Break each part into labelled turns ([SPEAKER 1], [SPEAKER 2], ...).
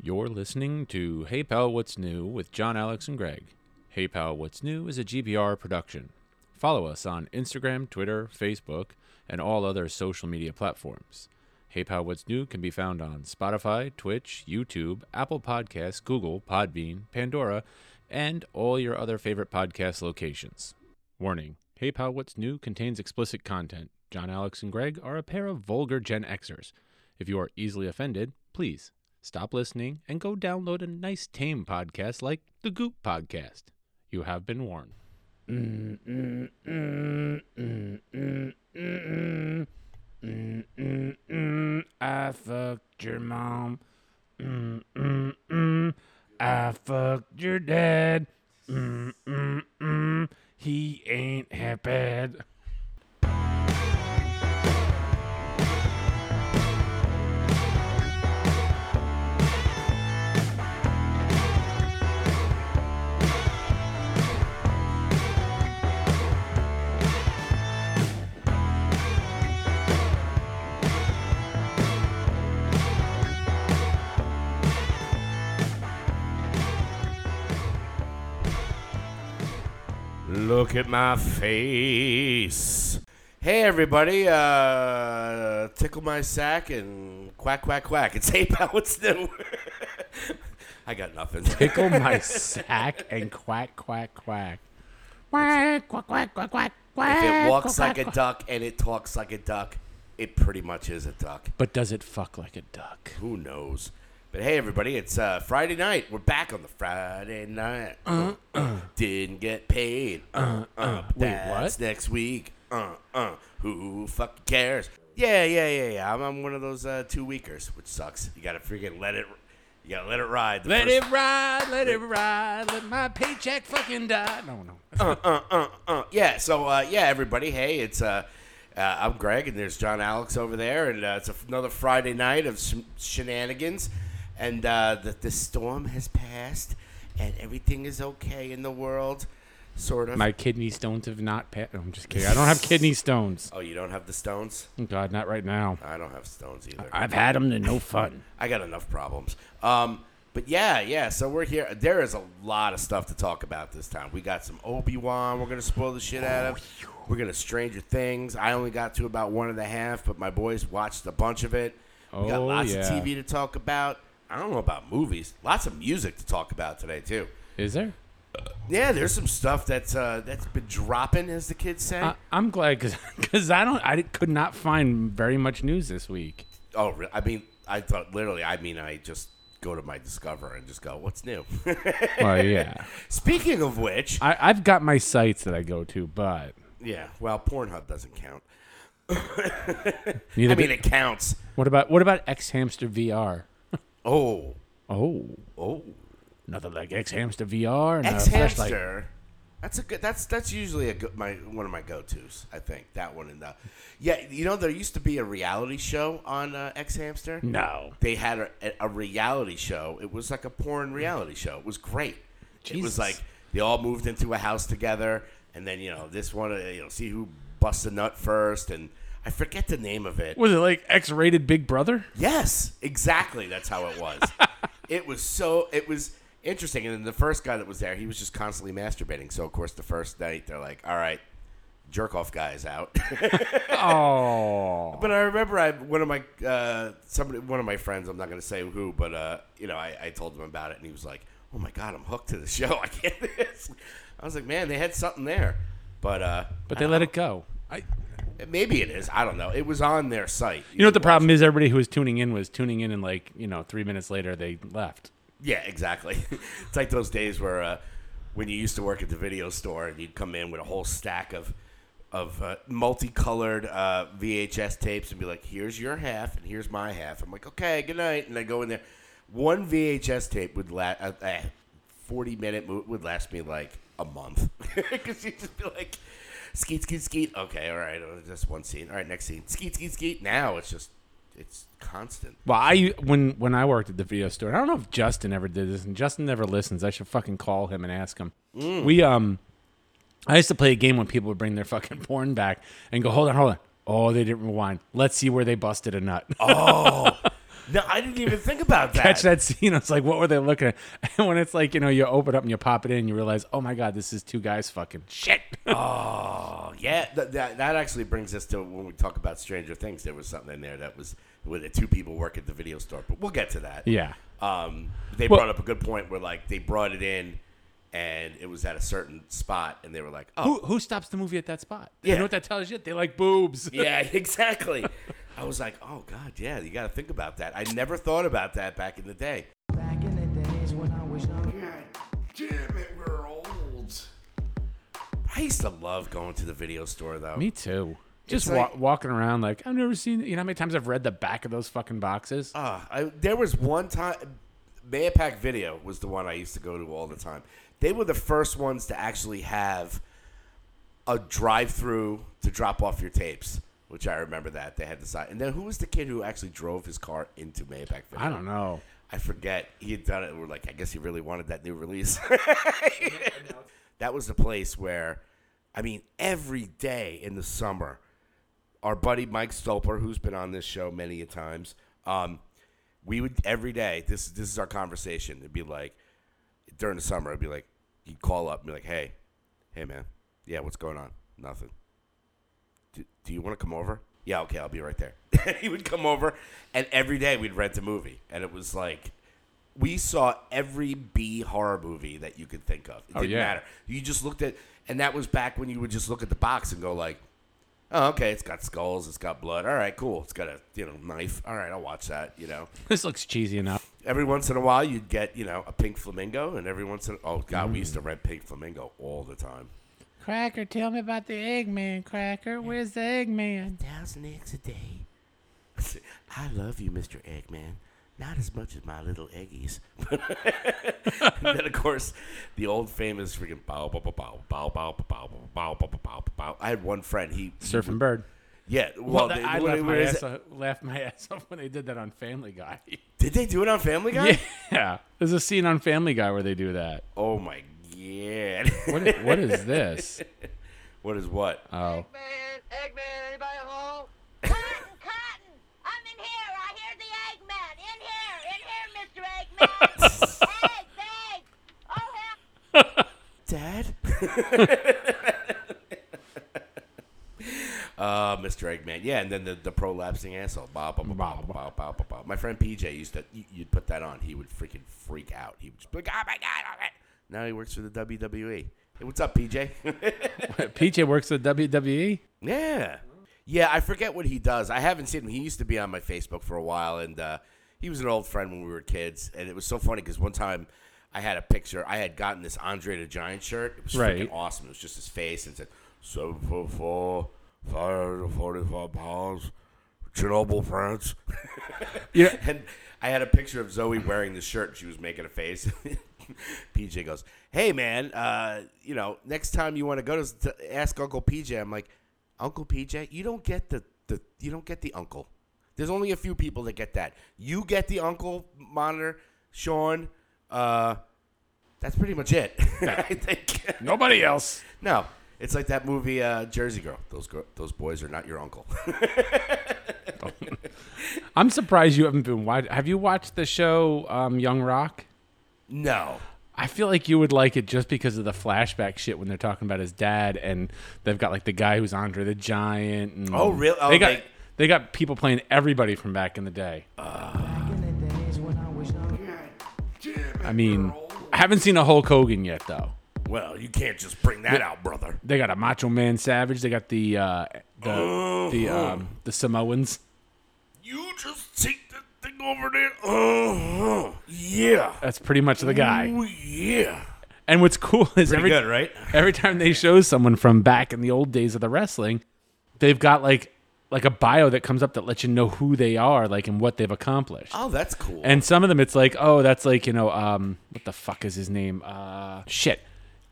[SPEAKER 1] You're listening to Hey Pal What's New with John Alex and Greg. Hey Pal What's New is a GBR production. Follow us on Instagram, Twitter, Facebook, and all other social media platforms. Hey Pal What's New can be found on Spotify, Twitch, YouTube, Apple Podcasts, Google, Podbean, Pandora, and all your other favorite podcast locations. Warning Hey Pal What's New contains explicit content. John Alex and Greg are a pair of vulgar Gen Xers. If you are easily offended, please stop listening and go download a nice tame podcast like the Goop Podcast. You have been warned.
[SPEAKER 2] I fucked your mom. Mm-mm-mm. I fucked your dad. Mm-mm-mm. He ain't happy. Look at my face.
[SPEAKER 3] Hey everybody, uh, tickle my sack and quack quack quack. It's eight pounds new. I got nothing.
[SPEAKER 1] Tickle my sack and quack, quack, quack.
[SPEAKER 2] Quack, quack, quack, quack, quack,
[SPEAKER 3] If
[SPEAKER 2] quack.
[SPEAKER 3] it walks like a duck and it talks like a duck, it pretty much is a duck.
[SPEAKER 1] But does it fuck like a duck?
[SPEAKER 3] Who knows? But hey everybody, it's uh, Friday night. We're back on the Friday night. Uh, uh, didn't get paid. Uh, uh, but
[SPEAKER 1] Wait,
[SPEAKER 3] that's
[SPEAKER 1] what?
[SPEAKER 3] next week. Uh, uh, who fucking cares? Yeah, yeah, yeah, yeah. I'm, I'm one of those uh, two weekers, which sucks. You gotta freaking let it. You gotta let it ride. The
[SPEAKER 1] Let
[SPEAKER 3] first-
[SPEAKER 1] it ride, let it ride, let my paycheck fucking die. No, no.
[SPEAKER 3] uh, uh, uh, uh. Yeah. So uh, yeah, everybody. Hey, it's uh, uh, I'm Greg, and there's John Alex over there, and uh, it's another Friday night of sh- shenanigans, and uh, the the storm has passed, and everything is okay in the world, sort of.
[SPEAKER 1] My kidney stones have not passed. I'm just kidding. I don't have kidney stones.
[SPEAKER 3] oh, you don't have the stones?
[SPEAKER 1] Oh, God, not right now.
[SPEAKER 3] I don't have stones either.
[SPEAKER 1] I've had them to no fun.
[SPEAKER 3] I got enough problems. Um, but yeah, yeah. So we're here. There is a lot of stuff to talk about this time. We got some Obi Wan. We're gonna spoil the shit out of. We're gonna Stranger Things. I only got to about one and a half, but my boys watched a bunch of it. We got
[SPEAKER 1] Oh,
[SPEAKER 3] lots
[SPEAKER 1] yeah.
[SPEAKER 3] of TV to talk about. I don't know about movies. Lots of music to talk about today too.
[SPEAKER 1] Is there?
[SPEAKER 3] Yeah, there's some stuff that's uh, that's been dropping, as the kids say.
[SPEAKER 1] I, I'm glad because I don't. I could not find very much news this week.
[SPEAKER 3] oh, re- I mean, I thought literally. I mean, I just go to my Discover and just go, "What's new?"
[SPEAKER 1] Well, yeah.
[SPEAKER 3] Speaking of which,
[SPEAKER 1] I, I've got my sites that I go to, but
[SPEAKER 3] Yeah, well, Pornhub doesn't count.
[SPEAKER 1] neither.
[SPEAKER 3] I mean,
[SPEAKER 1] do-
[SPEAKER 3] it counts.
[SPEAKER 1] what about what about X Hamster VR?
[SPEAKER 3] Oh,
[SPEAKER 1] Oh,
[SPEAKER 3] oh,
[SPEAKER 1] nothing like X Hamster VR and
[SPEAKER 3] X
[SPEAKER 1] a flashlight.
[SPEAKER 3] hamster. That's a good. That's that's usually a good, my one of my go tos. I think that one and the. Yeah, you know there used to be a reality show on uh, X hamster.
[SPEAKER 1] No,
[SPEAKER 3] They had a, a reality show. It was like a porn reality show. It was great. It
[SPEAKER 1] Jesus.
[SPEAKER 3] was like they all moved into a house together, and then you know this one, uh, you know, see who busts a nut first, and I forget the name of it.
[SPEAKER 1] was it like X rated Big Brother?
[SPEAKER 3] Yes, exactly. That's how it was. it was so. It was interesting. And then the first guy that was there, he was just constantly masturbating. So of course, the first night they're like, "All right, jerk off guy is out."
[SPEAKER 1] Oh,
[SPEAKER 3] but I remember I one of my uh, somebody one of my friends. I'm not going to say who, but uh, you know, I, I told him about it, and he was like, "Oh my god, I'm hooked to the show. I can't." It's- I was like, "Man, they had something there." But uh,
[SPEAKER 1] but they let it go. I,
[SPEAKER 3] maybe it is. I don't know. It was on their site.
[SPEAKER 1] you know what the problem is? Everybody who was tuning in was tuning in, and like you know, three minutes later they left.
[SPEAKER 3] Yeah, exactly. it's like those days where uh, when you used to work at the video store and you'd come in with a whole stack of of uh, multicolored uh, VHS tapes and be like, "Here's your half and here's my half." I'm like, "Okay, good night," and I go in there. One VHS tape would last a, a 40 minute mo- would last me like a month because you'd just be like. Skeet, skeet, skeet. Okay, all right. uh, Just one scene. All right, next scene. Skeet, skeet, skeet. Now it's just, it's constant.
[SPEAKER 1] Well, I when when I worked at the video store, and I don't know if Justin ever did this, and Justin never listens. I should fucking call him and ask him. We um, I used to play a game when people would bring their fucking porn back and go, hold on, hold on. Oh, they didn't rewind. Let's see where they busted a nut.
[SPEAKER 3] Oh, No, I didn't even think about that.
[SPEAKER 1] catch that scene. I was like, what were they looking at? And when it's like, you know, you open up and you pop it in, you realize, oh my god, this is two guys fucking shit.
[SPEAKER 3] Oh, yeah, that, that that actually brings us to when we talk about Stranger Things. There was something in there that was with the two people work at the video store, but we'll get to that.
[SPEAKER 1] yeah,
[SPEAKER 3] Um, they
[SPEAKER 1] Well-
[SPEAKER 3] brought up a good point where like they brought it in, and it was at a certain spot, and they were like, "Oh,
[SPEAKER 1] who who stops the movie at that spot? You
[SPEAKER 3] Yeah.
[SPEAKER 1] know what that tells you? They like boobs.
[SPEAKER 3] yeah, exactly." I was like, "Oh God, yeah, you got to think about that." I never thought about that back in the day.
[SPEAKER 4] Back in the days when I was young.
[SPEAKER 3] God damn it, we're old. I used to love going to the video store though.
[SPEAKER 1] Me too. Just
[SPEAKER 3] It's
[SPEAKER 1] wa-
[SPEAKER 3] like-
[SPEAKER 1] walking around like I've never seen. You know how many times I've read the back of those fucking boxes?
[SPEAKER 3] Ah, I, there was one time, Mayapack Video was the one I used to go to all the time. They were the first ones to actually have a drive-through to drop off your tapes, which I remember that they had the sign. And then who was the kid who actually drove his car into Mayapack Video?
[SPEAKER 1] I don't know.
[SPEAKER 3] I forget. He had done it. And we're like, I guess he really wanted that new release. that was the place where, I mean, every day in the summer, our buddy Mike Stolper, who's been on this show many a times, um, we would every day. This this is our conversation. It'd be like during the summer. It'd be like he'd call up and be like, "Hey, hey man, yeah, what's going on? Nothing. Do, do you want to come over? Yeah, okay, I'll be right there. he would come over, and every day we'd rent a movie, and it was like we saw every B horror movie that you could think of. It
[SPEAKER 1] Oh,
[SPEAKER 3] didn't
[SPEAKER 1] yeah.
[SPEAKER 3] matter. You just looked at, and that was back when you would just look at the box and go like, "Oh, okay, it's got skulls, it's got blood. All right, cool. It's got a you know knife. All right, I'll watch that. You know."
[SPEAKER 1] This looks cheesy enough.
[SPEAKER 3] every once in a while you'd get you know a pink flamingo and every once in oh god we used
[SPEAKER 1] Mm.
[SPEAKER 3] to rent pink flamingo all the time
[SPEAKER 2] Cracker, tell me about the Eggman, Cracker. Where's the Eggman?
[SPEAKER 3] thousand eggs a day i love you mr eggman not as much as my little eggies and then of course the old famous freaking bow bow bow bow bow bow bow bow bow bow bow bow bow i had one friend he
[SPEAKER 1] Surfing bird.
[SPEAKER 3] yeah
[SPEAKER 1] Well,
[SPEAKER 3] well,
[SPEAKER 1] that-
[SPEAKER 3] Oh, they-
[SPEAKER 1] I
[SPEAKER 3] what-
[SPEAKER 1] laughed
[SPEAKER 3] what
[SPEAKER 1] my,
[SPEAKER 3] is
[SPEAKER 1] ass
[SPEAKER 3] it?
[SPEAKER 1] off, laughed my ass off when they did that on Family Guy.
[SPEAKER 3] did they do it on family guy
[SPEAKER 1] yeah, there's a scene on Family Guy where they do that.
[SPEAKER 3] oh my god
[SPEAKER 1] What i- what is this?
[SPEAKER 3] what is what
[SPEAKER 1] Oh,
[SPEAKER 5] Eggman, Eggman, anybody home? Cotton, Cotton, I'm in here. I hear the Eggman. In here, in here, Mr. Eggman. egg, egg. Oh, hell.
[SPEAKER 3] Dad? uh, Mr. Eggman. Yeah, and then the, the prolapsing asshole. Bob, bob, bob, bob, bob, bob, bob, bob. My friend PJ used to, you- you'd put that on. He would freaking freak out. He would just be like, oh my God, all right. Now he works for the WWE. Hey, what's up, PJ?
[SPEAKER 1] PJ works at WWE.
[SPEAKER 3] yeah. Yeah, I forget what he does. I haven't seen him. He used to be on my Facebook for a while, and uh, he was an old friend when we were kids. And it was so funny because one time I had a picture. I had gotten this Andre the Giant shirt. It was
[SPEAKER 1] Right.
[SPEAKER 3] freaking awesome. It was just his face and it said seven foot four, five hundred and forty five pounds, Chernobyl, France.
[SPEAKER 1] Yeah.
[SPEAKER 3] and I had a picture of Zoe wearing the shirt. and She was making a face. PJ goes, "Hey man, uh, you know, next time you want to go to s- to ask Uncle PJ." I'm like, "Uncle PJ, you don't get the, the you don't get the uncle. There's only a few people that get that. You get the uncle monitor, Sean. Uh, that's pretty much it. I think."
[SPEAKER 1] Nobody else.
[SPEAKER 3] No, it's like that movie uh, Jersey Girl. Those girl, those boys are not your uncle.
[SPEAKER 1] I'm surprised you haven't been watch. Have you watched the show um, Young Rock?
[SPEAKER 3] no.
[SPEAKER 1] I feel like you would like it just because of the flashback shit when they're talking about his dad, and they've got like the guy who's Andre the Giant. And
[SPEAKER 3] Oh, real- oh,
[SPEAKER 1] they got
[SPEAKER 3] they-
[SPEAKER 1] they got people playing everybody from back in the day.
[SPEAKER 3] Uh.
[SPEAKER 4] Back in the days when I was young.
[SPEAKER 1] I mean, I haven't seen a Hulk Hogan yet though.
[SPEAKER 3] Well, you can't just bring that out, brother.
[SPEAKER 1] They got a Macho Man Savage. They got the uh, the the um, the Samoans.
[SPEAKER 3] You just take that thing over there. Uh-huh. Yeah.
[SPEAKER 1] That's pretty much the guy.
[SPEAKER 3] Oh, yeah.
[SPEAKER 1] And what's cool is every
[SPEAKER 3] right?
[SPEAKER 1] every time they show someone from back in the old days of the wrestling, they've got like like a bio that comes up that lets you know who they are, like and what they've accomplished.
[SPEAKER 3] Oh, that's cool.
[SPEAKER 1] And some of them, it's like, oh, that's like you know, um, what the fuck is his name? Uh, shit.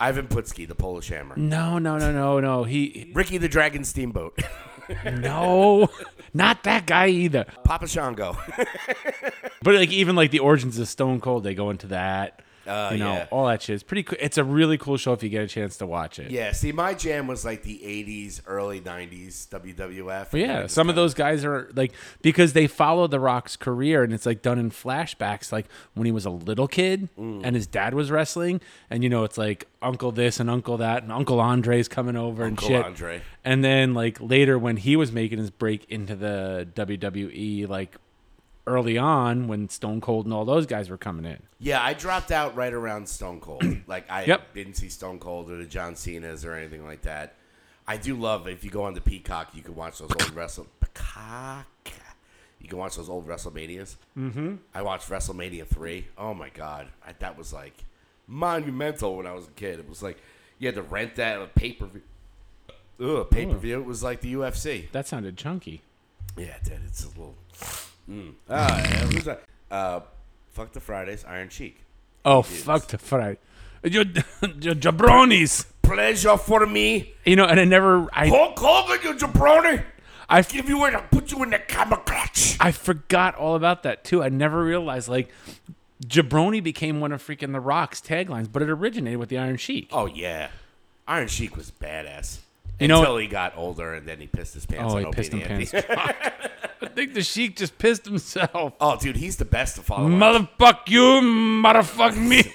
[SPEAKER 3] Ivan Putski, the Polish Hammer.
[SPEAKER 1] No, no, no, no, no. He
[SPEAKER 3] Ricky the Dragon Steamboat.
[SPEAKER 1] no, not that guy either.
[SPEAKER 3] Papa Shango.
[SPEAKER 1] But like even like the origins of Stone Cold, they go into that.
[SPEAKER 3] Oh,
[SPEAKER 1] you know,
[SPEAKER 3] yeah.
[SPEAKER 1] all that shit. It's pretty. Cool. It's a really cool show if you get a chance to watch it.
[SPEAKER 3] Yeah, see, my jam was like the 80s, early 90s WWF.
[SPEAKER 1] But yeah, some of
[SPEAKER 3] uh,
[SPEAKER 1] those guys are like because they follow The Rock's career and it's like done in flashbacks, like when he was a little kid
[SPEAKER 3] Mm.
[SPEAKER 1] and his dad was wrestling, and you know it's like Uncle this and Uncle that and Uncle Andre's coming over
[SPEAKER 3] Uncle
[SPEAKER 1] and shit.
[SPEAKER 3] Andre.
[SPEAKER 1] And then like later when he was making his break into the WWE, like early on when Stone Cold and all those guys were coming in.
[SPEAKER 3] Yeah, I dropped out right around Stone Cold. like, I
[SPEAKER 1] Yep.
[SPEAKER 3] didn't see Stone Cold or the John Cena's or anything like that. I do love if you go on the Peacock, you can watch those old wrestle Peacock. You can watch those old WrestleManias. Mm-hmm. I watched WrestleMania three. Oh my god, I, that was like monumental when I was a kid. It was like you had to rent that on a pay per view. Ugh, pay per view. It was like the UFC.
[SPEAKER 1] That sounded chunky.
[SPEAKER 3] Yeah, it did. It's a little. Mm. Ah, yeah, who's that? Uh, fuck the Fridays, Iron Cheek.
[SPEAKER 1] Oh fuck the fry, your, your jabronis.
[SPEAKER 3] Pleasure for me.
[SPEAKER 1] You know, and I never I
[SPEAKER 3] Hulk Hogan, you jabroni.
[SPEAKER 1] I
[SPEAKER 3] Give you it, I'll put you in the camera clutch.
[SPEAKER 1] I forgot all about that too. I never realized like Jabroni became one of freaking The Rock's taglines, but it originated with the Iron Sheik.
[SPEAKER 3] Oh, yeah. Iron Sheik was badass.
[SPEAKER 1] You know-
[SPEAKER 3] Until he got older and then he pissed his pants.
[SPEAKER 1] Oh,
[SPEAKER 3] on
[SPEAKER 1] he
[SPEAKER 3] Opie
[SPEAKER 1] pissed
[SPEAKER 3] and
[SPEAKER 1] him
[SPEAKER 3] Anthony.
[SPEAKER 1] pants. I think the Sheik just pissed himself.
[SPEAKER 3] oh, dude, he's the best to follow. up.
[SPEAKER 1] Motherfuck you, motherfuck me.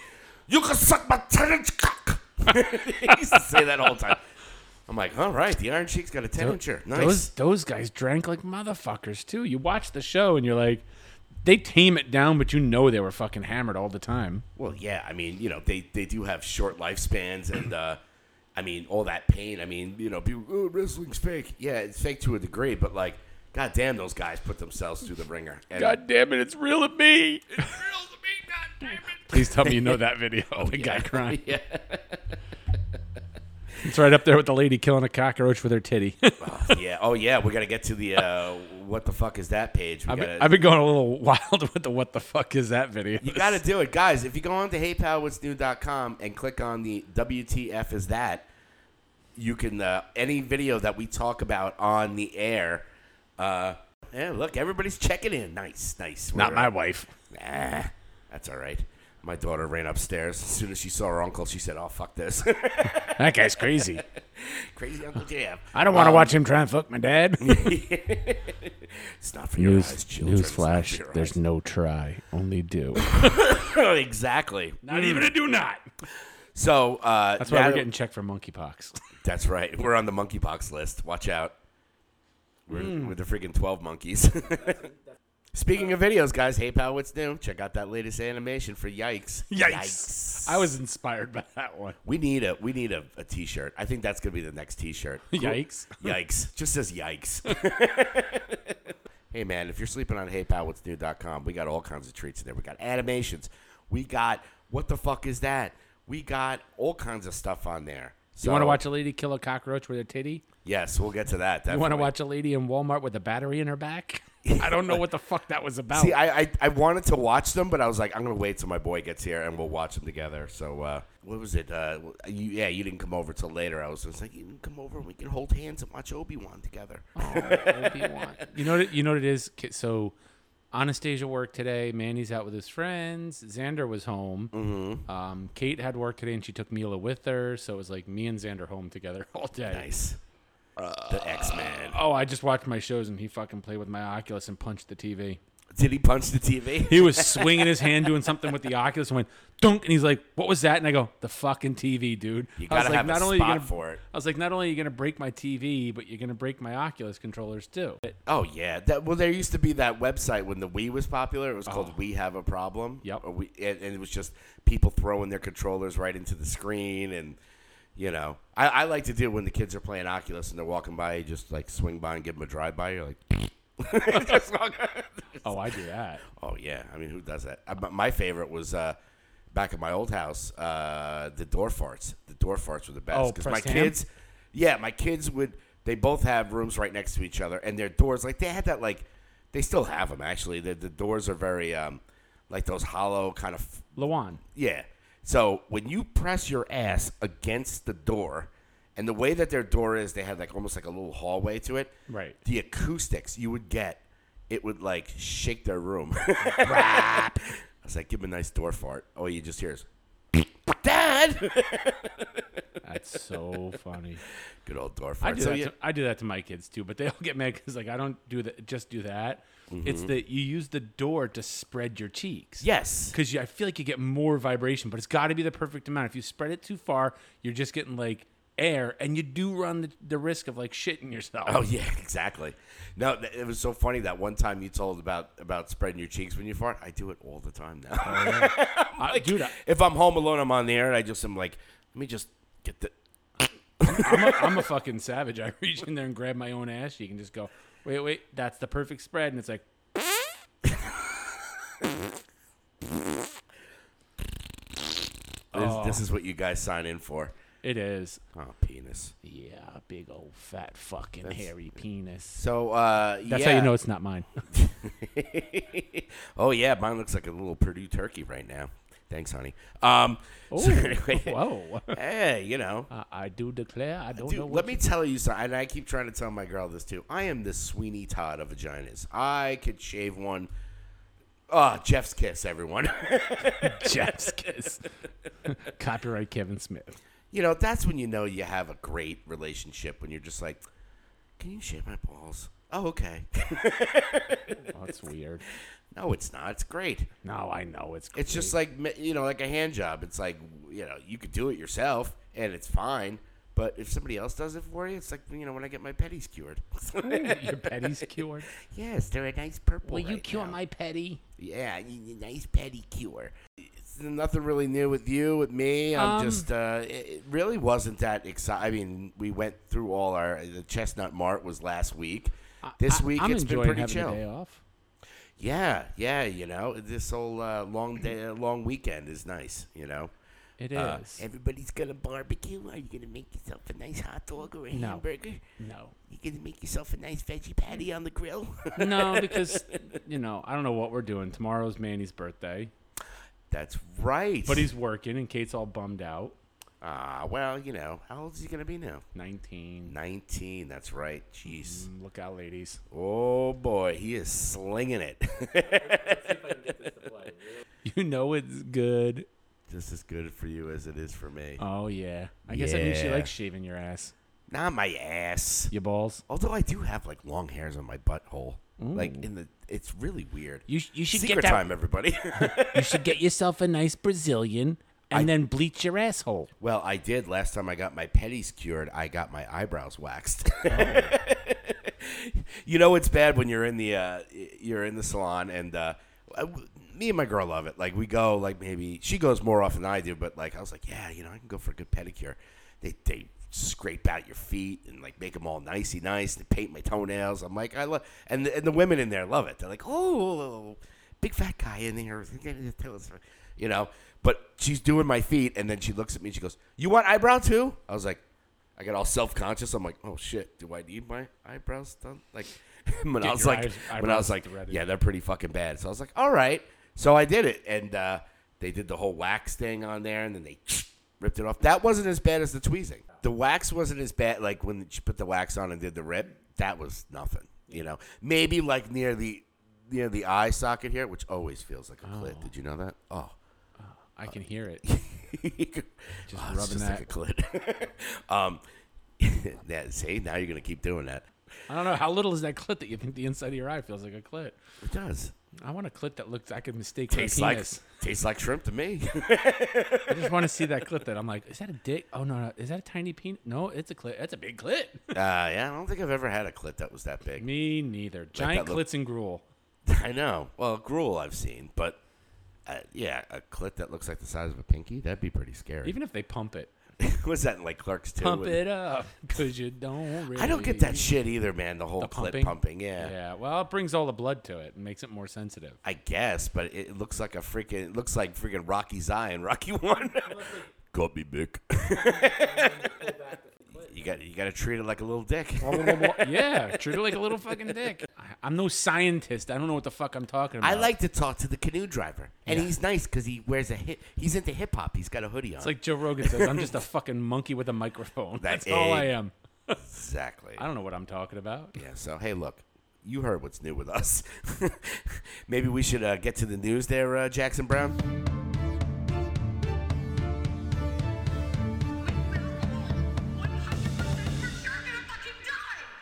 [SPEAKER 3] You can suck my tenant cock. he used to say that all the time. I'm like, all right, the Iron Sheik's got a temperature. Nice.
[SPEAKER 1] Those those guys drank like motherfuckers too. You watch the show and you're like, they tame it down, but you know they were fucking hammered all the time.
[SPEAKER 3] Well, yeah, I mean, you know, they, they do have short lifespans, and uh, I mean, all that pain. I mean, you know, people, oh, wrestling's fake. Yeah, it's fake to a degree, but like, goddamn, those guys put themselves through the ringer. And,
[SPEAKER 1] God damn it, it's real to me. Please tell me Oh, you know that video. the guy crying.
[SPEAKER 3] Yeah.
[SPEAKER 1] It's right up there with the lady killing a cockroach with her titty.
[SPEAKER 3] yeah. Oh yeah, we gotta get to the uh, what the fuck is that page? We
[SPEAKER 1] I've
[SPEAKER 3] gotta,
[SPEAKER 1] been, I've been going a little wild with the what the fuck is that video.
[SPEAKER 3] you gotta do it, guys. If you go on to heypalwhatsnew.com and click on the WTF is that, you can uh, any video that we talk about on the air. Uh, yeah, look, everybody's checking in. Nice, nice.
[SPEAKER 1] Not
[SPEAKER 3] We're-
[SPEAKER 1] my wife.
[SPEAKER 3] Nah, that's all right. My daughter ran upstairs. As soon as she saw her uncle, she said, Oh, fuck this.
[SPEAKER 1] That guy's crazy.
[SPEAKER 3] Crazy Uncle Jam.
[SPEAKER 1] I don't want to watch him try and fuck my dad.
[SPEAKER 3] It's not for your eyes, children. It's not for your eyes.
[SPEAKER 1] no try, only do.
[SPEAKER 3] exactly.
[SPEAKER 1] not even a do not.
[SPEAKER 3] So, uh,
[SPEAKER 1] That's why
[SPEAKER 3] now
[SPEAKER 1] we're
[SPEAKER 3] that-
[SPEAKER 1] getting checked for monkeypox.
[SPEAKER 3] That's right. We're on the monkeypox list. Watch out. We're
[SPEAKER 1] Hmm.
[SPEAKER 3] with the freaking 12 monkeys. Speaking of videos, guys, hey, pal, what's new? Check out that latest animation for Yikes.
[SPEAKER 1] I was inspired by that one.
[SPEAKER 3] We need a we need a, a t shirt. I think that's gonna be the next t shirt.
[SPEAKER 1] Yikes.
[SPEAKER 3] Yikes. Just says yikes. hey, man, if you're sleeping on heypalwhatsnew.com, we got all kinds of treats in there. We got animations. We got what the fuck is that? We got all kinds of stuff on there. So,
[SPEAKER 1] You want to watch a lady kill a cockroach with her titty?
[SPEAKER 3] Yes, we'll get to that.
[SPEAKER 1] You want to
[SPEAKER 3] definitely.
[SPEAKER 1] watch a lady in Walmart with a battery in her back? I don't know what the fuck that was about.
[SPEAKER 3] See, I, I I wanted to watch them, but I was like, I'm gonna wait till my boy gets here and we'll watch them together. So uh, what was it? Uh, you, yeah, you didn't come over till later. I was just like, you can come over and we can hold hands and watch Obi Wan together.
[SPEAKER 1] You know, what, it- you know what it is. Ki- So, Anastasia worked today. Manny's out with his friends. Xander was home.
[SPEAKER 3] Mm-hmm.
[SPEAKER 1] Um, Kate had work today, and she took Mila with her. So it was like me and Xander home together all day.
[SPEAKER 3] Nice. the X Man.
[SPEAKER 1] Oh, I just watched my shows, and he fucking played with my Oculus and punched the TV.
[SPEAKER 3] Did he punch the TV?
[SPEAKER 1] He was swinging his hand, doing something with the Oculus, and went dunk. And he's like, "What was that?" And I go, "The fucking TV, dude."
[SPEAKER 3] You
[SPEAKER 1] I was
[SPEAKER 3] gotta
[SPEAKER 1] like,
[SPEAKER 3] have
[SPEAKER 1] "Not
[SPEAKER 3] a
[SPEAKER 1] only
[SPEAKER 3] spot
[SPEAKER 1] are you gonna-
[SPEAKER 3] for it.
[SPEAKER 1] I was like, "Not only are you gonna break my TV, but you're gonna break my Oculus controllers too."
[SPEAKER 3] Oh yeah. That well, there used to be that website when the Wii was popular. It was called We Have a Problem.
[SPEAKER 1] Yep.
[SPEAKER 3] Or we, and, and it was just people throwing their controllers right into the screen, and you know, I, I like to do when the kids are playing Oculus and they're walking by, you just like swing by and give them a drive by. You're like, Just walk-
[SPEAKER 1] Oh, I do that.
[SPEAKER 3] oh yeah. I mean, who does that? Uh, but my favorite was. uh Back at my old house, uh, the door farts. The door farts were the best
[SPEAKER 1] Oh,
[SPEAKER 3] my
[SPEAKER 1] pressed ham?
[SPEAKER 3] kids, yeah, my kids would. They both have rooms right next to each other, and their doors like they had that like, they still have them actually. The, the doors are very um, like those hollow kind of
[SPEAKER 1] Lawan.
[SPEAKER 3] yeah. So when you press your ass against the door, and the way that their door is, they have like almost like a little hallway to it.
[SPEAKER 1] Right.
[SPEAKER 3] The acoustics you would get, it would like shake their room. I was like, give them a nice door fart. All you just hear is. Dad.
[SPEAKER 1] That's so funny.
[SPEAKER 3] Good old door
[SPEAKER 1] I
[SPEAKER 3] fart.
[SPEAKER 1] do
[SPEAKER 3] So
[SPEAKER 1] that.
[SPEAKER 3] yeah,
[SPEAKER 1] To, I do that to my kids too, but they all get mad because like I don't do that. Just do that. It's that you use the door to spread your cheeks.
[SPEAKER 3] yes.
[SPEAKER 1] Because I feel like you get more vibration, but it's got to be the perfect amount. If you spread it too far, you're just getting like air, and you do run the, the risk of like shitting yourself.
[SPEAKER 3] Oh yeah, exactly. No, th- it was so funny that one time you told about about spreading your cheeks when you fart. I do it all the time now.
[SPEAKER 1] I, dude, I,
[SPEAKER 3] if I'm home alone, I'm on the air, and I just am like, let me just get the.
[SPEAKER 1] I'm, a, I'm a fucking savage. I reach in there and grab my own ass. You can just go, wait, wait, that's the perfect spread, and it's like,
[SPEAKER 3] This,
[SPEAKER 1] Oh.
[SPEAKER 3] this is what you guys sign in for.
[SPEAKER 1] it is.
[SPEAKER 3] Oh, penis.
[SPEAKER 1] Yeah, big old fat fucking hairy penis.
[SPEAKER 3] So uh,
[SPEAKER 1] That's
[SPEAKER 3] yeah.
[SPEAKER 1] how you know it's not mine.
[SPEAKER 3] oh yeah, mine looks like a little Purdue turkey right now. Thanks, honey. Um,
[SPEAKER 1] Oh,
[SPEAKER 3] so anyway,
[SPEAKER 1] whoa.
[SPEAKER 3] hey, you know,
[SPEAKER 1] I, I do declare, I don't
[SPEAKER 3] dude,
[SPEAKER 1] know
[SPEAKER 3] let
[SPEAKER 1] what.
[SPEAKER 3] me tell you something. And I keep trying to tell my girl this too. I am the Sweeney Todd of vaginas. I could shave one. Oh, Jeff's kiss, everyone.
[SPEAKER 1] Jeff's kiss. Copyright Kevin Smith.
[SPEAKER 3] you know, that's when you know you have a great relationship when you're just like, can you shave my balls? Oh, okay.
[SPEAKER 1] Oh, that's weird.
[SPEAKER 3] no, it's not. It's great.
[SPEAKER 1] No, I know it's.
[SPEAKER 3] It's just
[SPEAKER 1] great.
[SPEAKER 3] like me- you know, like a hand job. It's like you know, you could do it yourself, and it's fine. But if somebody else does it for you, it's like you know when I get my petties cured.
[SPEAKER 1] your petty's cured.
[SPEAKER 3] yes, they're a nice purple.
[SPEAKER 1] Will you
[SPEAKER 3] right
[SPEAKER 1] cure
[SPEAKER 3] now.
[SPEAKER 1] my petty?
[SPEAKER 3] Yeah, y- y- nice petty cure. It's nothing really new with you, with me. I'm
[SPEAKER 1] Um,
[SPEAKER 3] just. Uh, it, it really wasn't that exciting. I mean, we went through all our. The chestnut mart was last week. This
[SPEAKER 1] I-
[SPEAKER 3] week
[SPEAKER 1] I'm
[SPEAKER 3] it's been
[SPEAKER 1] enjoying
[SPEAKER 3] pretty
[SPEAKER 1] having a day
[SPEAKER 3] chill.
[SPEAKER 1] off.
[SPEAKER 3] Yeah, yeah. You know, this whole uh, long day, long weekend is nice. You know.
[SPEAKER 1] It
[SPEAKER 3] Uh,
[SPEAKER 1] is.
[SPEAKER 3] Everybody's gonna barbecue. Are you gonna make yourself a nice hot dog or a
[SPEAKER 1] No.
[SPEAKER 3] hamburger?
[SPEAKER 1] no.
[SPEAKER 3] You gonna make yourself a nice veggie patty on the grill?
[SPEAKER 1] No, because you know I don't know what we're doing. Tomorrow's Manny's birthday,
[SPEAKER 3] That's right.
[SPEAKER 1] but he's working, and Kate's all bummed out.
[SPEAKER 3] ah well, you know, how old is he gonna be now?
[SPEAKER 1] Nineteen.
[SPEAKER 3] Nineteen. That's right. Jeez.
[SPEAKER 1] Mm, Look out, ladies.
[SPEAKER 3] Oh boy, he is slinging it.
[SPEAKER 1] You know it's good.
[SPEAKER 3] Just as good for you as it is for me.
[SPEAKER 1] Oh yeah. I guess that means she
[SPEAKER 3] Yeah.
[SPEAKER 1] likes shaving your ass,
[SPEAKER 3] Not my ass.
[SPEAKER 1] your balls.
[SPEAKER 3] Although I do have like long hairs on my butthole. Like in the, it's really weird.
[SPEAKER 1] You sh- you should
[SPEAKER 3] Secret
[SPEAKER 1] get that.
[SPEAKER 3] time, everybody.
[SPEAKER 1] You should get yourself a nice Brazilian and then bleach your asshole.
[SPEAKER 3] Well, I did last time I got my petties cured. I got my eyebrows waxed. you know it's bad when you're in the uh, you're in the salon and uh, I- me and my girl love it. Like we go like maybe she goes more often than I do, but like I was like, yeah, you know, I can go for a good pedicure. They they scrape out your feet and like make them all nicey nice. They paint my toenails. I'm like, I love and the, and the women in there love it. They're like, oh, big fat guy in there, you know. But she's doing my feet, and then she looks at me. and She goes, "You want eyebrow too?" I was like, I got all self conscious. I'm like, "Oh shit, do I need my eyebrows done?" Like when I was
[SPEAKER 1] your
[SPEAKER 3] like,
[SPEAKER 1] eyes-
[SPEAKER 3] when I
[SPEAKER 1] eyebrows
[SPEAKER 3] was like,
[SPEAKER 1] threaded.
[SPEAKER 3] yeah, they're pretty fucking bad. So I was like, all right. So I did it, and uh, they did the whole wax thing on there, and then they ripped it off. That wasn't as bad as the tweezing. The wax wasn't as bad. Like when she put the wax on and did the rip, that was nothing. You know, maybe like near the near the eye socket here, which always feels like a clit. Did you know that? Oh.
[SPEAKER 1] I can hear it.
[SPEAKER 3] just
[SPEAKER 1] rubbing that.
[SPEAKER 3] like a clit. um, yeah, see, now you're gonna keep doing that.
[SPEAKER 1] I don't know how little is that clit that you think the inside of your eye feels like a clit.
[SPEAKER 3] It does.
[SPEAKER 1] I want a clit that looks I could mistake
[SPEAKER 3] Tastes
[SPEAKER 1] for a
[SPEAKER 3] like
[SPEAKER 1] penis.
[SPEAKER 3] tastes like shrimp to me. Uh,
[SPEAKER 1] I just want to see that clit that I'm like, is that a dick? Oh no, no. is that a tiny penis? No, it's a clit. That's a big clit.
[SPEAKER 3] Uh, yeah, I don't think I've ever had a clit that was that big.
[SPEAKER 1] Me neither. Giant
[SPEAKER 3] look-
[SPEAKER 1] clits and gruel.
[SPEAKER 3] I know. Well, gruel I've seen, but uh, yeah, a clit that looks like the size of a pinky, that'd be pretty scary.
[SPEAKER 1] Even if they pump it,
[SPEAKER 3] was that in like Clerks too?
[SPEAKER 1] pump it up, cause you don't. Really
[SPEAKER 3] I don't get that shit either, man. The whole
[SPEAKER 1] The
[SPEAKER 3] clit
[SPEAKER 1] pumping?
[SPEAKER 3] pumping, yeah.
[SPEAKER 1] Yeah, well, it brings all the blood to it and makes it more sensitive.
[SPEAKER 3] I guess, but it looks like a freaking. It looks like freaking Rocky Zion, Rocky One. Got me, Mick. you got you got to treat it like a little dick.
[SPEAKER 1] Oh, yeah, treat it like a little fucking dick. I, I'm no scientist. I don't know what the fuck I'm talking about.
[SPEAKER 3] I like to talk to the canoe driver, and he's nice because he wears a hip. He's into hip hop. He's got a hoodie on.
[SPEAKER 1] It's like Joe Rogan says, I'm just a fucking monkey with a microphone. That's
[SPEAKER 3] That
[SPEAKER 1] all I
[SPEAKER 3] egg.
[SPEAKER 1] am.
[SPEAKER 3] exactly.
[SPEAKER 1] I don't know what I'm talking about.
[SPEAKER 3] Yeah. So hey, look, you heard what's new with us. Maybe we should uh, get to the news there, uh, Jackson Brown.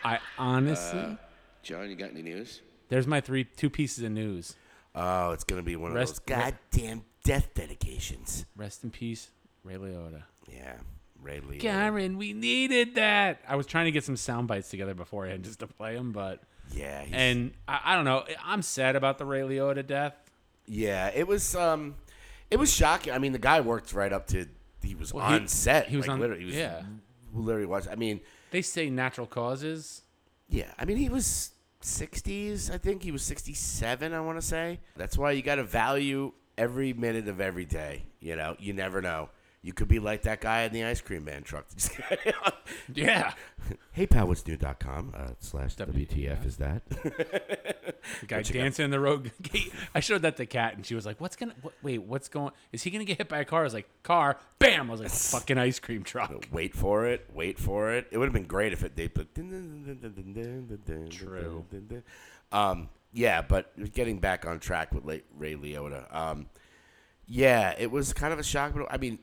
[SPEAKER 1] I honestly,
[SPEAKER 6] John, you got any news?
[SPEAKER 1] there's my three two pieces of news.
[SPEAKER 3] Oh, it's gonna be one of
[SPEAKER 1] Rest-
[SPEAKER 3] those goddamn death dedications.
[SPEAKER 1] Rest in peace, Ray Liotta.
[SPEAKER 3] Yeah, Ray Lee.
[SPEAKER 1] Garen, we needed that. I was trying to get some sound bites together beforehand just to play them, but
[SPEAKER 3] Yeah, he's-
[SPEAKER 1] and I, I don't know. I'm sad about the Ray Liotta death.
[SPEAKER 3] yeah, it was um, it was shocking. I mean, the guy worked right up to he was
[SPEAKER 1] he-
[SPEAKER 3] on set.
[SPEAKER 1] he was
[SPEAKER 3] like,
[SPEAKER 1] on-
[SPEAKER 3] literally. He was
[SPEAKER 1] yeah.
[SPEAKER 3] literally watched. I mean,
[SPEAKER 1] They say natural causes.
[SPEAKER 3] Yeah, I mean he was 60s. I think he was 67. I want to say that's why you got to value every minute of every day. You know, you never know. You could be like that guy in the ice cream man truck.
[SPEAKER 1] Yeah,
[SPEAKER 3] hey, pal, what's new.com uh, slash WTF is that?
[SPEAKER 1] the guy dancing in the road. gate. I showed that to Kat, and she was like, "What's gonna? What, wait, what's going? Is he gonna get hit by a car?" I was like, "Car, bam!" I was like, "Fucking ice cream truck."
[SPEAKER 3] wait for it. Wait for it. It would have been great if it they put. True. Um, yeah, but getting back on track with late Ray Liotta. Um, yeah, it was kind of a shock. But I mean,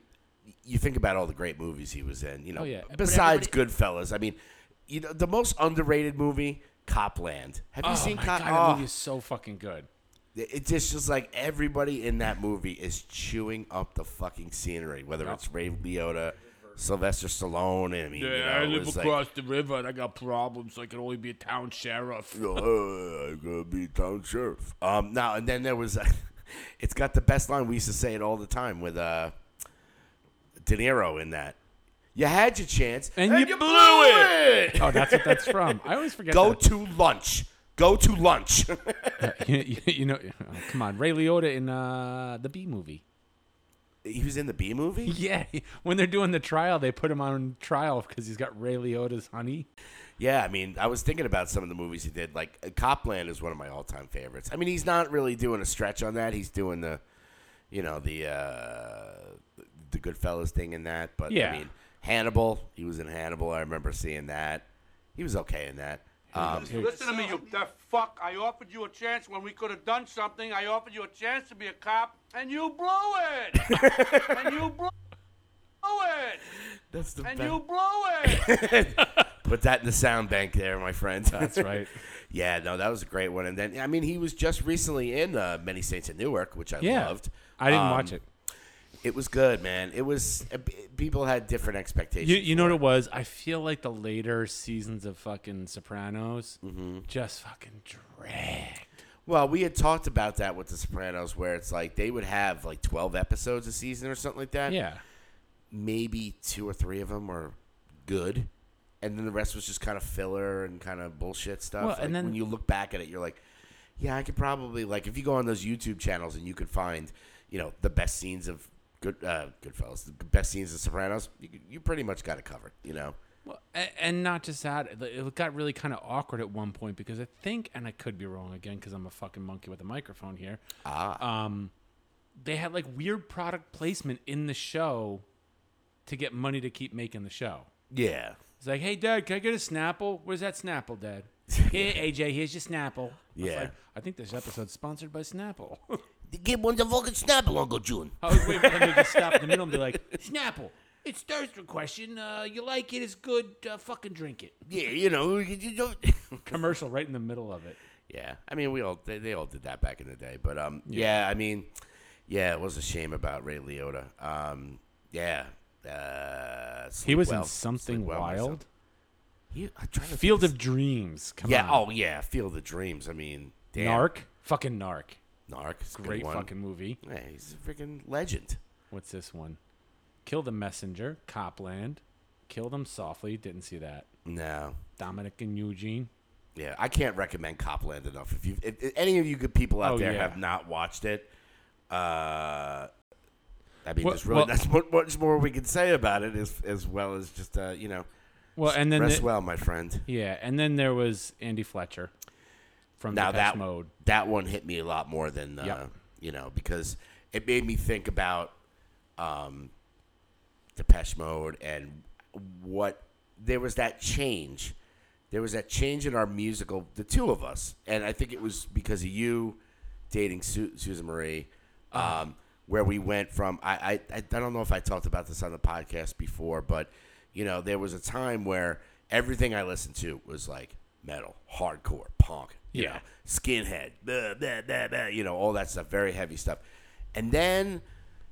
[SPEAKER 3] you think about all the great movies he was in. You know,
[SPEAKER 1] Oh, yeah. But
[SPEAKER 3] besides Goodfellas. I mean, you know, the most underrated movie, Copland. Have you
[SPEAKER 1] Oh
[SPEAKER 3] seen
[SPEAKER 1] my
[SPEAKER 3] Cop-
[SPEAKER 1] god, that
[SPEAKER 3] oh.
[SPEAKER 1] movie is so fucking good.
[SPEAKER 3] It just just like everybody in that movie is chewing up the fucking scenery, whether
[SPEAKER 1] Yeah.
[SPEAKER 3] it's Ray Liotta, Sylvester Stallone. I mean, you know, it was like,
[SPEAKER 1] the river, and I got problems. I can only be a town sheriff.
[SPEAKER 3] "Oh, I'm gonna be town sheriff. Um, now and then there was, it's got the best line. We used to say it all the time with uh, De Niro in that. You had your chance
[SPEAKER 1] And you blew
[SPEAKER 3] it.
[SPEAKER 1] Oh, that's what that's from. I always forget.
[SPEAKER 3] Go
[SPEAKER 1] that.
[SPEAKER 3] to lunch. Go to lunch.
[SPEAKER 1] you, you- you know, oh, come on, Ray Liotta in uh, the B movie.
[SPEAKER 3] he was in the B movie.
[SPEAKER 1] Yeah, when they're doing the trial, they put him on trial because he's got Ray Liotta's honey.
[SPEAKER 3] Yeah, I mean, I was thinking about some of the movies he did. Like uh, Copland is one of my all-time favorites. I mean, he's not really doing a stretch on that. He's doing the, you know, the uh, the Goodfellas thing in that. But
[SPEAKER 1] Yeah.
[SPEAKER 3] I mean, Hannibal. He was in Hannibal. I remember seeing that. He was okay in that. Um,
[SPEAKER 7] Listen to me, you deaf fuck. I offered you a chance when we could have done something. I offered you a chance to be a cop, and you blew it. and you blew it.
[SPEAKER 3] that's the
[SPEAKER 7] And
[SPEAKER 3] best-
[SPEAKER 7] you blew it.
[SPEAKER 3] Put that in the sound bank there, my friend.
[SPEAKER 1] That's right.
[SPEAKER 3] yeah, no, that was a great one. And then, I mean, he was just recently in uh, Many Saints of Newark, which I
[SPEAKER 1] Yeah,
[SPEAKER 3] loved.
[SPEAKER 1] I didn't
[SPEAKER 3] Um,
[SPEAKER 1] watch it.
[SPEAKER 3] It was good, man. It was uh, p- people had different expectations.
[SPEAKER 1] You, you know what it was? I feel like the later seasons of fucking Sopranos just fucking drag.
[SPEAKER 3] Well, we had talked about that with The Sopranos, where it's like they would have like twelve episodes a season or something like that.
[SPEAKER 1] Yeah,
[SPEAKER 3] maybe two or three of them were good, and then the rest was just kind of filler and kind of bullshit stuff.
[SPEAKER 1] Well,
[SPEAKER 3] like,
[SPEAKER 1] and then-
[SPEAKER 3] when you look back at it, you're like, yeah, I could probably like if you go on those YouTube channels and you could find, you know, the best scenes of good uh, Goodfellas, the best scenes of Sopranos. You, could- you pretty much got it covered, you know.
[SPEAKER 1] well, and, and not just that. it- It got really kind of awkward at one point because I think, and I could be wrong again because I'm a fucking monkey with a microphone here. Ah. Um, they had like weird product placement in the show to get money to keep making the show.
[SPEAKER 3] Yeah.
[SPEAKER 1] It's like, hey, Dad, can I get a Snapple? Where's that Snapple, Dad? Here, AJ, here's your Snapple. I was
[SPEAKER 3] Yeah.
[SPEAKER 1] like, I think this episode's sponsored by Snapple.
[SPEAKER 3] Get one the fucking snapper, Uncle June.
[SPEAKER 1] I was waiting for them to just stop in the middle and be like, Snapple, it's Thursday question. Uh, you like it, it's good. Uh, fucking drink it.
[SPEAKER 3] Yeah, you know. You don't.
[SPEAKER 1] Commercial right in the middle of it.
[SPEAKER 3] Yeah, I mean, we all they, they all did that back in the day, but um, yeah, I mean, yeah, it was a shame about Ray Liotta. Um, yeah, uh,
[SPEAKER 1] He
[SPEAKER 3] sleep
[SPEAKER 1] was
[SPEAKER 3] well.
[SPEAKER 1] in something
[SPEAKER 3] Sleep well, my son.
[SPEAKER 1] wild.
[SPEAKER 3] He, I'm trying to
[SPEAKER 1] Field
[SPEAKER 3] think
[SPEAKER 1] of Dreams. Come
[SPEAKER 3] yeah,
[SPEAKER 1] on.
[SPEAKER 3] oh yeah, Field of Dreams. I mean, damn.
[SPEAKER 1] Narc. Fucking Narc.
[SPEAKER 3] Narc, is a good
[SPEAKER 1] Great
[SPEAKER 3] one.
[SPEAKER 1] fucking movie.
[SPEAKER 3] Yeah, he's a freaking legend.
[SPEAKER 1] What's this one? Kill the Messenger. Copland. Kill them softly. Didn't see that.
[SPEAKER 3] No,
[SPEAKER 1] Dominic and Eugene.
[SPEAKER 3] yeah, I can't recommend Copland enough. If you, if, if any of you good people out
[SPEAKER 1] Oh,
[SPEAKER 3] there
[SPEAKER 1] yeah.
[SPEAKER 3] have not watched it, uh. I mean,
[SPEAKER 1] Well-
[SPEAKER 3] there's really
[SPEAKER 1] well-
[SPEAKER 3] that's what much more we can say about it, as as well as just uh, you know,
[SPEAKER 1] Well, and then
[SPEAKER 3] Rest
[SPEAKER 1] the-
[SPEAKER 3] well, my friend.
[SPEAKER 1] yeah, and then there was Andy Fletcher from
[SPEAKER 3] Now
[SPEAKER 1] now
[SPEAKER 3] that
[SPEAKER 1] Mode.
[SPEAKER 3] that one hit me a lot more than uh,
[SPEAKER 1] Yep.
[SPEAKER 3] you know because it made me think about um, Depeche Mode and what there was that change. There was that change in our musical, the two of us, and I think it was because of you dating Su- Susan Marie, um,
[SPEAKER 1] Ah.
[SPEAKER 3] where we went from. I, I I don't know if I talked about this on the podcast before, but you know there was a time where everything I listened to was like metal, hardcore, punk, you
[SPEAKER 1] Yeah.
[SPEAKER 3] know, skinhead, blah, blah, blah, blah, you know, all that stuff, very heavy stuff. And then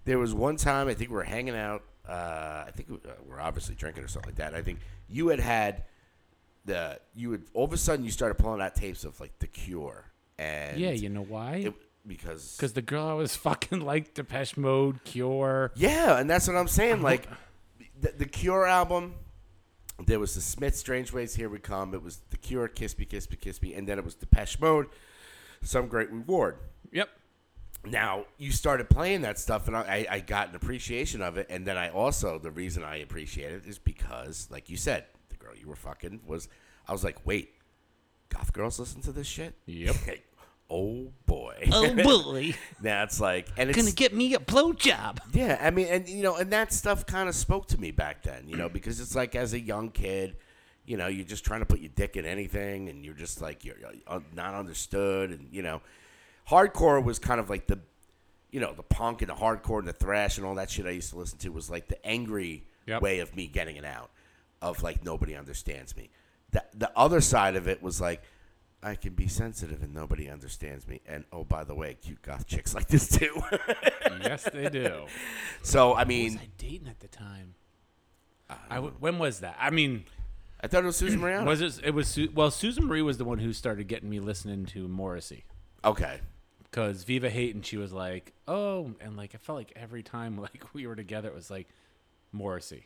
[SPEAKER 3] there was one time I think we were hanging out. Uh, I think we uh, we're obviously drinking or something like that. I think you had had the you would all of a sudden you started pulling out tapes of like The Cure and
[SPEAKER 1] Yeah, you know why?
[SPEAKER 3] it, because
[SPEAKER 1] Because the girl I was fucking like Depeche Mode, Cure.
[SPEAKER 3] Yeah, and that's what I'm saying. Like the, the Cure album, there was the Smith Strange Ways Here We Come. It was the Cure Kiss Me Kiss Me Kiss Me, and then it was Depeche Mode, Some Great Reward.
[SPEAKER 1] Yep.
[SPEAKER 3] Now you started playing that stuff, and I, I got an appreciation of it. And then I also the reason I appreciate it is because, like you said, the girl you were fucking was. I was like, wait, goth girls listen to this shit.
[SPEAKER 1] Yep.
[SPEAKER 3] oh boy. Oh boy. That's like, and it's
[SPEAKER 2] get me a blowjob.
[SPEAKER 3] yeah, I mean, and you know, and that stuff kind of spoke to me back then, you know, because it's like as a young kid, you know, you're just trying to put your dick in anything, and you're just like you're uh, not understood, and you know, hardcore was kind of like the, you know, the punk and the hardcore and the thrash and all that shit I used to listen to was like the angry
[SPEAKER 1] Yep.
[SPEAKER 3] way of me getting it out, of like nobody understands me. The the other side of it was like. I can be sensitive and nobody understands me. And oh, by the way, cute goth chicks like this too.
[SPEAKER 1] yes, they do.
[SPEAKER 3] so I mean,
[SPEAKER 1] I dating at the time. I w- when was that? I mean,
[SPEAKER 3] I thought it was Susan Mariano.
[SPEAKER 1] was it? It was Su- well. Susan Marie was the one who started getting me listening to Morrissey
[SPEAKER 3] okay.
[SPEAKER 1] because Viva Hate, and she was like, "Oh," and like I felt like every time like we were together, it was like Morrissey,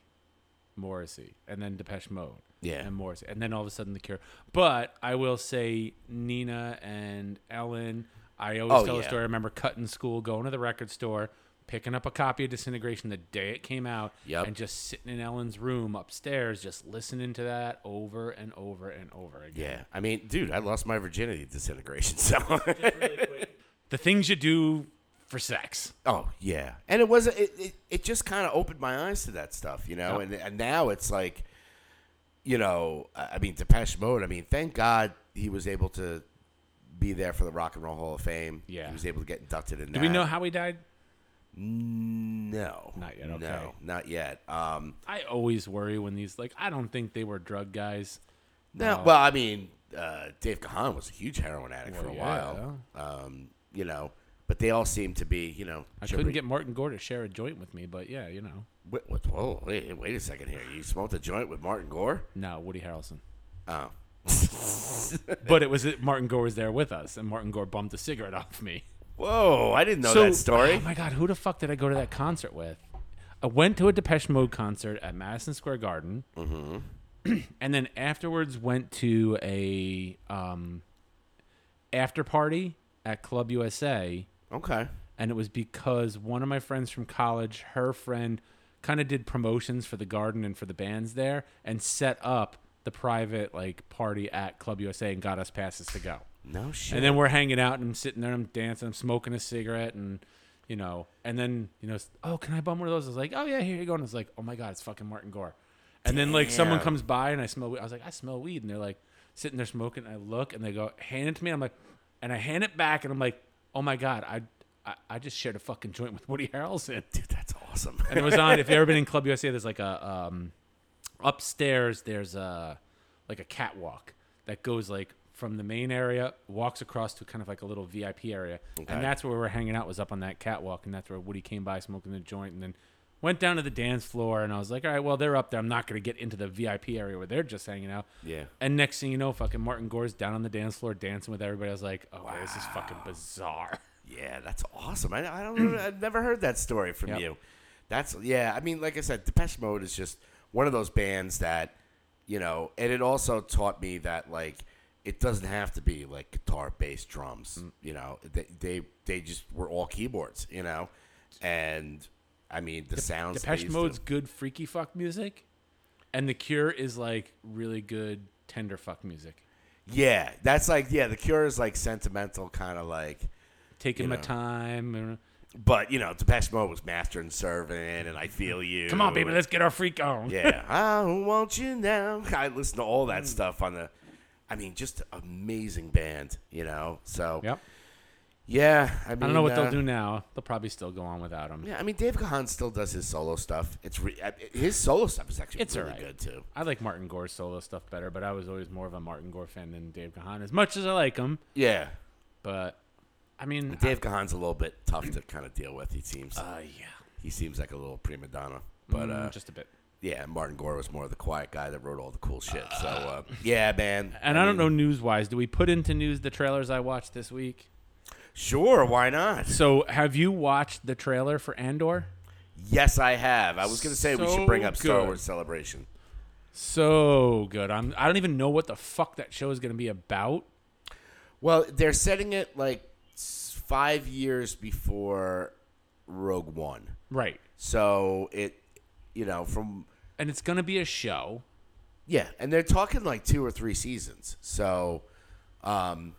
[SPEAKER 1] Morrissey, and then Depeche Mode,
[SPEAKER 3] Yeah.
[SPEAKER 1] and Morrissey, and then all of a sudden The Cure. But I will say Nina and Ellen. I always
[SPEAKER 3] Oh,
[SPEAKER 1] tell the
[SPEAKER 3] yeah.
[SPEAKER 1] story. I remember cutting school, going to the record store, picking up a copy of Disintegration the day it came out,
[SPEAKER 3] Yep.
[SPEAKER 1] and just sitting in Ellen's room upstairs, just listening to that over and over and over again.
[SPEAKER 3] Yeah. I mean, dude, I lost my virginity at disintegration. So.
[SPEAKER 1] The things you do for sex.
[SPEAKER 3] oh yeah, and it was it it, it just kind of opened my eyes to that stuff, you know.
[SPEAKER 1] Yeah.
[SPEAKER 3] And, and now it's like, you know, I I mean, Depeche Mode. I mean, thank God he was able to be there for the Rock and Roll Hall of Fame.
[SPEAKER 1] Yeah.
[SPEAKER 3] He was able to get inducted in.
[SPEAKER 1] Do we know how he died?
[SPEAKER 3] No.
[SPEAKER 1] Not yet, okay.
[SPEAKER 3] No, not yet. Um.
[SPEAKER 1] I always worry when these like I don't think they were drug guys.
[SPEAKER 3] No. Well, I mean, uh, Dave Kahan was a huge heroin addict for a
[SPEAKER 1] Um, Well,
[SPEAKER 3] while. Um, you know, but they all seem to be, you know.
[SPEAKER 1] I
[SPEAKER 3] jibber-
[SPEAKER 1] couldn't get Martin Gore to share a joint with me, but yeah, you know.
[SPEAKER 3] Wait, what, whoa, wait, wait a second here. You smoked a joint with Martin Gore?
[SPEAKER 1] No, Woody Harrelson.
[SPEAKER 3] Oh.
[SPEAKER 1] But it was Martin Gore was there with us, and Martin Gore bummed a cigarette off me.
[SPEAKER 3] Whoa, I didn't know that
[SPEAKER 1] Oh
[SPEAKER 3] story.
[SPEAKER 1] my god, who the fuck did I go to that concert with? I went to a Depeche Mode concert at Madison Square Garden, mm-hmm. and then afterwards went to a um, after party at Club USA
[SPEAKER 3] Okay.
[SPEAKER 1] and it was because one of my friends from college, her friend, kind of did promotions for the garden and for the bands there, and set up the private like party at Club USA and got us passes to go.
[SPEAKER 3] No shit.
[SPEAKER 1] And then we're hanging out and I'm sitting there, and I'm dancing, I'm smoking a cigarette, and you know, and then you know, oh, can I bum one of those? I was like, oh yeah, here you go, and it's like, oh my god, it's fucking Martin Gore. And then like someone
[SPEAKER 3] Damn.
[SPEAKER 1] comes by and I smell weed. I was like, I smell weed, and they're like sitting there smoking. And I look and they go hand it to me. I'm like, and I hand it back, and I'm like, oh my god, I I, I just shared a fucking joint with Woody Harrelson.
[SPEAKER 3] Dude, that's awesome.
[SPEAKER 1] And it was on. if you've ever been in Club USA, there's like a um, upstairs. There's a like a catwalk that goes like from the main area, walks across to kind of like a little VIP area,
[SPEAKER 3] Okay.
[SPEAKER 1] and that's where we were hanging out. Was up on that catwalk, and that's where Woody came by smoking the joint, and then went down to the dance floor. And I was like, all right, well they're up there. I'm not gonna get into the VIP area where they're just hanging out.
[SPEAKER 3] Yeah.
[SPEAKER 1] And next thing you know, fucking Martin Gore's down on the dance floor dancing with everybody. I was like, oh, this is fucking bizarre.
[SPEAKER 3] yeah, that's awesome. I, I don't I've never heard that story from
[SPEAKER 1] Yep.
[SPEAKER 3] you. That's yeah, I mean, like I said, Depeche Mode is just one of those bands that, you know, and it also taught me that like it doesn't have to be like guitar, bass, drums,
[SPEAKER 1] Mm.
[SPEAKER 3] you know. They, they they just were all keyboards, you know. And I mean, the sounds they
[SPEAKER 1] Depeche
[SPEAKER 3] used to-
[SPEAKER 1] Mode's good freaky fuck music, and The Cure is like really good tender fuck music.
[SPEAKER 3] Yeah, that's like yeah. The Cure is like sentimental, kind of like,
[SPEAKER 1] Taking my
[SPEAKER 3] know.
[SPEAKER 1] time. and-
[SPEAKER 3] but you know, Depeche Mode was master and servant, and I feel you.
[SPEAKER 1] Mm-hmm. Come on, baby, let's get our freak on.
[SPEAKER 3] yeah, I want you now. I listen to all that stuff on the. I mean, just amazing band, you know. So
[SPEAKER 1] Yep.
[SPEAKER 3] Yeah, I mean,
[SPEAKER 1] I don't know what
[SPEAKER 3] uh,
[SPEAKER 1] they'll do now. They'll probably still go on without him.
[SPEAKER 3] Yeah, I mean, Dave Gahan still does his solo stuff. It's re- I- his solo stuff is actually
[SPEAKER 1] It's
[SPEAKER 3] really
[SPEAKER 1] alright.
[SPEAKER 3] good too.
[SPEAKER 1] I like Martin Gore's solo stuff better, but I was always more of a Martin Gore fan than Dave Gahan, as much as I like him.
[SPEAKER 3] Yeah,
[SPEAKER 1] But I mean,
[SPEAKER 3] Dave Gahan's a little bit tough to kind of deal with. He seems
[SPEAKER 1] I- uh, yeah,
[SPEAKER 3] he seems like a little prima donna, but
[SPEAKER 1] Mm,
[SPEAKER 3] uh,
[SPEAKER 1] just a bit.
[SPEAKER 3] yeah, Martin Gore was more the quiet guy that wrote all the cool shit. So uh, yeah, man.
[SPEAKER 1] And I, don't know news wise. Do we put into news the trailers I watched this week?
[SPEAKER 3] Sure, why not?
[SPEAKER 1] So have you watched the trailer for Andor?
[SPEAKER 3] Yes, I have. I was gonna say we
[SPEAKER 1] So
[SPEAKER 3] should bring up Star
[SPEAKER 1] good.
[SPEAKER 3] Wars Celebration.
[SPEAKER 1] So good. I'm. I don't even know what the fuck that show is going to be about.
[SPEAKER 3] Well, they're setting it like s- five years before Rogue One,
[SPEAKER 1] Right.
[SPEAKER 3] so it, you know, from
[SPEAKER 1] And it's going to be a show.
[SPEAKER 3] Yeah, and they're talking like two or three seasons. So, um,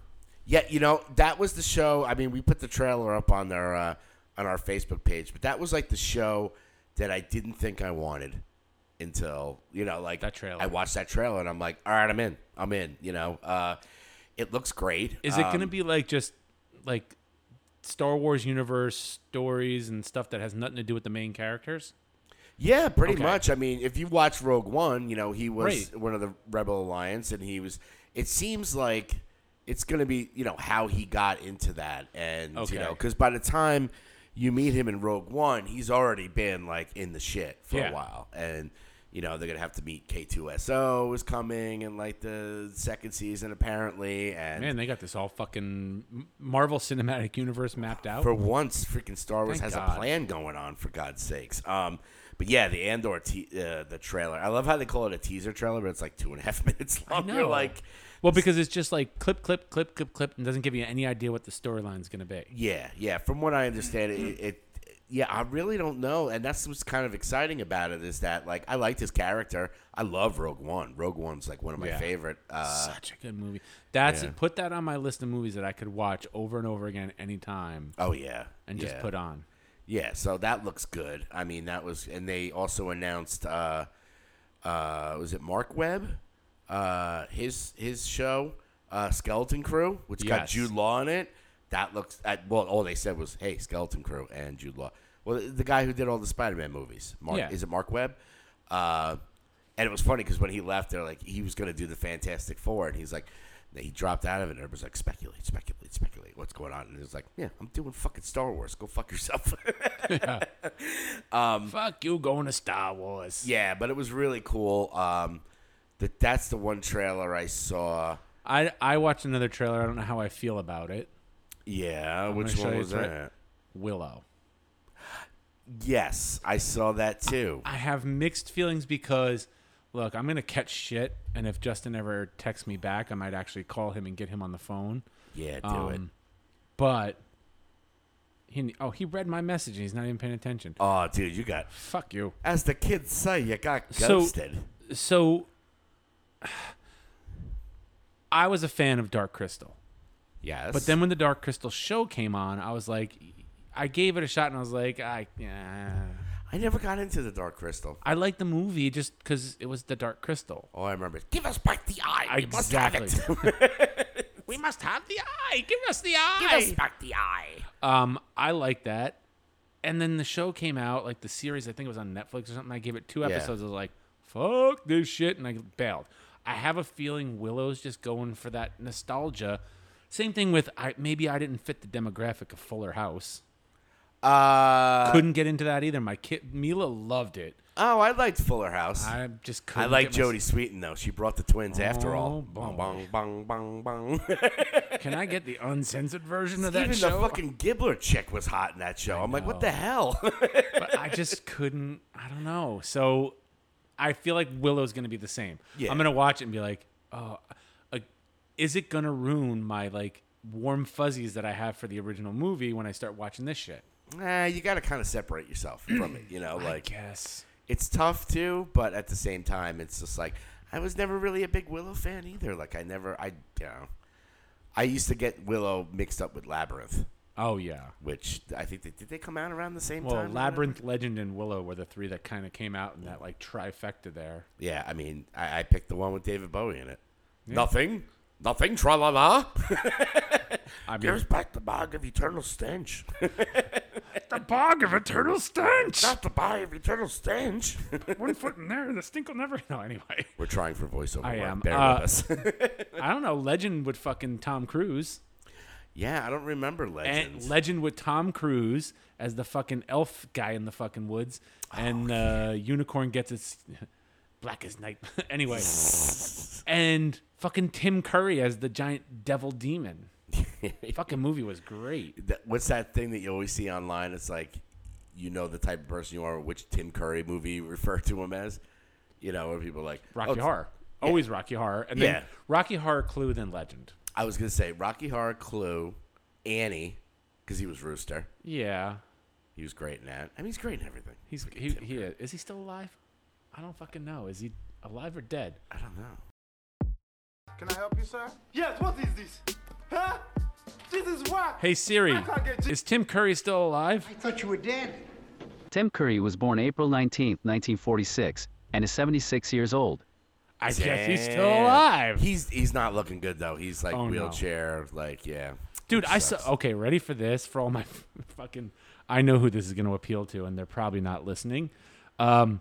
[SPEAKER 3] yeah, you know that was the show. I mean, we put the trailer up on their uh, on our Facebook page, but that was like the show that I didn't think I wanted until you know, like
[SPEAKER 1] That trailer.
[SPEAKER 3] I watched that trailer and I'm like, all right, I'm in, I'm in. You know, uh, it looks great.
[SPEAKER 1] Is it going to be like just like Star Wars universe stories and stuff that has nothing to do with the main characters?
[SPEAKER 3] Yeah, pretty
[SPEAKER 1] Okay.
[SPEAKER 3] much. I mean, if you watch Rogue One, you know he was
[SPEAKER 1] Right.
[SPEAKER 3] one of the Rebel Alliance, and he was. It seems like it's going to be you know how he got into that, and
[SPEAKER 1] Okay.
[SPEAKER 3] you know because by the time you meet him in Rogue One, he's already been like in the shit for
[SPEAKER 1] Yeah.
[SPEAKER 3] a while, and you know they're going to have to meet K two S O is coming in like the second season apparently, and
[SPEAKER 1] Man, they got this all fucking M- Marvel Cinematic Universe mapped out.
[SPEAKER 3] for once, freaking Star Wars
[SPEAKER 1] Oh. Thank
[SPEAKER 3] has
[SPEAKER 1] God.
[SPEAKER 3] a plan going on. For God's sakes. Um, but yeah, the Andor te- uh, the trailer. I love how they call it a teaser trailer, but it's like two and a half minutes long. You're
[SPEAKER 1] know.
[SPEAKER 3] like,
[SPEAKER 1] well, because it's just like clip, clip, clip, clip, clip, and doesn't give you any idea what the storyline's going to be.
[SPEAKER 3] yeah, yeah. From what I understand, it, it, yeah, I really don't know. And that's what's kind of exciting about it is that like I liked his character. I love Rogue One. Rogue One's like one of my
[SPEAKER 1] Yeah.
[SPEAKER 3] favorite. Uh,
[SPEAKER 1] Such a good movie. That's put that on my list of movies that I could watch over and over again anytime
[SPEAKER 3] oh yeah,
[SPEAKER 1] and just
[SPEAKER 3] yeah.
[SPEAKER 1] put on.
[SPEAKER 3] Yeah, so that looks good. I mean, that was, and they also announced, uh, uh, was it Mark Webb, uh, his his show, uh, Skeleton Crew, which got
[SPEAKER 1] Yes.
[SPEAKER 3] Jude Law in it. That looks uh, well. All they said was, "Hey, Skeleton Crew and Jude Law." Well, the- the guy who did all the Spider-Man movies, Mark,
[SPEAKER 1] Yeah.
[SPEAKER 3] is it Mark Webb? Uh, and it was funny because when he left, they're like, he was going to do the Fantastic Four, and he's like, he dropped out of it. And everybody's like, speculate, speculate, speculate, what's going on? And he was like, yeah, I'm doing fucking Star Wars. Go fuck yourself.
[SPEAKER 1] Fuck you going to Star Wars.
[SPEAKER 3] Yeah, but it was really cool. Um, that that's the one trailer I saw.
[SPEAKER 1] I, I watched another trailer. I don't know how I feel about it.
[SPEAKER 3] Yeah,
[SPEAKER 1] gonna
[SPEAKER 3] which
[SPEAKER 1] show
[SPEAKER 3] one
[SPEAKER 1] you
[SPEAKER 3] was
[SPEAKER 1] it's right-
[SPEAKER 3] that?
[SPEAKER 1] Willow.
[SPEAKER 3] Yes, I saw that too.
[SPEAKER 1] I have mixed feelings because, look, I'm gonna catch shit, and if Justin ever texts me back, I might actually call him and get him on the phone.
[SPEAKER 3] Yeah, do it.
[SPEAKER 1] Um, But he, oh, he read my message. and He's not even paying attention.
[SPEAKER 3] Oh, dude, you got
[SPEAKER 1] Fuck you.
[SPEAKER 3] as the kids say, you got
[SPEAKER 1] So-
[SPEAKER 3] ghosted.
[SPEAKER 1] So, I was a fan of Dark Crystal,
[SPEAKER 3] yes,
[SPEAKER 1] but then when the Dark Crystal show came on, I was like, I gave it a shot, and I was like, I. yeah.
[SPEAKER 3] I never got into the Dark Crystal.
[SPEAKER 1] I liked the movie just because it was the Dark Crystal.
[SPEAKER 3] Oh, I remember. Give us back the eye. We must have it.
[SPEAKER 1] Exactly.
[SPEAKER 2] We must have the eye. Give us the eye.
[SPEAKER 3] Give us back the eye.
[SPEAKER 1] Um, I like that. And then the show came out, like the series, I think it was on Netflix or something. I gave it two episodes. I was like, fuck this shit. And I bailed. I have a feeling Willow's just going for that nostalgia. Same thing with I, maybe I didn't fit the demographic of Fuller House.
[SPEAKER 3] Uh,
[SPEAKER 1] Couldn't get into that either. My kid Mila loved it.
[SPEAKER 3] oh, I liked Fuller House. I,
[SPEAKER 1] I just couldn't.
[SPEAKER 3] like
[SPEAKER 1] get my-
[SPEAKER 3] Jodie Sweeten though. She brought the twins after all.
[SPEAKER 1] Oh,
[SPEAKER 3] Bong,
[SPEAKER 1] boy.
[SPEAKER 3] bong, bong, bong, bong.
[SPEAKER 1] Can I get the uncensored version of that
[SPEAKER 3] Even
[SPEAKER 1] show?
[SPEAKER 3] the fucking Gibbler chick was hot in that show. I'm like, what the hell?
[SPEAKER 1] but I just couldn't. I don't know. So I feel like Willow's going to be the same.
[SPEAKER 3] Yeah.
[SPEAKER 1] I'm going to watch it and be like, oh, uh, is it going to ruin my like warm fuzzies that I have for the original movie when I start watching this shit?
[SPEAKER 3] nah, you got to kind of separate yourself from it. You know, like
[SPEAKER 1] Yes.
[SPEAKER 3] it's tough too, but at the same time, it's just like I was never really a big Willow fan either. Like I never, I you know, I used to get Willow mixed up with Labyrinth,
[SPEAKER 1] Oh yeah.
[SPEAKER 3] which I think they, did they come out around the same
[SPEAKER 1] Well,
[SPEAKER 3] time. or
[SPEAKER 1] Labyrinth, Legend, and Willow were the three that kind of came out in that like trifecta there.
[SPEAKER 3] whatever? Yeah, I mean, I, I picked the one with David Bowie in it. Nothing. Nothing, tra la la.
[SPEAKER 1] I mean,
[SPEAKER 3] Give us back the bog of eternal stench.
[SPEAKER 1] the bog of eternal stench.
[SPEAKER 3] Not the bog of eternal stench.
[SPEAKER 1] One foot in there, the stink will never. No, anyway.
[SPEAKER 3] We're trying for voiceover.
[SPEAKER 1] I
[SPEAKER 3] work.
[SPEAKER 1] am,
[SPEAKER 3] Bear
[SPEAKER 1] uh,
[SPEAKER 3] with us.
[SPEAKER 1] I don't know. Legend with fucking Tom Cruise.
[SPEAKER 3] yeah, I don't remember
[SPEAKER 1] and
[SPEAKER 3] legends.
[SPEAKER 1] Legend with Tom Cruise as the fucking elf guy in the fucking woods,
[SPEAKER 3] Oh,
[SPEAKER 1] and uh, Unicorn gets its black as night. anyway, and fucking Tim Curry as the giant devil demon. fucking movie was great.
[SPEAKER 3] That- what's that thing that you always see online? It's like you know the type of person you are, which Tim Curry movie you refer to him as. You know, where people are like
[SPEAKER 1] Rocky
[SPEAKER 3] oh,
[SPEAKER 1] Horror, always Rocky Horror, and then
[SPEAKER 3] Yeah.
[SPEAKER 1] Rocky Horror Clue, then Legend.
[SPEAKER 3] I was gonna say Rocky Horror, Clue, Annie, because he was Rooster.
[SPEAKER 1] Yeah,
[SPEAKER 3] He was great in that. I mean, he's great in everything.
[SPEAKER 1] he's he, he is he still alive? I don't fucking know. Is he alive or dead?
[SPEAKER 3] I don't know.
[SPEAKER 8] Can I help you, sir?
[SPEAKER 7] Yes, what is this? Huh? This is what?
[SPEAKER 1] Hey Siri,
[SPEAKER 7] can't get-
[SPEAKER 1] is Tim Curry still alive?
[SPEAKER 9] Tim Curry was born April 19, 1946, and is 76 years old.
[SPEAKER 1] I guess he's still
[SPEAKER 3] Damn.
[SPEAKER 1] alive.
[SPEAKER 3] He's he's not looking good though. He's like
[SPEAKER 1] Oh, no.
[SPEAKER 3] wheelchair, like yeah.
[SPEAKER 1] Dude,
[SPEAKER 3] It
[SPEAKER 1] I
[SPEAKER 3] sucks.
[SPEAKER 1] saw. Okay, ready for this? For all my fucking, I know who this is going to appeal to, and they're probably not listening. Um,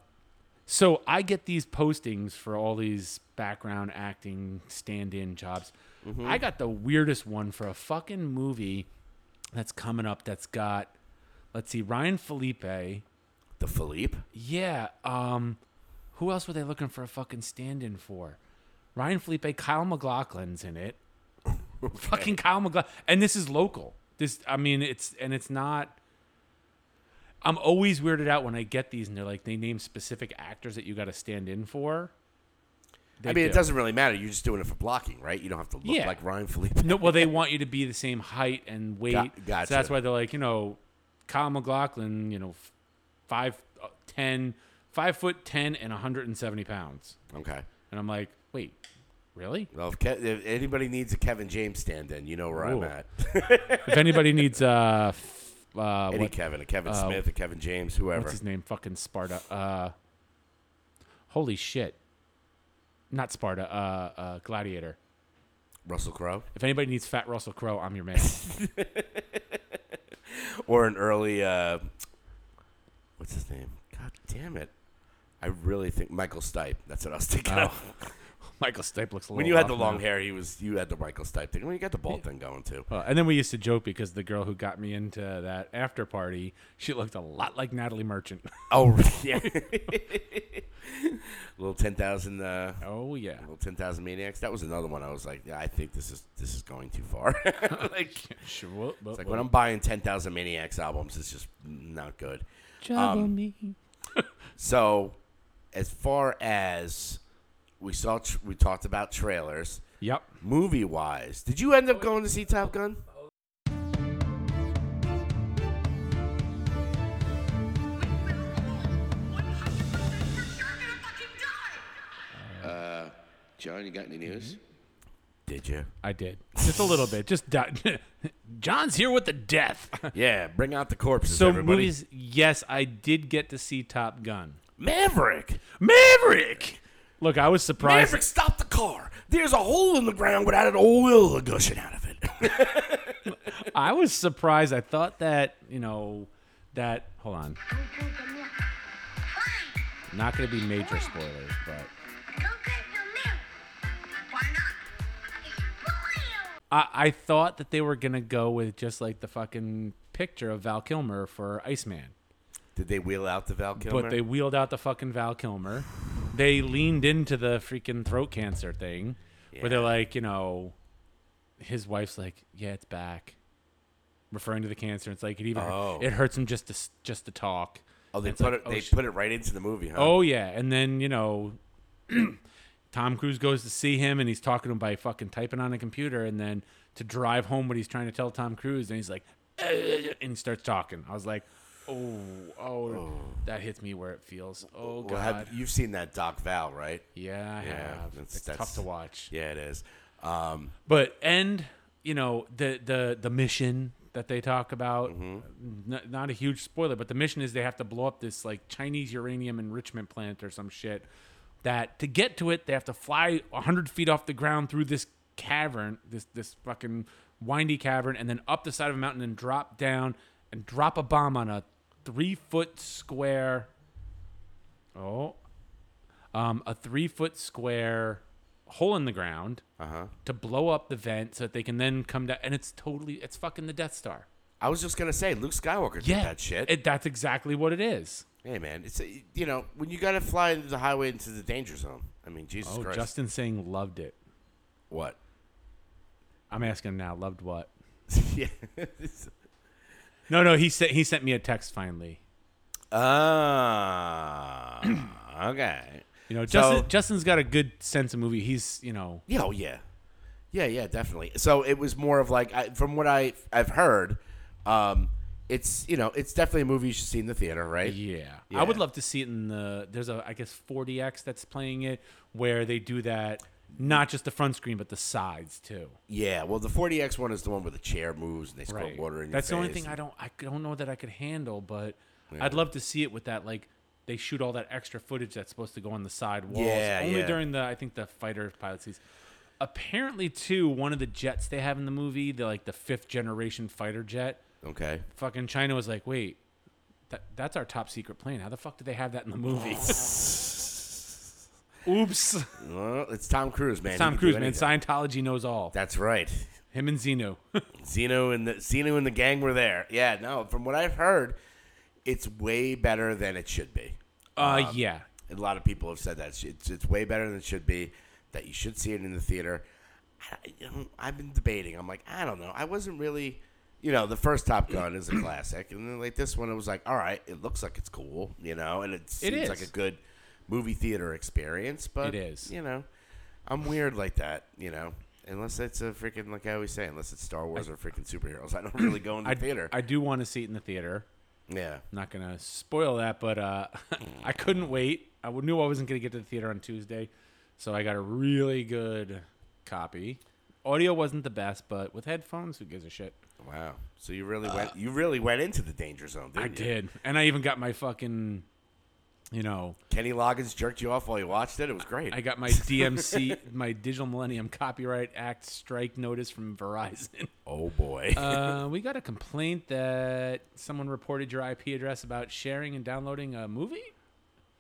[SPEAKER 1] so I get these postings for all these background acting stand-in jobs.
[SPEAKER 3] Mm-hmm.
[SPEAKER 1] I got the weirdest one for a fucking movie that's coming up. That's got, let's see, Ryan Felipe.
[SPEAKER 3] the Philippe.
[SPEAKER 1] Yeah. Um, who else were they looking for a fucking stand-in for? Ryan Felipe, Kyle McLaughlin's in it. Fucking Kyle McLaughlin, and this is local. This, I mean, it's and it's not. I'm always weirded out when I get these, and they're like they name specific actors that you got to stand in for.
[SPEAKER 3] I
[SPEAKER 1] They
[SPEAKER 3] mean, it
[SPEAKER 1] do.
[SPEAKER 3] doesn't really matter. You're just doing it for blocking, right? You don't have to look
[SPEAKER 1] Yeah.
[SPEAKER 3] like Ryan Philippe.
[SPEAKER 1] No, well, they want you to be the same height and weight.
[SPEAKER 3] gotcha.
[SPEAKER 1] So that's why they're like, you know, Kyle McLaughlin, you know, f- five uh, ten, five foot ten, and 170 pounds.
[SPEAKER 3] Okay.
[SPEAKER 1] And I'm like, wait, really?
[SPEAKER 3] Well, if, Ke- if anybody needs a Kevin James stand-in, you know where
[SPEAKER 1] Ooh.
[SPEAKER 3] I'm at.
[SPEAKER 1] If anybody needs uh, f- uh
[SPEAKER 3] Any
[SPEAKER 1] what,
[SPEAKER 3] Kevin, a Kevin Smith, a Kevin James, whoever.
[SPEAKER 1] what's his name? Fucking Sparta. Uh, holy shit. Not Sparta. Uh, uh, Gladiator.
[SPEAKER 3] Russell Crowe,
[SPEAKER 1] If anybody needs fat Russell Crowe, I'm your man.
[SPEAKER 3] or an early. Uh, what's his name? God damn it! I really think Michael Stipe. That's what I was thinking. of.
[SPEAKER 1] Michael Stipe looks a little
[SPEAKER 3] When you had the
[SPEAKER 1] rough
[SPEAKER 3] long
[SPEAKER 1] Oh, now.
[SPEAKER 3] hair, he was you had the Michael Stipe thing. When you got the bald thing going too.
[SPEAKER 1] Well, Uh, and then we used to joke because the girl who got me into that after party, she looked a lot like Natalie Merchant.
[SPEAKER 3] Oh yeah. little ten thousand. Uh,
[SPEAKER 1] oh yeah.
[SPEAKER 3] little ten thousand maniacs. That was another one. I was like, yeah, I think this is this is going too far. like, it's
[SPEAKER 1] Sure, whoop, whoop,
[SPEAKER 3] like
[SPEAKER 1] whoop.
[SPEAKER 3] when I'm buying ten thousand maniacs albums, it's just not good. Um,
[SPEAKER 2] Trouble me.
[SPEAKER 3] So, as far as we saw, tr- we talked about trailers.
[SPEAKER 1] Yep.
[SPEAKER 3] Movie wise, did you end up going to see Top Gun?
[SPEAKER 6] John, you got any news?
[SPEAKER 3] Did you?
[SPEAKER 1] I did just a little bit. Just di- John's here with the death.
[SPEAKER 3] Yeah, bring out the corpses.
[SPEAKER 1] So
[SPEAKER 3] everybody.
[SPEAKER 1] movies, yes, I did get to see Top Gun.
[SPEAKER 3] Maverick.
[SPEAKER 1] Maverick. Look, I was surprised.
[SPEAKER 3] Maverick, stop the car. There's a hole in the ground without an oil gushing out of it.
[SPEAKER 1] I was surprised. I thought that you know that. Hold on, not going to be major spoilers, but I, I thought that they were going to go with just like the fucking picture of Val Kilmer for Iceman.
[SPEAKER 3] Did they wheel out the Val Kilmer?
[SPEAKER 1] But they wheeled out the fucking Val Kilmer. They leaned into the freaking throat cancer thing, where they're
[SPEAKER 3] Yeah.
[SPEAKER 1] like, you know, his wife's like, yeah, it's back, referring to the cancer. It's like it even
[SPEAKER 3] Oh.
[SPEAKER 1] it hurts him just to s- just to talk.
[SPEAKER 3] oh, they
[SPEAKER 1] It's
[SPEAKER 3] put
[SPEAKER 1] like,
[SPEAKER 3] it.
[SPEAKER 1] oh,
[SPEAKER 3] They
[SPEAKER 1] sh-
[SPEAKER 3] put it right into the movie, huh?
[SPEAKER 1] Oh yeah, and then you know, Tom Cruise goes to see him, and he's talking to him by fucking typing on a computer, and then to drive home what he's trying to tell Tom Cruise, and he's like, "Ugh," and he starts talking. I was like, oh, oh, that hits me where it feels. Oh god,
[SPEAKER 3] Well, have, you've seen that Doc Val, right?
[SPEAKER 1] yeah, I
[SPEAKER 3] Yeah,
[SPEAKER 1] have.
[SPEAKER 3] that's-
[SPEAKER 1] it's
[SPEAKER 3] that's-
[SPEAKER 1] tough to watch,
[SPEAKER 3] Yeah, it is. Um,
[SPEAKER 1] but and you know the the the mission. That they talk about, N- not a huge spoiler, but the mission is they have to blow up this like Chinese uranium enrichment plant or some shit that to get to it they have to fly 100 feet off the ground through this cavern, this this fucking windy cavern, and then up the side of a mountain and drop down and drop a bomb on a three foot square. Oh, um, a three foot square hole in the ground to blow up the vent so that they can then come down. And it's totally, it's fucking the Death Star.
[SPEAKER 3] I was just gonna say Luke Skywalker did
[SPEAKER 1] Yeah,
[SPEAKER 3] that shit.
[SPEAKER 1] It, that's exactly what it is.
[SPEAKER 3] hey man, it's a, you know when you gotta fly into the highway into the danger zone. I mean, Jesus
[SPEAKER 1] Oh,
[SPEAKER 3] Christ,
[SPEAKER 1] Justin saying loved it.
[SPEAKER 3] what?
[SPEAKER 1] I'm asking him now. Loved what?
[SPEAKER 3] yeah.
[SPEAKER 1] No, no. He sent he sent me a text finally.
[SPEAKER 3] Ah. okay.
[SPEAKER 1] You know,
[SPEAKER 3] So-
[SPEAKER 1] Justin Justin's got a good sense of movie. He's you know
[SPEAKER 3] Yeah, oh, yeah, yeah, yeah, definitely. So it was more of like, I, from what I I've heard, um, it's you know, it's definitely a movie you should see in the theater, right?
[SPEAKER 1] yeah.
[SPEAKER 3] Yeah.
[SPEAKER 1] I would love to see it in the there's a I guess 40x that's playing it where they do that not just the front screen but the sides too.
[SPEAKER 3] Yeah, Well, the 40x one is the one where the chair moves and they squirt
[SPEAKER 1] Right.
[SPEAKER 3] water in your
[SPEAKER 1] That's the only
[SPEAKER 3] face
[SPEAKER 1] thing I
[SPEAKER 3] and-
[SPEAKER 1] don't I don't know that I could handle, but I'd love to see it with that like they shoot all that extra footage that's supposed to go on the side walls
[SPEAKER 3] Yeah,
[SPEAKER 1] only
[SPEAKER 3] yeah.
[SPEAKER 1] during the I think the fighter pilot sees. Apparently, too, one of the jets they have in the movie, the like the fifth generation fighter jet,
[SPEAKER 3] Okay.
[SPEAKER 1] fucking China was like, wait, that, that's our top secret plane. How the fuck did they have that in the movie? Oops.
[SPEAKER 3] Well, it's Tom Cruise, man. He
[SPEAKER 1] Tom
[SPEAKER 3] can do
[SPEAKER 1] Cruise, man.
[SPEAKER 3] anything.
[SPEAKER 1] Scientology knows all.
[SPEAKER 3] That's right.
[SPEAKER 1] Him and Zeno. Uh,
[SPEAKER 3] Zeno and the Zeno and the gang were there. Yeah. No, from what I've heard, it's way better than it should be. Um,
[SPEAKER 1] uh, yeah.
[SPEAKER 3] A lot of people have said that it's it's way better than it should be. That you should see it in the theater. I, you know, I've been debating. I'm like, I don't know. I wasn't really, you know, the first Top Gun is a classic, and then like this one, it was like, all right, it looks like it's cool, you know, and it seems
[SPEAKER 1] is.
[SPEAKER 3] like a good movie theater experience. But
[SPEAKER 1] It is.
[SPEAKER 3] you know, I'm weird like that, you know. Unless it's a freaking like I always say, unless it's Star Wars or freaking superheroes, I don't really go into
[SPEAKER 1] I,
[SPEAKER 3] theater.
[SPEAKER 1] I do want to see it in the theater.
[SPEAKER 3] yeah,
[SPEAKER 1] I'm not going to spoil that, but uh, I couldn't wait. I knew I wasn't going to get to the theater on Tuesday, so I got a really good copy. Audio wasn't the best, but with headphones, who gives a shit?
[SPEAKER 3] wow. So you really went, you really went into the danger zone, didn't
[SPEAKER 1] Uh, I
[SPEAKER 3] you?
[SPEAKER 1] did. And I even got my fucking, you know,
[SPEAKER 3] Kenny Loggins jerked you off while you watched it. It was great.
[SPEAKER 1] I got my DMC, my Digital Millennium Copyright Act strike notice from Verizon.
[SPEAKER 3] oh boy.
[SPEAKER 1] Uh, we got a complaint that someone reported your IP address about sharing and downloading a movie.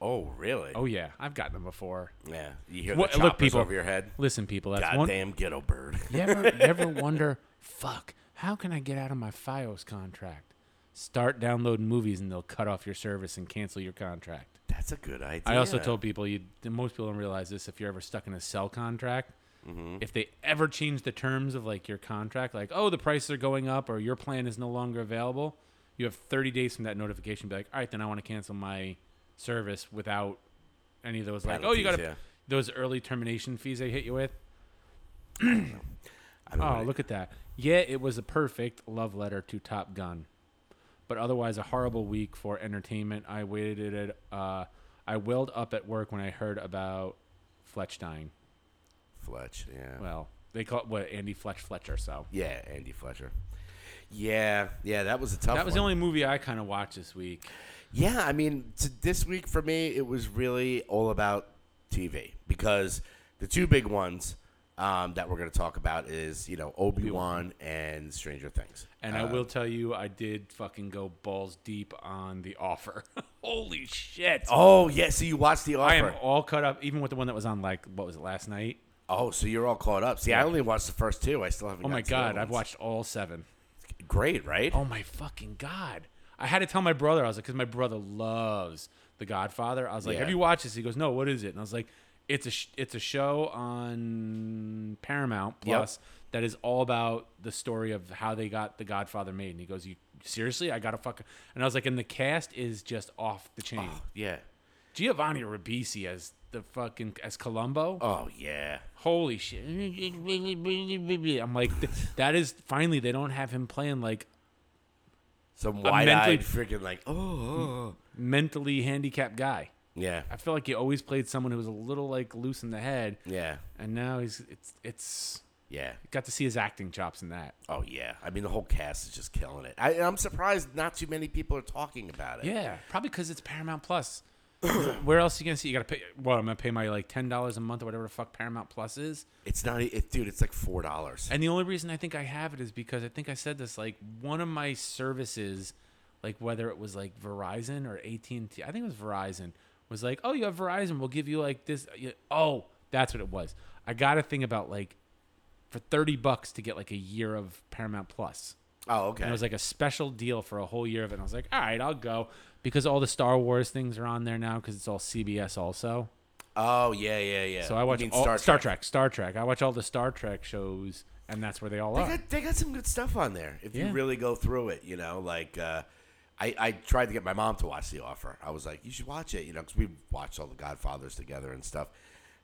[SPEAKER 3] oh really?
[SPEAKER 1] Oh yeah, I've gotten them before.
[SPEAKER 3] yeah. You hear
[SPEAKER 1] What-
[SPEAKER 3] the
[SPEAKER 1] look,
[SPEAKER 3] choppers
[SPEAKER 1] people.
[SPEAKER 3] over your head.
[SPEAKER 1] Listen, people, that's one.
[SPEAKER 3] Goddamn ghetto bird.
[SPEAKER 1] You ever, you ever wonder, fuck, how can I get out of my FiOS contract? Start downloading movies and they'll cut off your service and cancel your contract.
[SPEAKER 3] That's a good idea.
[SPEAKER 1] I also told people you most people don't realize this if you're ever stuck in a cell contract.
[SPEAKER 3] Mm-hmm.
[SPEAKER 1] If they ever change the terms of like your contract, like oh the prices are going up or your plan is no longer available, you have 30 days from that notification. to Be like, all right, then I want to cancel my service without any of those like oh you got
[SPEAKER 3] Penalties, yeah.
[SPEAKER 1] those early termination fees they hit you with.
[SPEAKER 3] I mean,
[SPEAKER 1] Oh look at that! Yeah, it was a perfect love letter to Top Gun, but otherwise a horrible week for entertainment. I waited at uh, I welled up at work when I heard about Fletch dying.
[SPEAKER 3] Fletch. Yeah.
[SPEAKER 1] Well, they call it what Andy Fletch Fletcher. So
[SPEAKER 3] yeah, Andy Fletcher. Yeah, yeah, that was a tough.
[SPEAKER 1] that was the
[SPEAKER 3] one.
[SPEAKER 1] only movie I kind of watched this week.
[SPEAKER 3] Yeah, I mean, t- this week for me, it was really all about TV because the two big ones um, that we're going to talk about is you know Obi Wan and Stranger Things.
[SPEAKER 1] And I will tell you, I did fucking go balls deep on the offer. Holy shit!
[SPEAKER 3] Oh yeah, so you watched the offer.
[SPEAKER 1] I am all cut up, even with the one that was on like what was it last night?
[SPEAKER 3] oh, so you're all caught up. See, I only watched the first two. I still haven't.
[SPEAKER 1] Oh my
[SPEAKER 3] gotten to the
[SPEAKER 1] god,
[SPEAKER 3] other
[SPEAKER 1] I've
[SPEAKER 3] ones.
[SPEAKER 1] watched all seven.
[SPEAKER 3] Great, right?
[SPEAKER 1] Oh my fucking god! I had to tell my brother. I was like, because my brother loves The Godfather. I was like,
[SPEAKER 3] Yeah.
[SPEAKER 1] Have you watched this? He goes, No. What is it? And I was like, It's a sh- it's a show on Paramount Plus that is all about the story of how they got The Godfather made. And he goes, You seriously? I gotta fuck. And I was like, And the cast is just off the chain.
[SPEAKER 3] Yeah.
[SPEAKER 1] Giovanni Ribisi as the fucking as Columbo.
[SPEAKER 3] Oh yeah.
[SPEAKER 1] Holy shit! I'm like, th- that is finally they don't have him playing like
[SPEAKER 3] Some
[SPEAKER 1] I'm
[SPEAKER 3] wide eyed
[SPEAKER 1] mentally-
[SPEAKER 3] freaking like oh, oh.
[SPEAKER 1] mentally handicapped guy.
[SPEAKER 3] yeah
[SPEAKER 1] I feel like he always played someone who was a little like loose in the head,
[SPEAKER 3] yeah
[SPEAKER 1] and now he's it's it's
[SPEAKER 3] yeah
[SPEAKER 1] got to see his acting chops in that.
[SPEAKER 3] oh yeah. I mean the whole cast is just killing it. I, I'm surprised not too many people are talking about it.
[SPEAKER 1] Yeah, probably because it's Paramount Plus. Where else you gonna see? You gotta pay. What I'm gonna pay my like ten dollars a month or whatever the fuck Paramount Plus is.
[SPEAKER 3] It's not, e, it, dude. It's like four dollars.
[SPEAKER 1] And the only reason I think I have it is because I think I said this like one of my services, like whether it was like Verizon or AT and T, I think it was Verizon, was like, oh, you have Verizon, we'll give you like this. you- Oh, that's what it was. I got a thing about like for thirty bucks to get like a year of Paramount Plus.
[SPEAKER 3] Oh, okay.
[SPEAKER 1] And it was like a special deal for a whole year of it. And I was like, all right, I'll go because all the Star Wars things are on there now because it's all CBS also.
[SPEAKER 3] oh, yeah, yeah, yeah.
[SPEAKER 1] So I
[SPEAKER 3] You
[SPEAKER 1] watch
[SPEAKER 3] mean
[SPEAKER 1] all, Star, Trek. Star Trek. I watch all the Star Trek shows, and that's where they all
[SPEAKER 3] They
[SPEAKER 1] are.
[SPEAKER 3] got, they got some good stuff on there if
[SPEAKER 1] Yeah.
[SPEAKER 3] you really go through it. You know, like uh, I, I tried to get my mom to watch The Offer. I was like, you should watch it. You know, because we watched all the Godfathers together and stuff.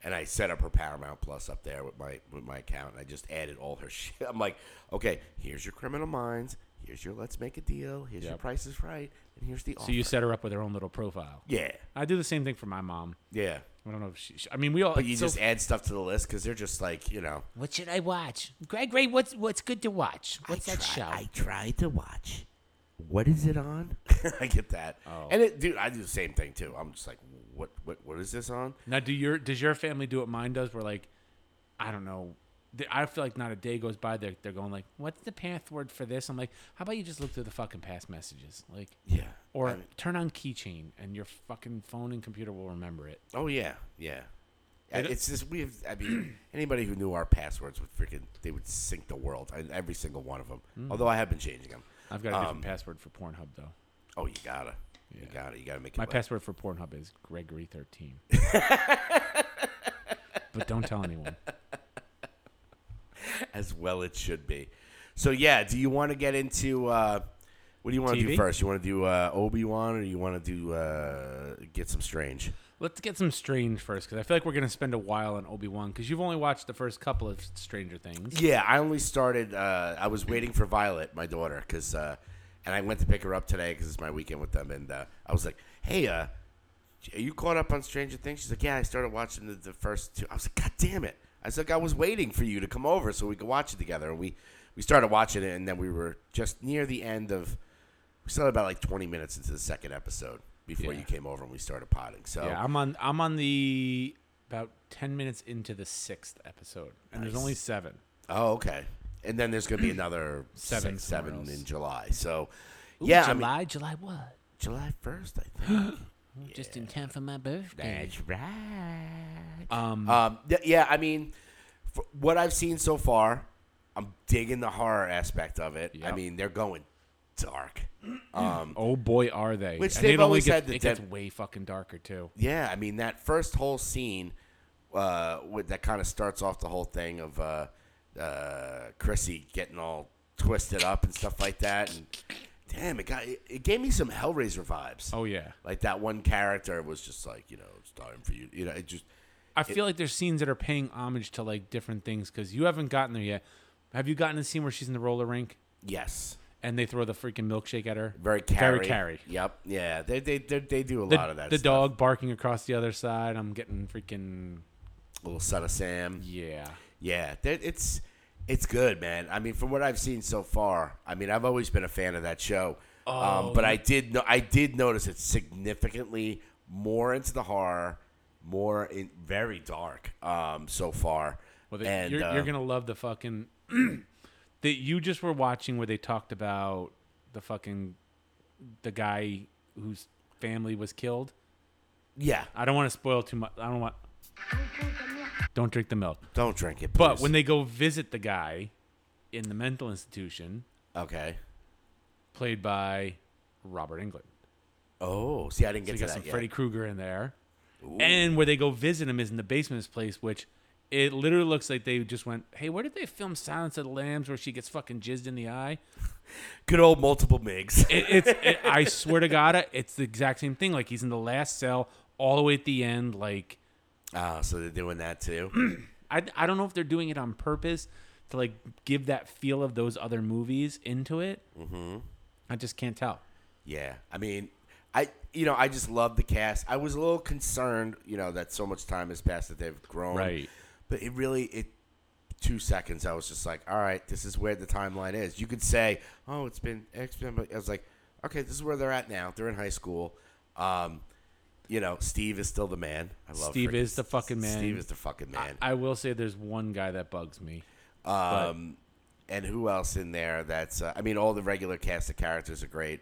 [SPEAKER 3] And I set up her Paramount Plus up there with my with my account. And I just added all her shit. I'm like, okay, here's your Criminal Minds. Here's your Let's Make a Deal. Here's your
[SPEAKER 1] Yep.
[SPEAKER 3] Price is Right. And here's the offer.
[SPEAKER 1] so you set her up with her own little profile.
[SPEAKER 3] yeah,
[SPEAKER 1] I do the same thing for my mom.
[SPEAKER 3] yeah.
[SPEAKER 1] I don't know if she. she- I mean, we all.
[SPEAKER 3] But you
[SPEAKER 1] so-
[SPEAKER 3] just add stuff to the list because they're just like, you know,
[SPEAKER 2] What should I watch? Greg Ray, what's what's good to watch? What's that show?
[SPEAKER 3] I tried to watch. What is it on? Oh. I get that. And it, dude, I do the same thing too. I'm just like, what, what, what is this on?
[SPEAKER 1] now, do your does your family do what mine does? Where like, I don't know. Th- I feel like not a day goes by they're they're going like, what's the password for this? I'm like, how about you just look through the fucking past messages, like,
[SPEAKER 3] Yeah.
[SPEAKER 1] or
[SPEAKER 3] I mean-
[SPEAKER 1] turn on keychain and your fucking phone and computer will remember it.
[SPEAKER 3] Oh yeah, yeah.
[SPEAKER 1] They don't-
[SPEAKER 3] it's just we have. I mean, anybody who knew our passwords would freaking they would sink the world. I, every single one of them. Although I have been changing them.
[SPEAKER 1] I've got a different
[SPEAKER 3] Um,
[SPEAKER 1] password for Pornhub though.
[SPEAKER 3] Oh, you gotta, you gotta, you gotta make it.
[SPEAKER 1] My
[SPEAKER 3] work.
[SPEAKER 1] password for Pornhub is Gregory thirteen. but don't tell anyone.
[SPEAKER 3] as well it should be. So yeah, do you want to get into uh, what do you want to do
[SPEAKER 1] TV?
[SPEAKER 3] first? You want to do uh, Obi Wan or you want to do uh, get some strange?
[SPEAKER 1] Let's get some Strange first, because I feel like we're gonna spend a while on Obi Wan, because you've only watched the first couple of Stranger Things.
[SPEAKER 3] Yeah, I only started. Uh, I was waiting for Violet, my daughter, because uh, and I went to pick her up today because it's my weekend with them, and uh, I was like, "Hey, uh, are you caught up on Stranger Things?" She's like, "Yeah, I started watching the, the first two. I was like, "God damn it!" I was like, "I was waiting for you to come over so we could watch it together." And we we started watching it, and then we were just near the end of. We started about like twenty minutes into the second episode before
[SPEAKER 1] Yeah.
[SPEAKER 3] you came over, and we started potting. So
[SPEAKER 1] Yeah, I'm on. I'm on the about ten minutes into the sixth episode, and there's only seven.
[SPEAKER 3] Oh, okay. And then there's going to be another
[SPEAKER 1] Seven
[SPEAKER 3] six, seven
[SPEAKER 1] somewhere else.
[SPEAKER 3] in July. So, yeah, I mean,
[SPEAKER 2] July, July what?
[SPEAKER 3] July first, I think.
[SPEAKER 2] Just in time for my birthday.
[SPEAKER 3] right.
[SPEAKER 1] Um,
[SPEAKER 3] Um, th- yeah, I mean, f what I've seen so far, I'm digging the horror aspect of it. I
[SPEAKER 1] Yep.
[SPEAKER 3] mean, they're going dark.
[SPEAKER 1] oh boy, are they?
[SPEAKER 3] Which
[SPEAKER 1] And
[SPEAKER 3] they've
[SPEAKER 1] it only
[SPEAKER 3] always
[SPEAKER 1] gets-
[SPEAKER 3] had the
[SPEAKER 1] It gets
[SPEAKER 3] dev-
[SPEAKER 1] way fucking darker too.
[SPEAKER 3] Yeah, I mean that first whole scene, uh, with, that kind of starts off the whole thing of uh, uh, Chrissy getting all twisted up and stuff like that. And damn, it got it, it gave me some Hellraiser vibes.
[SPEAKER 1] Oh yeah,
[SPEAKER 3] Like that one character was just like, you know, it's time for you. You know, it just
[SPEAKER 1] I feel like there's scenes that are paying homage to like different things because you haven't gotten there yet. Have you gotten the scene where she's in the roller rink
[SPEAKER 3] yes,
[SPEAKER 1] and they throw the freaking milkshake at her?
[SPEAKER 3] very carry.
[SPEAKER 1] Very carry.
[SPEAKER 3] Yep. Yeah. They they they, they do a
[SPEAKER 1] The,
[SPEAKER 3] lot of that.
[SPEAKER 1] the
[SPEAKER 3] stuff.
[SPEAKER 1] dog barking across the other side. I'm getting freaking
[SPEAKER 3] little son of Sam.
[SPEAKER 1] yeah.
[SPEAKER 3] Yeah, that it's it's good, man. I mean, from what I've seen so far, I mean, I've always been a fan of that show. um, but I
[SPEAKER 1] Oh.
[SPEAKER 3] did no- I did notice it's significantly more into the horror, more in very dark um, so far.
[SPEAKER 1] Well, they,
[SPEAKER 3] and
[SPEAKER 1] you're, you're
[SPEAKER 3] uh,
[SPEAKER 1] gonna love the fucking that you just were watching where they talked about the fucking the guy whose family was killed.
[SPEAKER 3] yeah,
[SPEAKER 1] I don't want to spoil too much. I don't want. Don't drink the milk.
[SPEAKER 3] don't drink it.
[SPEAKER 1] But
[SPEAKER 3] please.
[SPEAKER 1] when they go visit the guy in the mental institution,
[SPEAKER 3] okay,
[SPEAKER 1] played by Robert England,
[SPEAKER 3] oh, see, I didn't
[SPEAKER 1] so
[SPEAKER 3] get
[SPEAKER 1] you
[SPEAKER 3] to
[SPEAKER 1] got
[SPEAKER 3] that
[SPEAKER 1] some
[SPEAKER 3] yet.
[SPEAKER 1] Freddy Krueger in there, and where they go visit him is in the basement of his place, which. It literally looks like they just went, "Hey, where did they film Silence of the Lambs where she gets fucking jizzed in the eye?"
[SPEAKER 3] Good old multiple migs.
[SPEAKER 1] It, it's. It, I swear to God, it's the exact same thing. Like he's in the last cell, all the way at the end. Like
[SPEAKER 3] Ah, so they're doing that too.
[SPEAKER 1] I, I don't know if they're doing it on purpose to like give that feel of those other movies into it. Mm-hmm. I just can't tell.
[SPEAKER 3] Yeah, I mean, I you know I just love the cast. I was a little concerned, you know, that so much time has passed that they've grown,
[SPEAKER 1] Right.
[SPEAKER 3] But it really it two seconds. I was just like, all right, this is where the timeline is. You could say, oh, it's been X Men. I was like, okay, this is where they're at now. They're in high school. Um, you know, Steve is still the man. I love
[SPEAKER 1] Steve
[SPEAKER 3] freaking-
[SPEAKER 1] is the fucking man.
[SPEAKER 3] Steve is the fucking man.
[SPEAKER 1] I will say there's one guy that bugs me.
[SPEAKER 3] um, and who else in there? That's uh, I mean, all the regular cast of characters are great.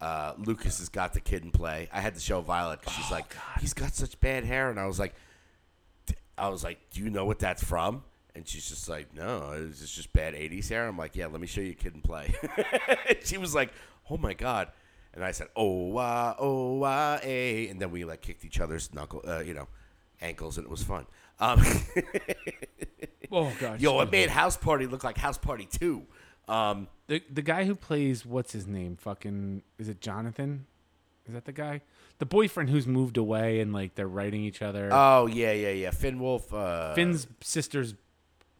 [SPEAKER 3] Uh, Lucas has got the kid in play. I had to show Violet because she's like, he's got such bad hair, and I was like, d- I was like, do you know what that's from? And she's just like, no, it's just- just bad '80s hair. I'm like, yeah, let me show you kid in play. she was like, oh my god. And I said, oh, ah, oh, ah, eh. And then we like kicked each other's knuckle, uh, you know, ankles, and it was fun. Um,
[SPEAKER 1] Oh gosh.
[SPEAKER 3] Yo, it made House Party look like House Party 2. Um,
[SPEAKER 1] the the guy who plays what's his name? Fucking is it Jonathan? Is that the guy? The boyfriend who's moved away and like they're writing each other.
[SPEAKER 3] oh, yeah, yeah, yeah. Finn Wolf. Uh,
[SPEAKER 1] Finn's sister's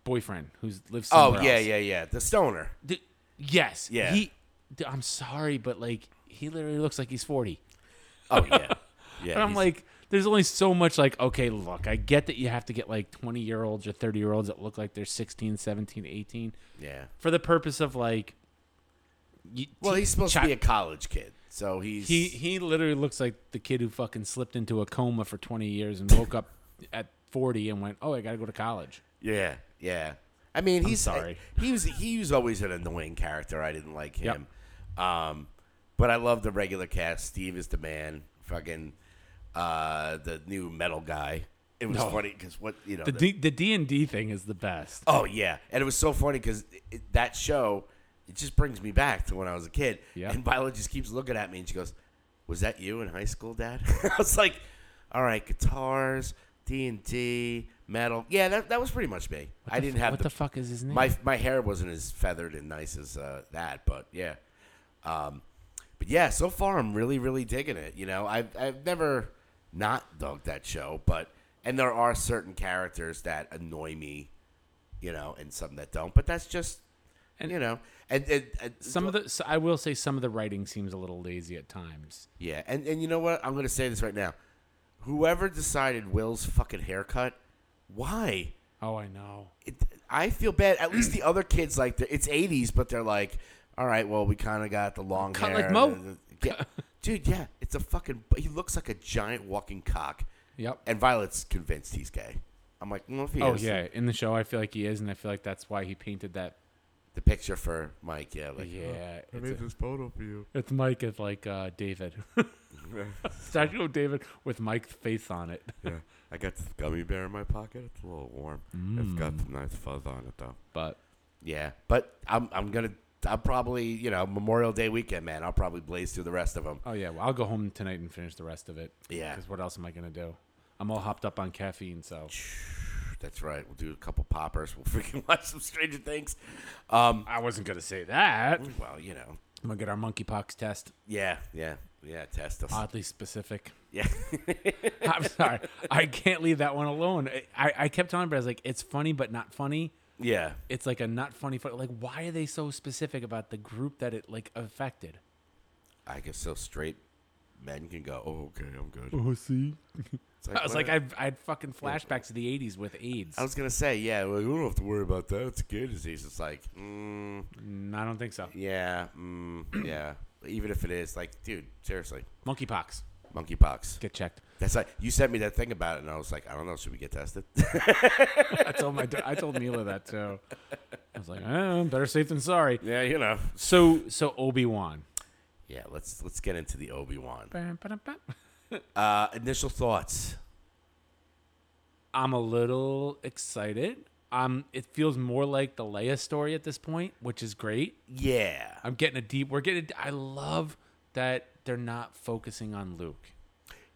[SPEAKER 1] boyfriend who's lives somewhere
[SPEAKER 3] Oh, yeah,
[SPEAKER 1] else.
[SPEAKER 3] yeah, yeah. The stoner.
[SPEAKER 1] D- yes.
[SPEAKER 3] Yeah.
[SPEAKER 1] He. d- I'm sorry, but like he literally looks like he's 40.
[SPEAKER 3] Oh, yeah. Yeah,
[SPEAKER 1] And I'm
[SPEAKER 3] he's-
[SPEAKER 1] like, there's only so much like, okay, look, I get that you have to get like 20 year olds or 30 year olds that look like they're 16, 17, 18
[SPEAKER 3] yeah.
[SPEAKER 1] for the purpose of like. You,
[SPEAKER 3] Well, he's supposed
[SPEAKER 1] chi-
[SPEAKER 3] to be a college kid, so he's
[SPEAKER 1] He he literally looks like the kid who fucking slipped into a coma for 20 years and woke up at 40 and went, "Oh, I got to go to college."
[SPEAKER 3] yeah, yeah. I mean, he's uh,
[SPEAKER 1] sorry.
[SPEAKER 3] He was he was always an annoying character. I didn't like
[SPEAKER 1] Yep.
[SPEAKER 3] him, um, but I love the regular cast. Steve is the man. Fucking uh, the new metal guy. It was
[SPEAKER 1] No.
[SPEAKER 3] funny because what you know
[SPEAKER 1] The
[SPEAKER 3] the-
[SPEAKER 1] D, the D&D thing is the best.
[SPEAKER 3] Oh yeah, and it was so funny because that show it just brings me back to when I was a kid.
[SPEAKER 1] Yeah.
[SPEAKER 3] And Violet just keeps looking at me and she goes, "Was that you in high school, Dad?" I was like, "All right, guitars, D and D, metal. Yeah, that, that was pretty much me. I didn't have
[SPEAKER 1] What
[SPEAKER 3] the,
[SPEAKER 1] the, fuck is his name?
[SPEAKER 3] my my hair wasn't as feathered and nice as uh, that, but yeah, um, but yeah. So far, I'm really really digging it. You know, I've I've never not dug that show, but and there are certain characters that annoy me, you know, and some that don't. But that's just
[SPEAKER 1] And-
[SPEAKER 3] you know, and, and, and
[SPEAKER 1] some of the so I will say some of the writing seems a little lazy at times.
[SPEAKER 3] yeah, and and you know what? I'm gonna say this right now. Whoever decided Will's fucking haircut, why?
[SPEAKER 1] Oh, I know.
[SPEAKER 3] it, I feel bad. At least the other kids like the, it's '80s, but they're like, all right, well, we kind of got the long
[SPEAKER 1] Cut
[SPEAKER 3] hair.
[SPEAKER 1] like Mo.
[SPEAKER 3] and the- yeah. dude, yeah, it's a fucking. He looks like a giant walking cock.
[SPEAKER 1] Yep.
[SPEAKER 3] And Violet's convinced he's gay. I'm like, well, if he
[SPEAKER 1] oh
[SPEAKER 3] is,
[SPEAKER 1] yeah, in the show I feel like he is, and I feel like that's why he painted that.
[SPEAKER 3] The picture for Mike, yeah, like,
[SPEAKER 1] Yeah,
[SPEAKER 8] I
[SPEAKER 1] it's,
[SPEAKER 8] made this photo for you.
[SPEAKER 1] it's Mike is like uh, David, statue of David with Mike's face on it.
[SPEAKER 8] Yeah, I got this gummy bear in my pocket. It's a little warm. It's
[SPEAKER 1] Mm.
[SPEAKER 8] got some nice fuzz on it though.
[SPEAKER 1] But
[SPEAKER 3] yeah. But I'm, I'm gonna, I'll probably, you know, Memorial Day weekend, man. I'll probably blaze through the rest of them.
[SPEAKER 1] oh yeah, well I'll go home tonight and finish the rest of it.
[SPEAKER 3] Yeah.
[SPEAKER 1] because what else am I gonna do? I'm all hopped up on caffeine, so
[SPEAKER 3] That's right. We'll do a couple poppers. We'll freaking watch some Stranger Things. Um,
[SPEAKER 1] I wasn't gonna say that. I'm
[SPEAKER 3] well, you know,
[SPEAKER 1] gonna get our monkeypox test.
[SPEAKER 3] yeah, yeah, yeah. Test us.
[SPEAKER 1] Oddly specific.
[SPEAKER 3] Yeah.
[SPEAKER 1] I'm sorry, I can't leave that one alone. I- I, I kept telling, but I was like, it's funny but not funny.
[SPEAKER 3] yeah.
[SPEAKER 1] it's like a not funny photo. Like, why are they so specific about the group that it like affected?
[SPEAKER 3] I guess so straight men can go, oh, okay, I'm good. It's
[SPEAKER 1] I was like,
[SPEAKER 3] "What?"
[SPEAKER 1] I've, I had fucking flashbacks to the '80s with AIDS.
[SPEAKER 3] I was going to say, yeah, well, you don't have to worry about that. It's a gay disease. It's like, mm,
[SPEAKER 1] Mm, I don't think so.
[SPEAKER 3] yeah, mm, yeah. Even if it is, like, dude, seriously,
[SPEAKER 1] Monkeypox.
[SPEAKER 3] monkeypox.
[SPEAKER 1] Get checked.
[SPEAKER 3] That's like, you sent me that thing about it, and I was like, I don't know, should we get tested?
[SPEAKER 1] I told my I told Mila that too. I was like, oh, better safe than sorry.
[SPEAKER 3] yeah, you know.
[SPEAKER 1] So so Obi Wan.
[SPEAKER 3] Yeah, let's let's get into the Obi Wan.
[SPEAKER 1] I'm
[SPEAKER 3] Uh, initial thoughts.
[SPEAKER 1] a little excited. Um, it feels more like the Leia story at this point, which is great.
[SPEAKER 3] Yeah,
[SPEAKER 1] I'm getting a deep. We're getting. I love that they're not focusing on Luke.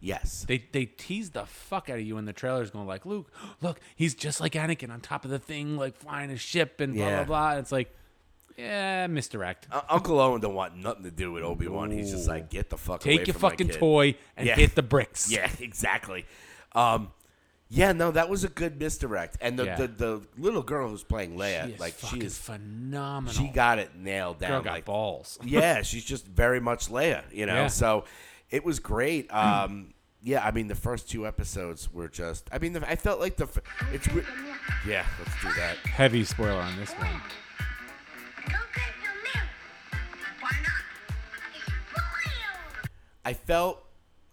[SPEAKER 3] yes,
[SPEAKER 1] They they tease the fuck out of you in the trailers, going like, "Luke, look, he's just like Anakin on top of the thing, like flying his ship and blah
[SPEAKER 3] Yeah.
[SPEAKER 1] blah blah." And it's like, yeah, misdirect.
[SPEAKER 3] Uh, Uncle Owen don't want nothing to do with Obi Wan. He's just like, get the fuck away
[SPEAKER 1] Take your
[SPEAKER 3] from my
[SPEAKER 1] fucking
[SPEAKER 3] kid."
[SPEAKER 1] toy and
[SPEAKER 3] Yeah.
[SPEAKER 1] hit the bricks.
[SPEAKER 3] Yeah, exactly. Um, yeah, no, that was a good misdirect. And the,
[SPEAKER 1] Yeah.
[SPEAKER 3] the, the little girl who's playing Leia,
[SPEAKER 1] she is
[SPEAKER 3] like
[SPEAKER 1] fucking
[SPEAKER 3] she is,
[SPEAKER 1] phenomenal.
[SPEAKER 3] she got it nailed down.
[SPEAKER 1] Girl got
[SPEAKER 3] like,
[SPEAKER 1] balls.
[SPEAKER 3] yeah, she's just very much Leia, you know.
[SPEAKER 1] Yeah.
[SPEAKER 3] So it was great. Um, yeah, I mean the first two episodes were just. I mean, the, I felt like the. f- It's weird. Yeah, let's do that.
[SPEAKER 1] Heavy spoiler on this one.
[SPEAKER 5] Why not? It's real.
[SPEAKER 3] I felt. I-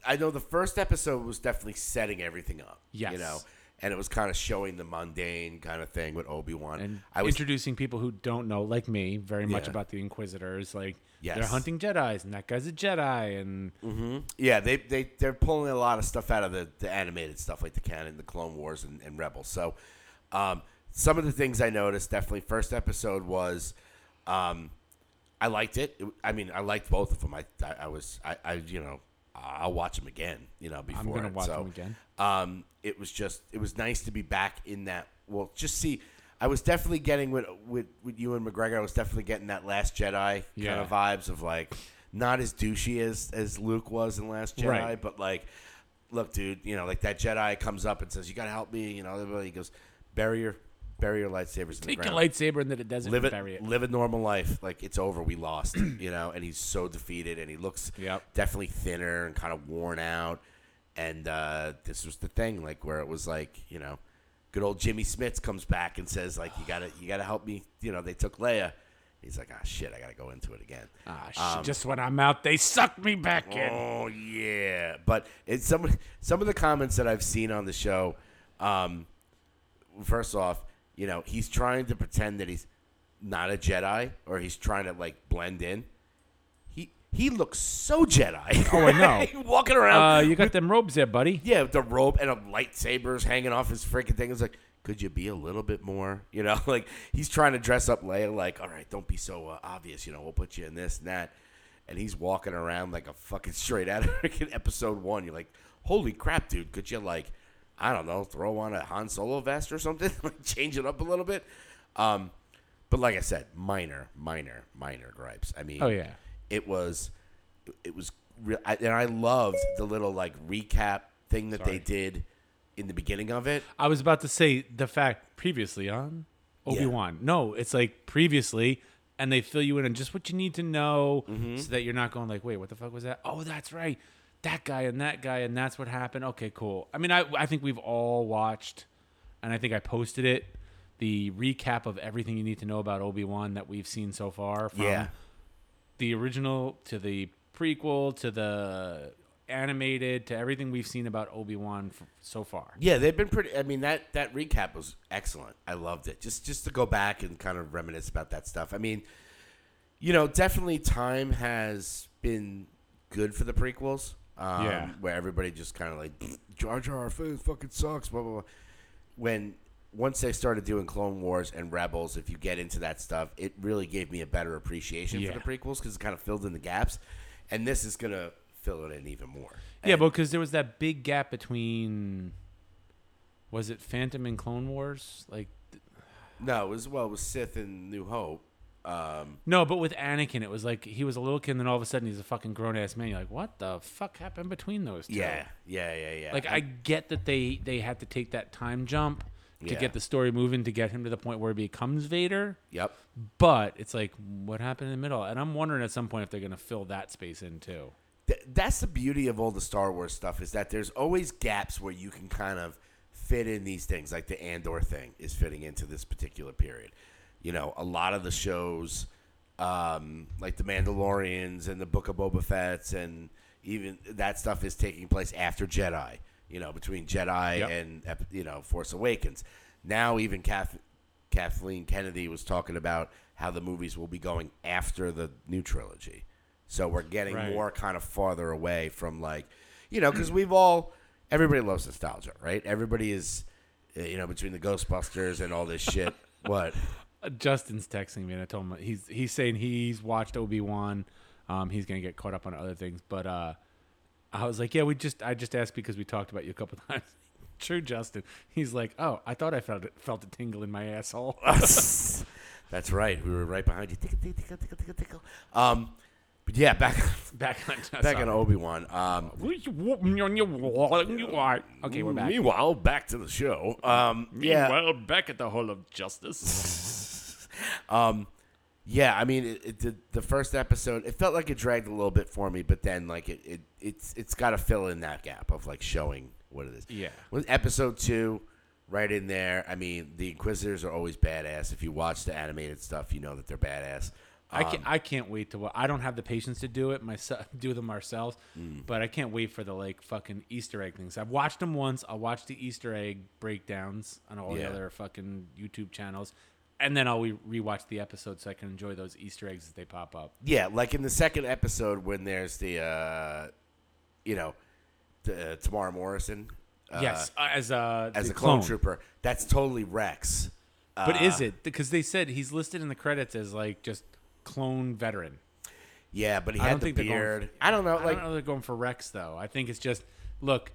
[SPEAKER 3] I know the first episode was definitely setting everything up. You
[SPEAKER 1] Yes.
[SPEAKER 3] know, and it was kind of showing the mundane kind of thing with Obi Wan.
[SPEAKER 1] and
[SPEAKER 3] I was
[SPEAKER 1] introducing people who don't know, like me, very much
[SPEAKER 3] Yeah.
[SPEAKER 1] about the Inquisitors. Like they're
[SPEAKER 3] Yes.
[SPEAKER 1] hunting Jedi's, and that guy's a Jedi, and
[SPEAKER 3] yeah, they they they're pulling a lot of stuff out of the, the animated stuff like the canon, the Clone Wars, and, and Rebels. So, um, some of the things I noticed definitely first episode was, um, I liked it. It- I mean, I liked both of them. I I, I was I, I you know I'll watch them again. You know before
[SPEAKER 1] gonna
[SPEAKER 3] it.
[SPEAKER 1] watch
[SPEAKER 3] So,
[SPEAKER 1] them again.
[SPEAKER 3] Um, it was just it was nice to be back in that. Well, just see. I was definitely getting with with with you and McGregor. I was definitely getting that Last Jedi kind
[SPEAKER 1] Yeah.
[SPEAKER 3] of vibes of like not as douchey as as Luke was in Last Jedi,
[SPEAKER 1] Right.
[SPEAKER 3] but like, look, dude, you know, like that Jedi comes up and says, "You gotta help me," you know. everybody- He goes, "Bury your bury your lightsabers in the
[SPEAKER 1] take
[SPEAKER 3] ground,
[SPEAKER 1] your lightsaber into the desert
[SPEAKER 3] live
[SPEAKER 1] and
[SPEAKER 3] it,
[SPEAKER 1] bury it.
[SPEAKER 3] live a normal life. Like it's over, we lost, you know." And he's so defeated, and he looks
[SPEAKER 1] Yep.
[SPEAKER 3] definitely thinner and kind of worn out. And uh, this was the thing, like where it was like, you know, good old Jimmy Smits comes back and says, like, "You gotta you gotta help me," you know. They took Leia. He's like, ah, shit, I gotta go into it again.
[SPEAKER 1] Ah, shit, just when I'm out, they suck me back in.
[SPEAKER 3] Oh yeah, but it's some some of the comments that I've seen on the show. Um, first off, you know he's trying to pretend that he's not a Jedi, or he's trying to like blend in. He he looks so Jedi.
[SPEAKER 1] Oh, I know.
[SPEAKER 3] He walking around,
[SPEAKER 1] Uh, you got them robes there, buddy.
[SPEAKER 3] yeah, with the robe and a lightsabers hanging off his freaking thing. It's like, could you be a little bit more? You know, like he's trying to dress up Leia. Like, all right, don't be so uh, obvious. You know, we'll put you in this and that. And he's walking around like a fucking straight out of freaking episode one. You're like, holy crap, dude! Could you like, I don't know, throw on a Han Solo vest or something, like change it up a little bit? Um, but like I said, minor, minor, minor gripes. I mean,
[SPEAKER 1] Oh, yeah.
[SPEAKER 3] it was it was real I, and i loved the little like recap thing that they did in the beginning of it
[SPEAKER 1] I was about to say the fact previously on Obi Wan. No, it's like previously, and they fill you in on just what you need to know so that you're not going like, wait, what the fuck was that? Oh, that's right, that guy and that guy, and that's what happened. Okay, cool. I mean, I I think we've all watched, and I think I posted it, the recap of everything you need to know about Obi Wan that we've seen so far. From
[SPEAKER 3] Yeah.
[SPEAKER 1] the original to the prequel to the animated to everything we've seen about Obi-Wan f- so far.
[SPEAKER 3] yeah they've been pretty i mean that that recap was excellent i loved it just just to go back and kind of reminisce about that stuff i mean you know definitely time has been good for the prequels um,
[SPEAKER 1] Yeah.
[SPEAKER 3] where everybody just kind of like jar jar food fucking sucks blah blah blah when once they started doing Clone Wars and Rebels, if you get into that stuff, it really gave me a better appreciation
[SPEAKER 1] Yeah.
[SPEAKER 3] for the prequels because it kind of filled in the gaps, and this is gonna fill it in even more.
[SPEAKER 1] Yeah, because there was that big gap between was it Phantom and Clone Wars? Like
[SPEAKER 3] No, it was well, it was Sith and New Hope. Um,
[SPEAKER 1] no, but with Anakin it was like he was a little kid and then all of a sudden he's a fucking grown ass man. You're like, "What the fuck happened between those two?
[SPEAKER 3] yeah, yeah, yeah, yeah.
[SPEAKER 1] Like I get that they they had to take that time jump to
[SPEAKER 3] Yeah.
[SPEAKER 1] get the story moving to get him to the point where he becomes Vader,
[SPEAKER 3] yep.
[SPEAKER 1] but it's like what happened in the middle? And I'm wondering at some point if they're going to fill that space in too.
[SPEAKER 3] Th- that's the beauty of all the Star Wars stuff is that there's always gaps where you can kind of fit in these things. Like the Andor thing is fitting into this particular period. You know, a lot of the shows, um, like the Mandalorians and the Book of Boba Fett's, and even that stuff is taking place after Jedi. You know, between Jedi
[SPEAKER 1] Yep.
[SPEAKER 3] and ep- you know Force Awakens. Now even Kath- Kathleen Kennedy was talking about how the movies will be going after the new trilogy. So we're getting
[SPEAKER 1] Right.
[SPEAKER 3] more kind of farther away from like, you know, because we've all everybody loves nostalgia, right? Everybody is, uh, you know, between the Ghostbusters and all this shit. what?
[SPEAKER 1] Uh, Justin's texting me, and I told him he's he's saying he's watched Obi Wan. Um, he's gonna get caught up on other things, but uh, I was like, yeah, we just I just asked because we talked about you a couple times. True, Justin. He's like, oh, I thought I felt it, felt a tingle in my asshole.
[SPEAKER 3] That's right. We were right behind you. Tickle, tickle, tickle, tickle, tickle, tickle. Um, but yeah, back
[SPEAKER 1] Back on.
[SPEAKER 3] back on Obi Wan. Um,
[SPEAKER 1] okay, we're back.
[SPEAKER 3] Meanwhile, back to the show. Um, yeah,
[SPEAKER 1] Meanwhile, back at the Hall of Justice.
[SPEAKER 3] um, yeah. I mean, it, it, the, the first episode, it felt like it dragged a little bit for me, but then like it, it it's it's got to fill in that gap of like showing what it is.
[SPEAKER 1] Yeah.
[SPEAKER 3] Well, episode two, right in there. I mean, the Inquisitors are always badass. If you watch the animated stuff, you know that they're badass.
[SPEAKER 1] I can't. I can't wait to. wa- I don't have the patience to do it myself. Do them ourselves,
[SPEAKER 3] Mm.
[SPEAKER 1] but I can't wait for the like fucking Easter egg things. I've watched them once. I'll watch the Easter egg breakdowns on all
[SPEAKER 3] Yeah.
[SPEAKER 1] the other fucking YouTube channels, and then I'll re- rewatch the episode so I can enjoy those Easter eggs as they pop up.
[SPEAKER 3] Yeah, like in the second episode when there's the, uh, you know, the, uh, Tamara Morrison. Uh,
[SPEAKER 1] yes, uh, as a
[SPEAKER 3] As
[SPEAKER 1] the
[SPEAKER 3] a clone, Uh. trooper. That's totally Rex.
[SPEAKER 1] But is it because they said he's listed in the credits as like just clone veteran?
[SPEAKER 3] Yeah, but he
[SPEAKER 1] I
[SPEAKER 3] had
[SPEAKER 1] don't
[SPEAKER 3] the
[SPEAKER 1] think they're going
[SPEAKER 3] beard.
[SPEAKER 1] for-
[SPEAKER 3] I don't know.
[SPEAKER 1] I
[SPEAKER 3] Like,
[SPEAKER 1] don't know they're going for Rex though. I think it's just look,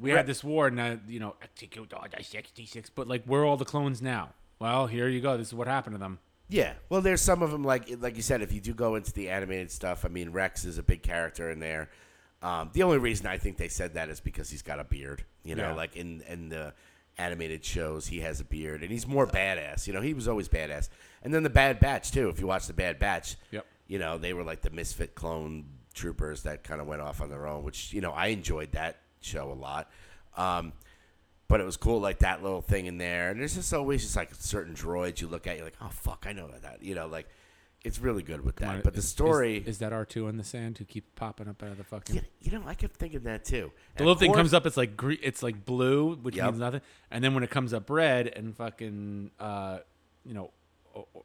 [SPEAKER 1] we
[SPEAKER 3] Re-
[SPEAKER 1] had this war and uh, you know execute all the sixty six, but like where are all the clones now? Well, here you go. This is what happened to them.
[SPEAKER 3] yeah. Well, there's some of them. Like, like you said, if you do go into the animated stuff, I mean, Rex is a big character in there. Um, the only reason I think they said that is because he's got a beard. You know,
[SPEAKER 1] Yeah.
[SPEAKER 3] like in in the animated shows, he has a beard and he's more badass. You know, he was always badass. And then the Bad Batch too. If you watch the Bad Batch,
[SPEAKER 1] Yep.
[SPEAKER 3] you know, they were like the misfit clone troopers that kind of went off on their own, which, you know, I enjoyed that show a lot. Um, but it was cool, like that little thing in there. And there's just always just like certain droids you look at, you're like, oh, fuck, I know that. that. You know, like it's really good with that. but the
[SPEAKER 1] Is-
[SPEAKER 3] story,
[SPEAKER 1] is, that R two in the sand who keep popping up out of the fucking.
[SPEAKER 3] you, you know, I kept thinking that too.
[SPEAKER 1] The little thing comes up. It's like gre- it's like blue, which
[SPEAKER 3] Yep.
[SPEAKER 1] means nothing. And then when it comes up red and fucking, uh, you know, o- o-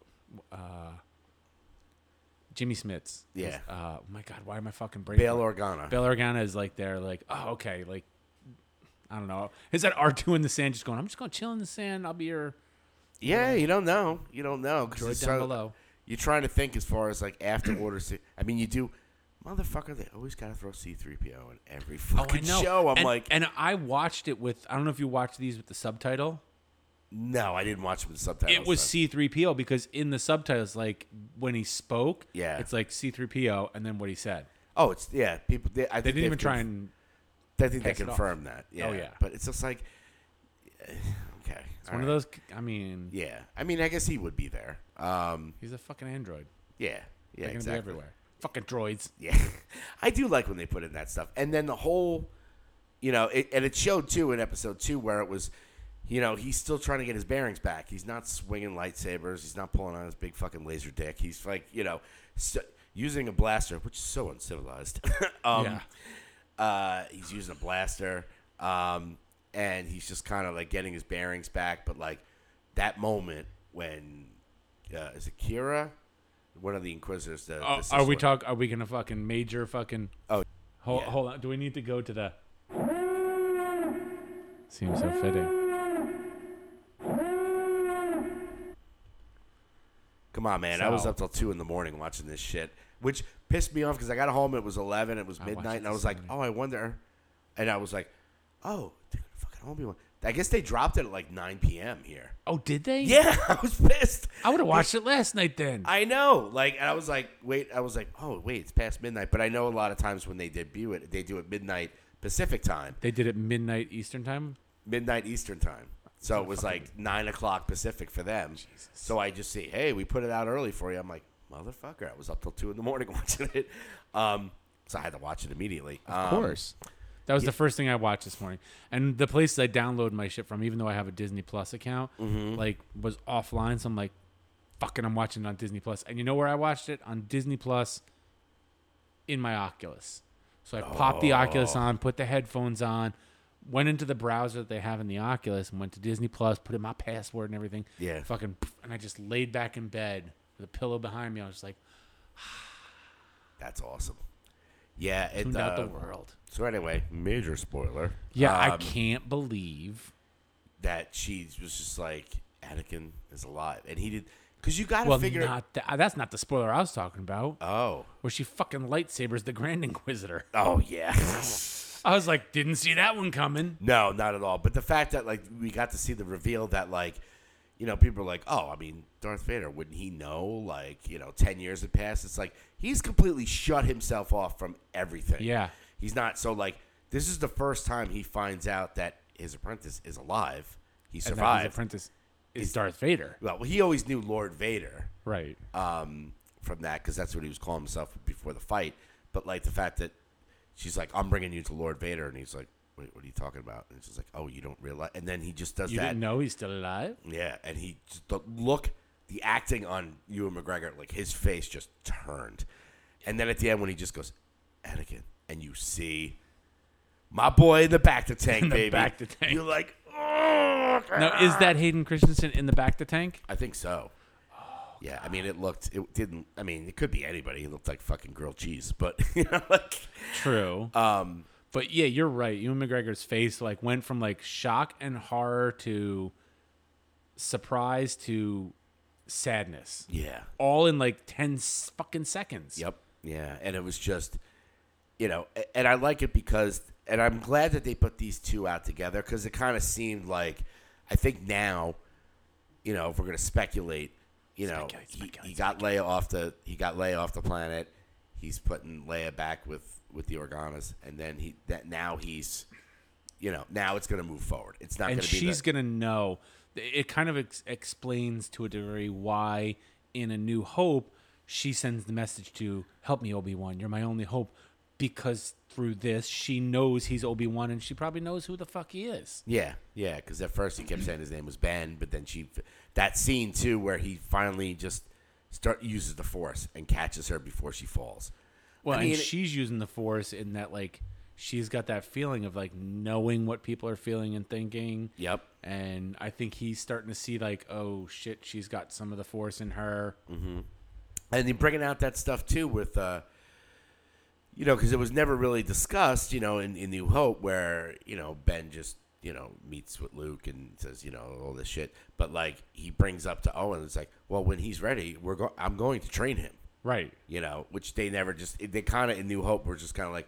[SPEAKER 1] uh, Jimmy Smits. is-
[SPEAKER 3] Yeah.
[SPEAKER 1] Uh, my God, why am I fucking breaking?
[SPEAKER 3] Bail Organa.
[SPEAKER 1] Bill Organa is like there, like, oh, okay, like, I don't know. Is that R two in the sand? Just going, I'm just going to chill in the sand. I'll be your
[SPEAKER 3] yeah, you don't know. You don't know. 'cause
[SPEAKER 1] droid
[SPEAKER 3] it's
[SPEAKER 1] down
[SPEAKER 3] so-
[SPEAKER 1] below.
[SPEAKER 3] You're trying to think as far as like after Order si I mean, you do. Motherfucker, they always got to throw C3PO in every fucking show.
[SPEAKER 1] Oh,
[SPEAKER 3] I'm
[SPEAKER 1] and,
[SPEAKER 3] like,
[SPEAKER 1] and I watched it with. I don't know if you watched these with the subtitle.
[SPEAKER 3] No, I didn't watch it with subtitles.
[SPEAKER 1] It was
[SPEAKER 3] though.
[SPEAKER 1] C3PO because in the subtitles, like when he spoke,
[SPEAKER 3] Yeah.
[SPEAKER 1] it's like C3PO and then what he said.
[SPEAKER 3] Oh, it's yeah. People, they, I
[SPEAKER 1] They
[SPEAKER 3] think
[SPEAKER 1] didn't even
[SPEAKER 3] they've
[SPEAKER 1] try
[SPEAKER 3] conf-
[SPEAKER 1] and.
[SPEAKER 3] I think they
[SPEAKER 1] pass it off.
[SPEAKER 3] confirmed that. Yeah.
[SPEAKER 1] Oh, yeah.
[SPEAKER 3] But it's just like, eh, okay,
[SPEAKER 1] It's one of those. I mean,
[SPEAKER 3] Yeah, I mean, I guess he would be there. Um,
[SPEAKER 1] he's a fucking android.
[SPEAKER 3] yeah, yeah,
[SPEAKER 1] They're gonna
[SPEAKER 3] exactly.
[SPEAKER 1] be everywhere. Fucking droids.
[SPEAKER 3] Yeah, I do like when they put in that stuff, and then the whole, you know, it, and it showed too in episode two where it was, you know, he's still trying to get his bearings back. He's not swinging lightsabers. He's not pulling on his big fucking laser dick. He's like, you know, s using a blaster, which is so uncivilized. um,
[SPEAKER 1] Yeah.
[SPEAKER 3] Uh, he's using a blaster, um, and he's just kind of like getting his bearings back. But like that moment when uh, is it Kira, one of the Inquisitors? The, the
[SPEAKER 1] Oh,
[SPEAKER 3] sister
[SPEAKER 1] are we
[SPEAKER 3] one.
[SPEAKER 1] talk? Are we gonna fucking major fucking?
[SPEAKER 3] Oh,
[SPEAKER 1] hold,
[SPEAKER 3] yeah.
[SPEAKER 1] hold on. Do we need to go to the? Seems so fitting.
[SPEAKER 3] Come on, man! I was
[SPEAKER 1] So-
[SPEAKER 3] up till two in the morning watching this shit, which pissed me off because I got home. It was eleven. It was
[SPEAKER 1] watched
[SPEAKER 3] midnight,
[SPEAKER 1] it
[SPEAKER 3] and I
[SPEAKER 1] this
[SPEAKER 3] was like,
[SPEAKER 1] morning.
[SPEAKER 3] "Oh, I wonder," and I was like, "Oh, dude, fucking Obi Wan." I guess they dropped it at like nine p.m. here.
[SPEAKER 1] Oh, did they?
[SPEAKER 3] Yeah, I was pissed.
[SPEAKER 1] I would have watched it last night then.
[SPEAKER 3] I know. Like, and I was like, wait, I was like, oh, wait, it's past midnight. But I know a lot of times when they debut it, they do it midnight Pacific time,
[SPEAKER 1] they did it midnight Eastern time.
[SPEAKER 3] midnight Eastern time. So it was like nine o'clock Pacific for them. So I just see, hey, we put it out early for you. I'm like, motherfucker, I was up till two in the morning watching it. Um, so I had to watch it immediately. Um, Of
[SPEAKER 1] That was the first thing I watched this morning, and the places I download my shit from, even though I have a Disney Plus account,
[SPEAKER 3] Mm-hmm.
[SPEAKER 1] like was offline. So I'm like, fucking, I'm watching it on Disney Plus. And you know where I watched it on Disney Plus? In my Oculus. So I popped the
[SPEAKER 3] Oh.
[SPEAKER 1] Oculus on, put the headphones on, went into the browser that they have in the Oculus, and went to Disney Plus, put in my password and everything.
[SPEAKER 3] Yeah.
[SPEAKER 1] Fucking, and I just laid back in bed with a pillow behind me. I was just like,
[SPEAKER 3] That's awesome. Yeah, it,
[SPEAKER 1] tuned out
[SPEAKER 3] uh,
[SPEAKER 1] the world.
[SPEAKER 3] So anyway,
[SPEAKER 8] Major spoiler.
[SPEAKER 1] Yeah, I
[SPEAKER 3] um,
[SPEAKER 1] can't believe.
[SPEAKER 3] that she was just like Anakin is alive, and he did because you got to
[SPEAKER 1] Well,
[SPEAKER 3] figure.
[SPEAKER 1] not that. That's not the spoiler I was talking about.
[SPEAKER 3] oh,
[SPEAKER 1] where she fucking lightsabers the Grand Inquisitor.
[SPEAKER 3] oh yeah.
[SPEAKER 1] I was like, didn't see that one coming.
[SPEAKER 3] no, not at all. But the fact that like we got to see the reveal that like, you know, people are like, oh, I mean, Darth Vader wouldn't he know? Like, you know, ten years had passed. It's like he's completely shut himself off from everything.
[SPEAKER 1] Yeah.
[SPEAKER 3] he's not. So like, this is the first time he finds out that his apprentice is alive. He
[SPEAKER 1] And that his
[SPEAKER 3] survived.
[SPEAKER 1] apprentice is Darth Vader.
[SPEAKER 3] well, he always knew Lord Vader.
[SPEAKER 1] Right.
[SPEAKER 3] um, from that because that's what he was calling himself before the fight. But like the fact that she's like, "I'm bringing you to Lord Vader," and he's like, "Wait, what are you talking about?" And she's like, "Oh, you don't realize." And then he just does
[SPEAKER 1] you
[SPEAKER 3] that,
[SPEAKER 1] didn't know he's still alive?
[SPEAKER 3] yeah. And he just the look, the acting on Ewan McGregor, like his face just turned. And then at the end, when he just goes, Anakin, and you see my boy in the back to tank,
[SPEAKER 1] In the
[SPEAKER 3] baby.
[SPEAKER 1] back to tank.
[SPEAKER 3] You're like, oh,
[SPEAKER 1] Now, is that Hayden Christensen in the back to tank?
[SPEAKER 3] I think so. yeah, I mean, it looked, it didn't, I mean, it could be anybody. It looked like fucking grilled cheese, but, you know, like,
[SPEAKER 1] True.
[SPEAKER 3] um,
[SPEAKER 1] But yeah, you're right. Ewan McGregor's face like went from like shock and horror to surprise to sadness,
[SPEAKER 3] yeah.
[SPEAKER 1] all in like ten s- fucking seconds.
[SPEAKER 3] Yep. Yeah, and it was just, you know, a- and I like it because, and I'm glad that they put these two out together because it kind of seemed like, I think now, you know, if we're gonna speculate, you know,
[SPEAKER 1] Speculate,
[SPEAKER 3] he-
[SPEAKER 1] speculate,
[SPEAKER 3] he, got Leia off the he got Leia off the planet. He's putting Leia back with with the Organas, and then he that now he's, you know, now it's gonna move forward. It's not
[SPEAKER 1] and
[SPEAKER 3] gonna be
[SPEAKER 1] she's
[SPEAKER 3] the,
[SPEAKER 1] gonna know. It kind of ex- explains to a degree why in A New Hope she sends the message to help me Obi Wan. You're my only hope because through this she knows he's Obi Wan and she probably knows who the fuck he is.
[SPEAKER 3] Yeah, yeah. Because at first he kept saying his name was Ben, but then she, that scene too, where he finally just start uses the force and catches her before she falls.
[SPEAKER 1] Well,
[SPEAKER 3] I mean,
[SPEAKER 1] and
[SPEAKER 3] it-
[SPEAKER 1] she's using the force in that like she's got that feeling of like knowing what people are feeling and thinking.
[SPEAKER 3] Yep.
[SPEAKER 1] And I think he's starting to see like, oh shit, she's got some of the force in her.
[SPEAKER 3] And then bringing out that stuff too with, uh, you know, because it was never really discussed, you know, in, in New Hope where you know Ben just you know meets with Luke and says you know all this shit, but like he brings up to Owen, it's like, well, when he's ready, we're go- I'm going to train him.
[SPEAKER 1] Right.
[SPEAKER 3] you know, which they never just they kind of in New Hope were just kind of like,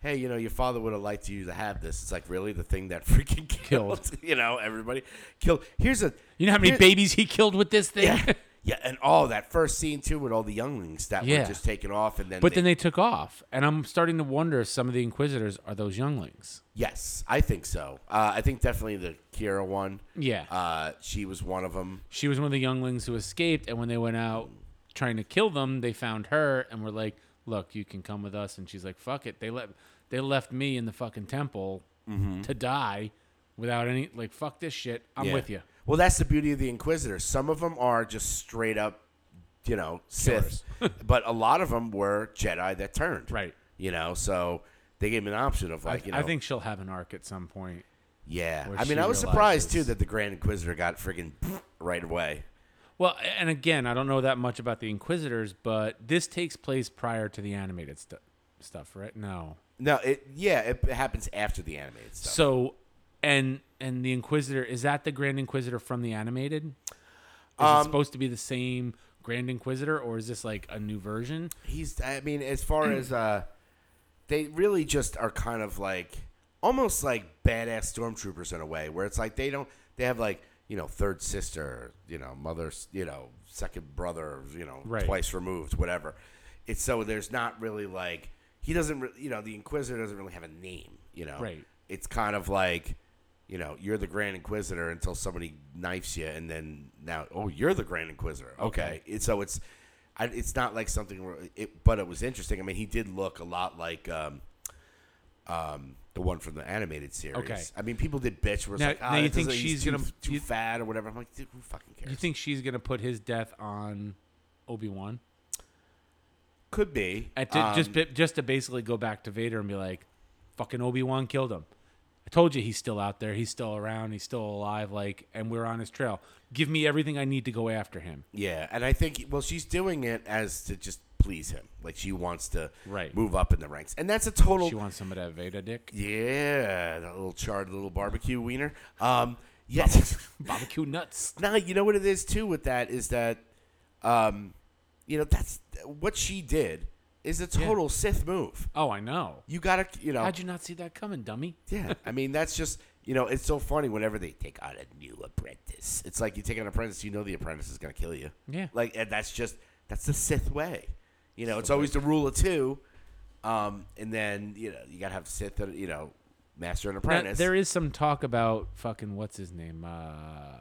[SPEAKER 3] hey, you know, your father would have liked you to have this. It's like really the thing that freaking killed,
[SPEAKER 1] Killed.
[SPEAKER 3] you know, everybody killed. Here's a
[SPEAKER 1] You know how many
[SPEAKER 3] here-
[SPEAKER 1] babies he killed with this thing?
[SPEAKER 3] yeah, yeah, and all that first scene too with all the younglings that
[SPEAKER 1] Yeah.
[SPEAKER 3] were just taken off, and then
[SPEAKER 1] but then they took off. And I'm starting to wonder if some of the Inquisitors are those younglings.
[SPEAKER 3] yes, I think so. Uh, I think definitely the Kira one.
[SPEAKER 1] Yeah.
[SPEAKER 3] uh, she was one of them.
[SPEAKER 1] She was one of the younglings who escaped. And when they went out trying to kill them, they found her and were like, look, you can come with us. And she's like, fuck it. They let they left me in the fucking temple
[SPEAKER 3] Mm-hmm.
[SPEAKER 1] to die without any like fuck this shit. I'm with you.
[SPEAKER 3] Well, that's the beauty of the Inquisitors. Some of them are just straight up, you know, Sith, but a lot of them were Jedi that turned.
[SPEAKER 1] Right.
[SPEAKER 3] You know, so they gave him an option of like,
[SPEAKER 1] I,
[SPEAKER 3] you know,
[SPEAKER 1] I think she'll have an arc at some point.
[SPEAKER 3] yeah.
[SPEAKER 1] where
[SPEAKER 3] I mean,
[SPEAKER 1] she
[SPEAKER 3] I was surprised too
[SPEAKER 1] realizes-
[SPEAKER 3] that the Grand Inquisitor got friggin' right away.
[SPEAKER 1] Well, a- and again, I don't know that much about the Inquisitors, but this takes place prior to the animated stu- stuff, right? No.
[SPEAKER 3] No, it yeah, it happens after the animated stuff.
[SPEAKER 1] So, and and the Inquisitor is that the Grand Inquisitor from the animated? Is
[SPEAKER 3] Um,
[SPEAKER 1] it supposed to be the same Grand Inquisitor, or is this like a new version?
[SPEAKER 3] He's. I mean, as far as uh, they really just are kind of like almost like badass stormtroopers in a way, where it's like they don't. They have like you know third sister, you know mother, you know second brother, you know
[SPEAKER 1] Right.
[SPEAKER 3] twice removed, whatever. It's so there's not really like he doesn't. Re- you know the Inquisitor doesn't really have a name. You know,
[SPEAKER 1] Right.
[SPEAKER 3] It's kind of like. You know, you're the Grand Inquisitor until somebody knifes you, and then now, oh, you're the Grand Inquisitor. Okay, It- so it's I, it's not like something where it, but it was interesting. I mean, he did look a lot like um, um, the one from the animated series.
[SPEAKER 1] Okay.
[SPEAKER 3] I mean, people did bitch. Where it's
[SPEAKER 1] Now-
[SPEAKER 3] like,
[SPEAKER 1] now
[SPEAKER 3] ah,
[SPEAKER 1] you
[SPEAKER 3] that
[SPEAKER 1] think
[SPEAKER 3] doesn't- he's
[SPEAKER 1] she's
[SPEAKER 3] too,
[SPEAKER 1] gonna-
[SPEAKER 3] too
[SPEAKER 1] you-
[SPEAKER 3] fat or whatever? I'm like, dude, who fucking cares?
[SPEAKER 1] You think she's gonna put his death on Obi Wan?
[SPEAKER 3] could be?
[SPEAKER 1] At to,
[SPEAKER 3] Um,
[SPEAKER 1] just bi- just to basically go back to Vader and be like, "Fucking Obi Wan killed him." I told you he's still out there. He's still around. He's still alive. Like, and we're on his trail. Give me everything I need to go after him.
[SPEAKER 3] yeah, and I think well, she's doing it as to just please him. Like she wants to
[SPEAKER 1] Right.
[SPEAKER 3] move up in the ranks, and that's a total.
[SPEAKER 1] She wants some of that Vader dick
[SPEAKER 3] yeah, that little charred little barbecue wiener. Um, yes.
[SPEAKER 1] barbecue nuts.
[SPEAKER 3] Now you know what it is too with that is that, um, you know that's what she did is a total Sith move.
[SPEAKER 1] Oh, I know.
[SPEAKER 3] You gotta, you know,
[SPEAKER 1] How'd you not see that coming, dummy?
[SPEAKER 3] yeah. I mean, that's just you know, it's so funny whenever they take on a new apprentice. It's like you take on an apprentice, you know, the apprentice is gonna kill you.
[SPEAKER 1] Yeah.
[SPEAKER 3] like and that's just that's the Sith way. You know, it's always the rule of two, um, and then you know you gotta have Sith, and, you know, master and
[SPEAKER 1] Now,
[SPEAKER 3] apprentice.
[SPEAKER 1] there is some talk about fucking what's his name, uh,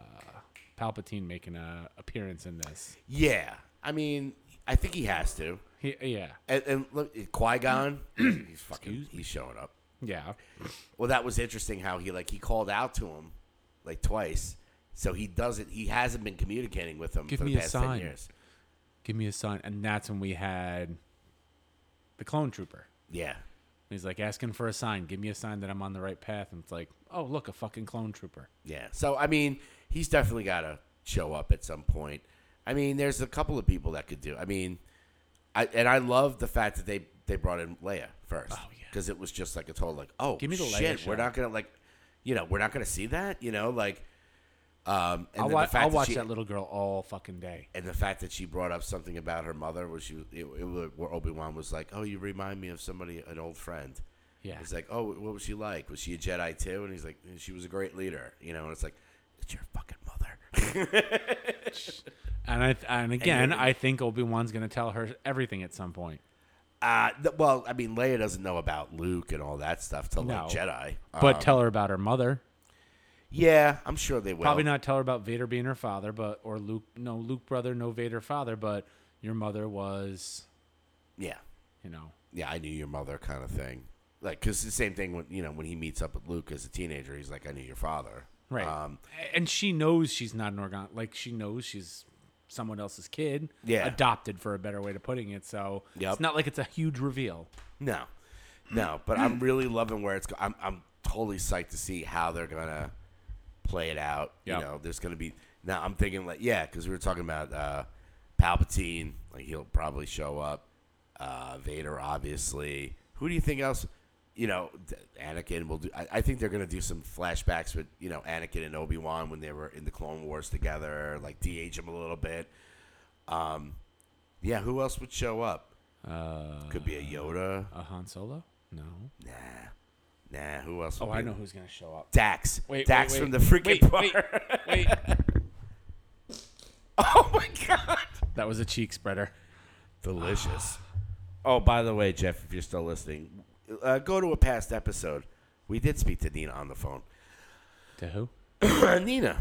[SPEAKER 1] Palpatine making a appearance in this.
[SPEAKER 3] yeah, I mean, I think he has to.
[SPEAKER 1] He, yeah,
[SPEAKER 3] And, and look, Qui Gon, he's fucking, he's showing up.
[SPEAKER 1] yeah.
[SPEAKER 3] Well, that was interesting how he like he called out to him like twice, So he doesn't. He hasn't been communicating with them
[SPEAKER 1] Give
[SPEAKER 3] for the
[SPEAKER 1] me a
[SPEAKER 3] past ten
[SPEAKER 1] sign.
[SPEAKER 3] years.
[SPEAKER 1] Give me a sign. And that's when we had the clone trooper.
[SPEAKER 3] Yeah,
[SPEAKER 1] And he's like asking for a sign. Give me a sign that I'm on the right path. And it's like, oh, look, a fucking clone trooper.
[SPEAKER 3] yeah. So I mean, he's definitely got to show up at some point. I mean, there's a couple of people that could do. I mean, I and I love the fact that they they brought in Leia first because it was just like a total like, oh,
[SPEAKER 1] Oh, Give me the Leia
[SPEAKER 3] shit, we're
[SPEAKER 1] shot.
[SPEAKER 3] not gonna like, you know, we're not gonna see that, you know, like. Um, and
[SPEAKER 1] I'll,
[SPEAKER 3] then
[SPEAKER 1] wa-
[SPEAKER 3] the fact
[SPEAKER 1] I'll
[SPEAKER 3] that
[SPEAKER 1] watch
[SPEAKER 3] she,
[SPEAKER 1] that little girl all fucking day.
[SPEAKER 3] and the fact that she brought up something about her mother, where she it, it, was- where Obi Wan was like, "Oh, you remind me of somebody, an old friend."
[SPEAKER 1] Yeah.
[SPEAKER 3] It's like, "Oh, what was she like? Was she a Jedi too?" And he's like, "She was a great leader," you know. And it's like, "It's your fucking mother."
[SPEAKER 1] And I and again, I think Obi Wan's gonna tell her everything at some point.
[SPEAKER 3] uh, th- well, I mean, Leia doesn't know about Luke and all that stuff till
[SPEAKER 1] No.
[SPEAKER 3] like Jedi,
[SPEAKER 1] But
[SPEAKER 3] Um,
[SPEAKER 1] tell her about her mother.
[SPEAKER 3] yeah, I'm sure they will.
[SPEAKER 1] Probably not tell her about Vader being her father, but or Luke, no Luke brother, no Vader father, but your mother was,
[SPEAKER 3] Yeah,
[SPEAKER 1] you know,
[SPEAKER 3] yeah, I knew your mother kind of thing. Like, cause the same thing when you know when he meets up with Luke as a teenager, he's like, "I knew your father."
[SPEAKER 1] right.
[SPEAKER 3] Um,
[SPEAKER 1] and she knows she's not an organ. Like she knows she's someone else's kid.
[SPEAKER 3] Yeah.
[SPEAKER 1] Adopted for a better way to putting it. So
[SPEAKER 3] Yep.
[SPEAKER 1] it's not like it's a huge reveal.
[SPEAKER 3] No, no. But I'm really loving where it's. Go- I'm I'm totally psyched to see how they're gonna play it out.
[SPEAKER 1] Yep.
[SPEAKER 3] You know, there's gonna be. Now I'm thinking like yeah, because we were talking about uh, Palpatine. Like he'll probably show up. Uh, Vader, obviously. Who do you think else? You know, d- Anakin will do. I, I think they're gonna do some flashbacks with you know Anakin and Obi Wan when they were in the Clone Wars together. Like de-age him a little bit. Um, yeah. Who else would show up?
[SPEAKER 1] Uh,
[SPEAKER 3] Could be a Yoda.
[SPEAKER 1] a Han Solo? No.
[SPEAKER 3] Nah, nah. Who else?
[SPEAKER 1] Oh,
[SPEAKER 3] would
[SPEAKER 1] I
[SPEAKER 3] be-
[SPEAKER 1] know who's gonna show up.
[SPEAKER 3] Dax.
[SPEAKER 1] Wait,
[SPEAKER 3] Dax
[SPEAKER 1] wait,
[SPEAKER 3] from the
[SPEAKER 1] wait.
[SPEAKER 3] freaking
[SPEAKER 1] Wait,
[SPEAKER 3] bar.
[SPEAKER 1] wait, Wait,
[SPEAKER 3] Oh my god.
[SPEAKER 1] that was a cheek spreader.
[SPEAKER 3] Delicious. oh, by the way, Jeff, if you're still listening, uh, go to a past episode. We did speak to Nina on the phone.
[SPEAKER 1] To who?
[SPEAKER 3] Nina.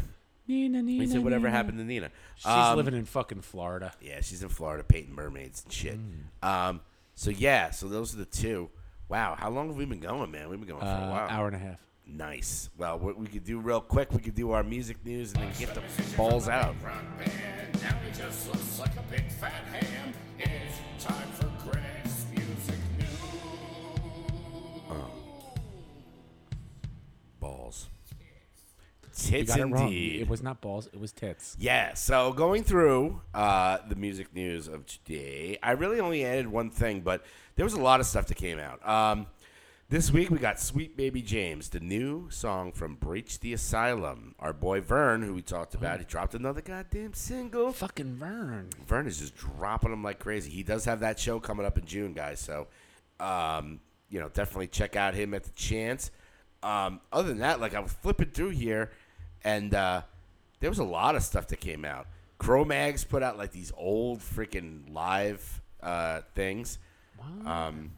[SPEAKER 1] Nina, Nina.
[SPEAKER 3] We said whatever happened Um, to Nina. Uh,
[SPEAKER 1] She's living in fucking Florida.
[SPEAKER 3] Yeah, she's in Florida painting mermaids and shit. Um, so yeah, so those are the two. Wow, how long have we been going, man? We've been going for
[SPEAKER 1] Uh,
[SPEAKER 3] a while.
[SPEAKER 1] Hour and a half.
[SPEAKER 3] Nice. Well, what we could do real quick, we could do our music news and then get the balls out.
[SPEAKER 1] Oh.
[SPEAKER 3] Balls.
[SPEAKER 1] You
[SPEAKER 3] Tits
[SPEAKER 1] got it wrong.
[SPEAKER 3] indeed.
[SPEAKER 1] It was not balls. It was tits.
[SPEAKER 3] Yeah, so going through uh, the music news of today, I really only added one thing, but there was a lot of stuff that came out. Um, this week we got Sweet Baby James, the new song from Breach the Asylum. Our boy Vern, who we talked about, he dropped another goddamn single.
[SPEAKER 1] Fucking Vern.
[SPEAKER 3] Vern is just dropping them like crazy. He does have that show coming up in June, guys. So, um, you know, definitely check out him at the chance. Um, other than that, like I was flipping through here, and uh, there was a lot of stuff that came out. Cro-Mags put out like these old freaking live uh, things. Um,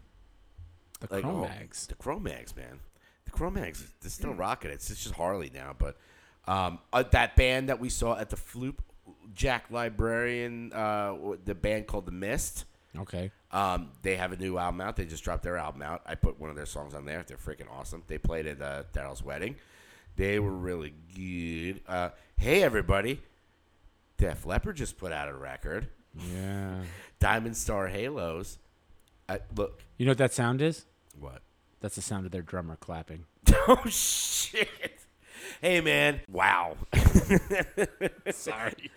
[SPEAKER 1] The
[SPEAKER 3] like, oh,
[SPEAKER 1] Chromags.
[SPEAKER 3] the Chromags, man. The Chromags, they're still rocking it. It's just Harley now, but um, uh, that band that we saw at the Floop Jack Librarian, uh, w- the band called The Mist.
[SPEAKER 1] Okay.
[SPEAKER 3] Um, they have a new album out. They just dropped their album out. I put one of their songs on there. They're freaking awesome. They played at uh, Daryl's wedding. They were really good. Uh, hey everybody, Def Leppard just put out a record,
[SPEAKER 1] Yeah.
[SPEAKER 3] Diamond Star Halos. I, look,
[SPEAKER 1] You know what that sound is?
[SPEAKER 3] what?
[SPEAKER 1] That's the sound of their drummer clapping.
[SPEAKER 3] Oh shit. Hey man. Wow. Sorry.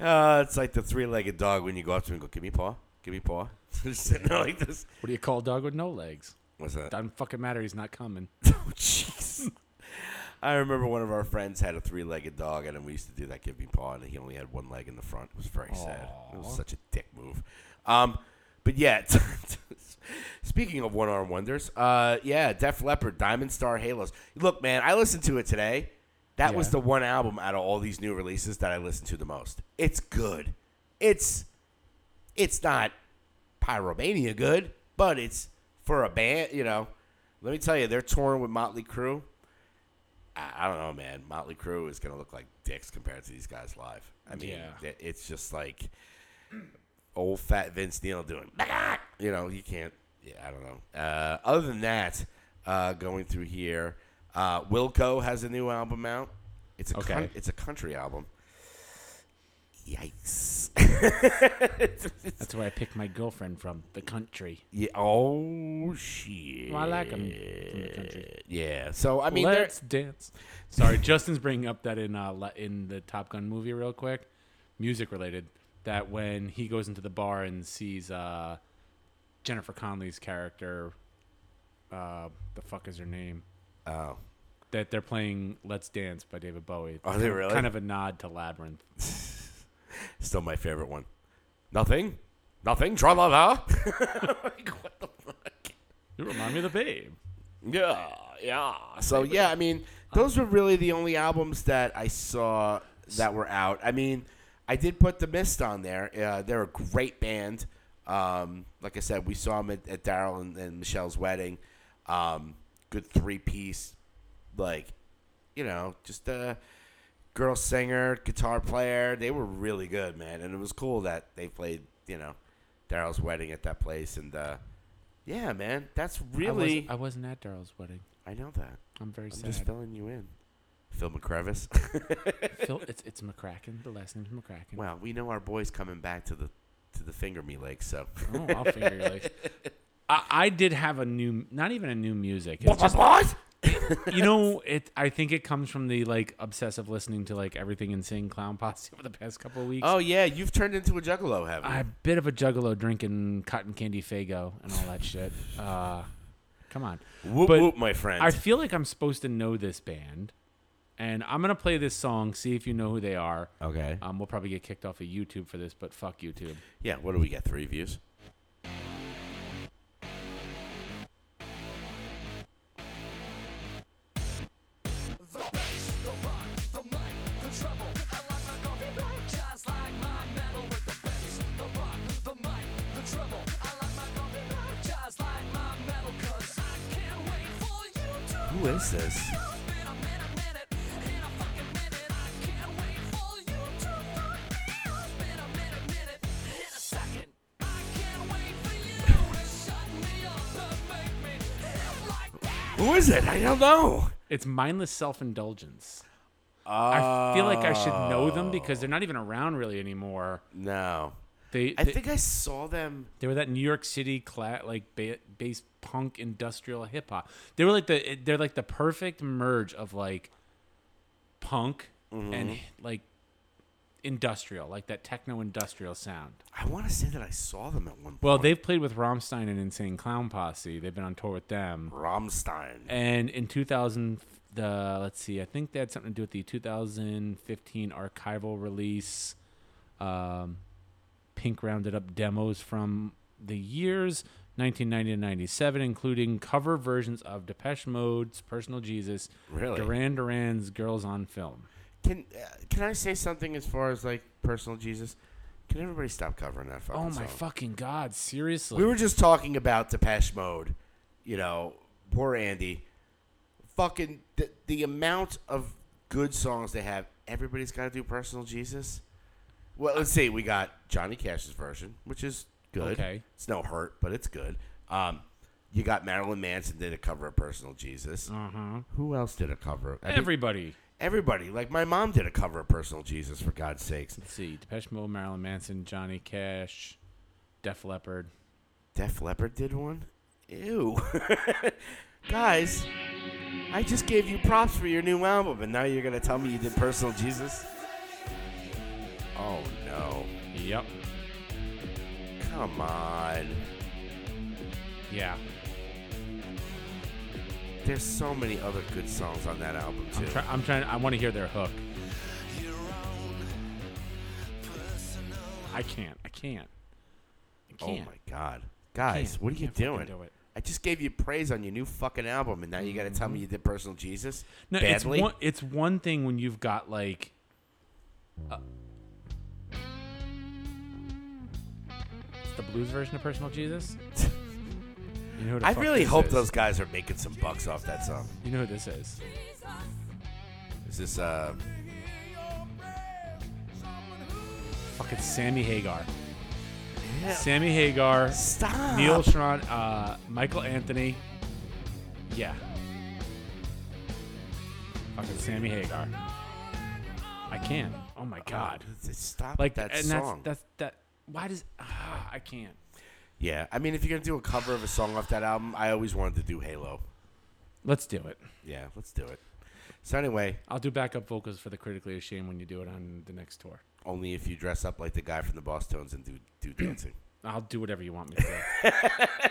[SPEAKER 3] Uh, it's like the three-legged dog when you go up to him and go, "Give me paw, give me paw." Just sitting there like this.
[SPEAKER 1] What do you call a dog with no legs?
[SPEAKER 3] What's that?
[SPEAKER 1] Doesn't fucking matter. He's not coming.
[SPEAKER 3] Oh, jeez. I remember one of our friends had a three-legged dog, and we used to do that give me paw, and he only had one leg in the front. It was very sad. It was such a dick move. Um, but yeah, t- t- speaking of one-arm wonders, uh, yeah, Def Leppard, Diamond Star Halos. Look, man, I listened to it today. That was
[SPEAKER 1] Yeah.
[SPEAKER 3] the one album out of all these new releases that I listened to the most. It's good. It's it's not Pyromania good, but it's for a band, you know. Let me tell you, they're touring with Motley Crue. I, I don't know, man. Motley Crue is going to look like dicks compared to these guys live. I mean,
[SPEAKER 1] Yeah.
[SPEAKER 3] th- it's just like old fat Vince Neil doing, "Bah!" you know, you can't, yeah, I don't know. Uh, other than that, uh, going through here, uh, Wilco has a new album out. It's a
[SPEAKER 1] Okay.
[SPEAKER 3] coun- it's a country album. Yikes!
[SPEAKER 2] That's where I picked my girlfriend from, the country.
[SPEAKER 3] yeah, oh shit!
[SPEAKER 2] Well, I like 'em from the country.
[SPEAKER 3] Yeah. So I mean, there-
[SPEAKER 1] Let's dance. Sorry, Justin's bringing up that in uh, le- in the Top Gun movie, real quick, music related. That when he goes into the bar and sees uh, Jennifer Conley's character, uh, the fuck is her name?
[SPEAKER 3] oh,
[SPEAKER 1] That they're playing "Let's Dance" by David Bowie.
[SPEAKER 3] Are they really?
[SPEAKER 1] kind of a nod to Labyrinth?
[SPEAKER 3] still my favorite one. Nothing, nothing. Tra la la.
[SPEAKER 1] You remind me of the Babe.
[SPEAKER 3] Yeah, yeah. So yeah, I mean, those were really the only albums that I saw that were out. I mean, I did put the Mist on there. Uh, they're a great band. Um, like I said, we saw them at, at Daryl and, and Michelle's wedding. Um, good three piece, like you know, just a girl singer, guitar player. They were really good, man, and it was cool that they played. You know, Daryl's wedding at that place, and uh, yeah, man, that's really
[SPEAKER 1] I, was, not at Daryl's wedding.
[SPEAKER 3] I know that.
[SPEAKER 1] I'm very
[SPEAKER 3] I'm
[SPEAKER 1] sad.
[SPEAKER 3] just filling you in. Phil McCrevis.
[SPEAKER 1] Phil, it's it's McCracken. The last name's McCracken.
[SPEAKER 3] well, we know our boy's coming back to the to the Finger Me Lake, so
[SPEAKER 1] Oh, I'll figure your legs. I, I did have a new, not even a new music. It's just, you know, it. I think it comes from the like obsessive listening to like everything insane clown posse over the past couple of weeks.
[SPEAKER 3] Oh yeah, you've turned into a juggalo, haven't you?
[SPEAKER 1] I'm a bit of a juggalo drinking cotton candy fago and all that shit. Uh, come on.
[SPEAKER 3] whoop
[SPEAKER 1] but
[SPEAKER 3] whoop, my friend.
[SPEAKER 1] I feel like I'm supposed to know this band, and I'm gonna play this song. See if you know who they are.
[SPEAKER 3] okay.
[SPEAKER 1] Um, we'll probably get kicked off of YouTube for this, but fuck YouTube.
[SPEAKER 3] yeah. What do we get? Three views. Who is this? Who is it? I don't know.
[SPEAKER 1] It's mindless self indulgence. I feel like I
[SPEAKER 3] Uh,
[SPEAKER 1] should know
[SPEAKER 3] Oh.
[SPEAKER 1] them because they're not even around really anymore.
[SPEAKER 3] No.
[SPEAKER 1] They
[SPEAKER 3] I
[SPEAKER 1] they,
[SPEAKER 3] think I saw them.
[SPEAKER 1] they were that New York City cla- like ba- bass punk industrial hip hop. They were like the they're like the perfect merge of like punk
[SPEAKER 3] Mm-hmm.
[SPEAKER 1] and like industrial, like that techno industrial sound.
[SPEAKER 3] I want to say that I saw them at one point.
[SPEAKER 1] Well, they've played with Rammstein and Insane Clown Posse. They've been on tour with them.
[SPEAKER 3] Rammstein.
[SPEAKER 1] And in 2000, the let's see, I think that had something to do with the 2015 archival release. Um, Pink rounded up demos from the years 1990 to 97, including cover versions of Depeche Mode's "Personal Jesus,"
[SPEAKER 3] Really?
[SPEAKER 1] Duran Duran's "Girls on Film."
[SPEAKER 3] Can uh, can I say something as far as like personal Jesus? Can everybody stop covering that fucking
[SPEAKER 1] Oh my
[SPEAKER 3] song?
[SPEAKER 1] fucking god! Seriously,
[SPEAKER 3] We were just talking about Depeche Mode. You know, poor Andy. Fucking the, the amount of good songs they have. Everybody's got to do personal Jesus. Well, let's see. We got Johnny Cash's version, which is good.
[SPEAKER 1] Okay.
[SPEAKER 3] It's no hurt, but it's good. Um, you got Marilyn Manson did a cover of Personal Jesus. Uh-huh. Who else did a cover? of- I think
[SPEAKER 1] everybody.
[SPEAKER 3] everybody. Like my mom did a cover of Personal Jesus for God's sakes.
[SPEAKER 1] Let's see: Depeche Mode, Marilyn Manson, Johnny Cash, Def Leppard.
[SPEAKER 3] Def Leppard did one? Ew. Guys, I just gave you props for your new album, and now you're going to tell me you did Personal Jesus? Oh, no.
[SPEAKER 1] Yep.
[SPEAKER 3] Come on.
[SPEAKER 1] Yeah.
[SPEAKER 3] There's so many other good songs on that album, too.
[SPEAKER 1] I'm, try- I'm trying. I want to hear their hook. I can't. I can't. I
[SPEAKER 3] oh,
[SPEAKER 1] can't.
[SPEAKER 3] my God. Guys,
[SPEAKER 1] Can't.
[SPEAKER 3] what are you
[SPEAKER 1] Can't fucking
[SPEAKER 3] doing?
[SPEAKER 1] do it.
[SPEAKER 3] I just gave you praise on your new fucking album, and now you got to
[SPEAKER 1] Mm-hmm.
[SPEAKER 3] tell me you did Personal Jesus?
[SPEAKER 1] No,
[SPEAKER 3] badly?
[SPEAKER 1] it's one. It's one thing when you've got like. uh, a- It's the blues version of Personal Jesus. You know who the
[SPEAKER 3] I
[SPEAKER 1] fuck
[SPEAKER 3] really
[SPEAKER 1] this
[SPEAKER 3] hope
[SPEAKER 1] is.
[SPEAKER 3] those guys are making some bucks off that song.
[SPEAKER 1] You know who this is?
[SPEAKER 3] Is this, uh,
[SPEAKER 1] Fucking Sammy Hagar. Sammy Hagar.
[SPEAKER 3] stop.
[SPEAKER 1] Neil Sharon, uh, Michael Anthony. Yeah. Fucking Sammy Hagar. I can. Oh my god.
[SPEAKER 3] Stop
[SPEAKER 1] Like
[SPEAKER 3] that
[SPEAKER 1] and
[SPEAKER 3] song.
[SPEAKER 1] That's, that's that. Why does ah, I can't?
[SPEAKER 3] yeah, I mean, if you're gonna do a cover of a song off that album, I always wanted to do Halo.
[SPEAKER 1] Let's do it.
[SPEAKER 3] Yeah, let's do it. So anyway,
[SPEAKER 1] I'll do backup vocals for the critically ashamed when you do it on the next tour.
[SPEAKER 3] only if you dress up like the guy from the Boss Tones and do do dancing.
[SPEAKER 1] I'll do whatever you want me to. do.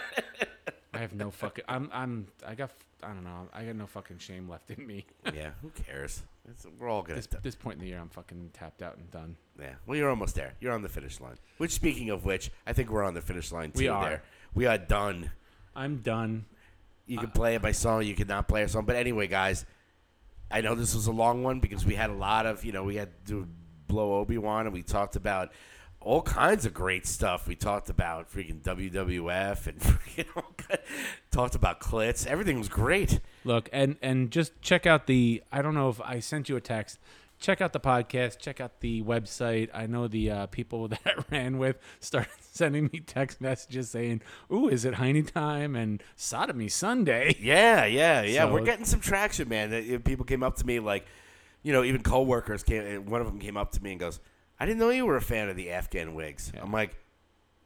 [SPEAKER 1] I have no fucking. I'm. I'm. I got. I don't know. I got no fucking shame left in me.
[SPEAKER 3] yeah, who cares? It's, we're all gonna.
[SPEAKER 1] This,
[SPEAKER 3] do-
[SPEAKER 1] this point in the year, I'm fucking tapped out and done.
[SPEAKER 3] yeah, well, you're almost there. You're on the finish line. Which, speaking of which, I think we're on the finish line too.
[SPEAKER 1] We are.
[SPEAKER 3] There, we are done.
[SPEAKER 1] I'm done.
[SPEAKER 3] You can play it by song. You can not play a song. But anyway, guys, I know this was a long one because we had a lot of you know we had to blow Obi Wan and we talked about all kinds of great stuff. We talked about freaking WWF and freaking all kind- talked about clits. Everything was great.
[SPEAKER 1] Look, and and just check out the. I don't know if I sent you a text. Check out the podcast. Check out the website. I know the uh, people that I ran with started sending me text messages saying, "Ooh, is it Heine time?" and "Sodomy Sunday."
[SPEAKER 3] Yeah, yeah, yeah.
[SPEAKER 1] So-
[SPEAKER 3] We're getting some traction, man. Uh, uh, People came up to me like, you know, even coworkers came. uh, One of them came up to me and goes, "I didn't know you were a fan of the Afghan wigs." I'm like,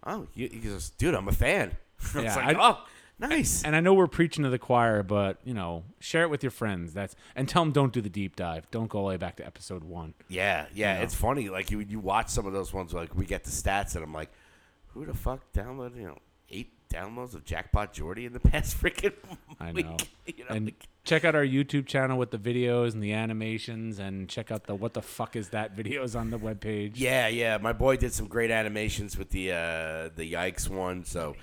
[SPEAKER 3] "Oh," you, he goes, "Dude, I'm a fan." I was
[SPEAKER 1] Yeah,
[SPEAKER 3] like,
[SPEAKER 1] I-
[SPEAKER 3] "Oh, nice."
[SPEAKER 1] And I know we're preaching to the choir, but you know, share it with your friends. That's and tell them don't do the deep dive. Don't go all the way back to episode one.
[SPEAKER 3] yeah, yeah. It's funny. Like you, you watch some of those ones. Like we get the stats, and I'm like, "Who the fuck downloaded you know eight downloads of Jackpot Jordy in the past freaking
[SPEAKER 1] I
[SPEAKER 3] week?"
[SPEAKER 1] know.
[SPEAKER 3] You know,
[SPEAKER 1] And
[SPEAKER 3] like-
[SPEAKER 1] check out our YouTube channel with the videos and the animations, and check out the what the fuck is that videos on the webpage.
[SPEAKER 3] Yeah, yeah. My boy did some great animations with the uh, the yikes one, so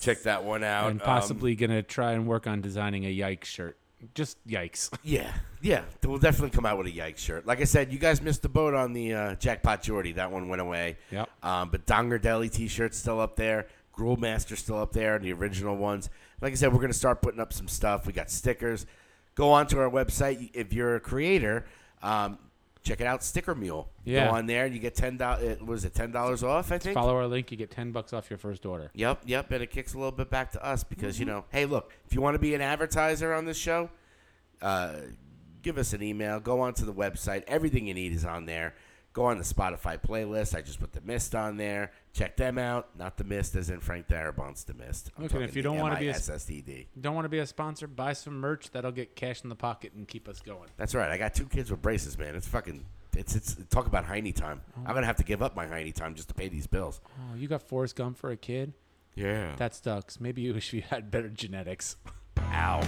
[SPEAKER 3] check that one out.
[SPEAKER 1] and
[SPEAKER 3] Um,
[SPEAKER 1] possibly gonna try and work on designing a yikes shirt. Just yikes.
[SPEAKER 3] yeah, yeah. We'll definitely come out with a yikes shirt. Like I said, you guys missed the boat on the uh, jackpot Jordy. That one went away.
[SPEAKER 1] Yep.
[SPEAKER 3] Um, but Donger Deli T-shirt's still up there. Gruel Master's still up there. The original ones. Like I said, we're gonna start putting up some stuff. We got stickers. Go onto our website if you're a creator. Um, check it out, Sticker Mule.
[SPEAKER 1] Yeah.
[SPEAKER 3] Go on there and you get ten dollars. Was it ten dollars off? I think.
[SPEAKER 1] Follow our link, you get ten bucks off your first order.
[SPEAKER 3] Yep, yep, and it kicks a little bit back to us because
[SPEAKER 1] Mm-hmm.
[SPEAKER 3] you know, hey, look, if you want to be an advertiser on this show, uh, give us an email. Go onto the website; everything you need is on there. Go on the Spotify playlist. I just put the Mist on there. Check them out. Not the Mist, as in Frank Darabont's the Mist. I'm
[SPEAKER 1] Look, and if you don't wanna be a s-
[SPEAKER 3] SSDD,
[SPEAKER 1] Don't want to be a sponsor? Buy some merch that'll get cash in the pocket and keep us going.
[SPEAKER 3] that's right. I got two kids with braces, man. It's fucking. It's it's talk about Heine time. I'm gonna have to give up my Heine time just to pay these bills.
[SPEAKER 1] Oh, you got Forrest Gump for a kid?
[SPEAKER 8] Yeah.
[SPEAKER 1] That sucks. Maybe you wish you had better genetics.
[SPEAKER 3] Ow.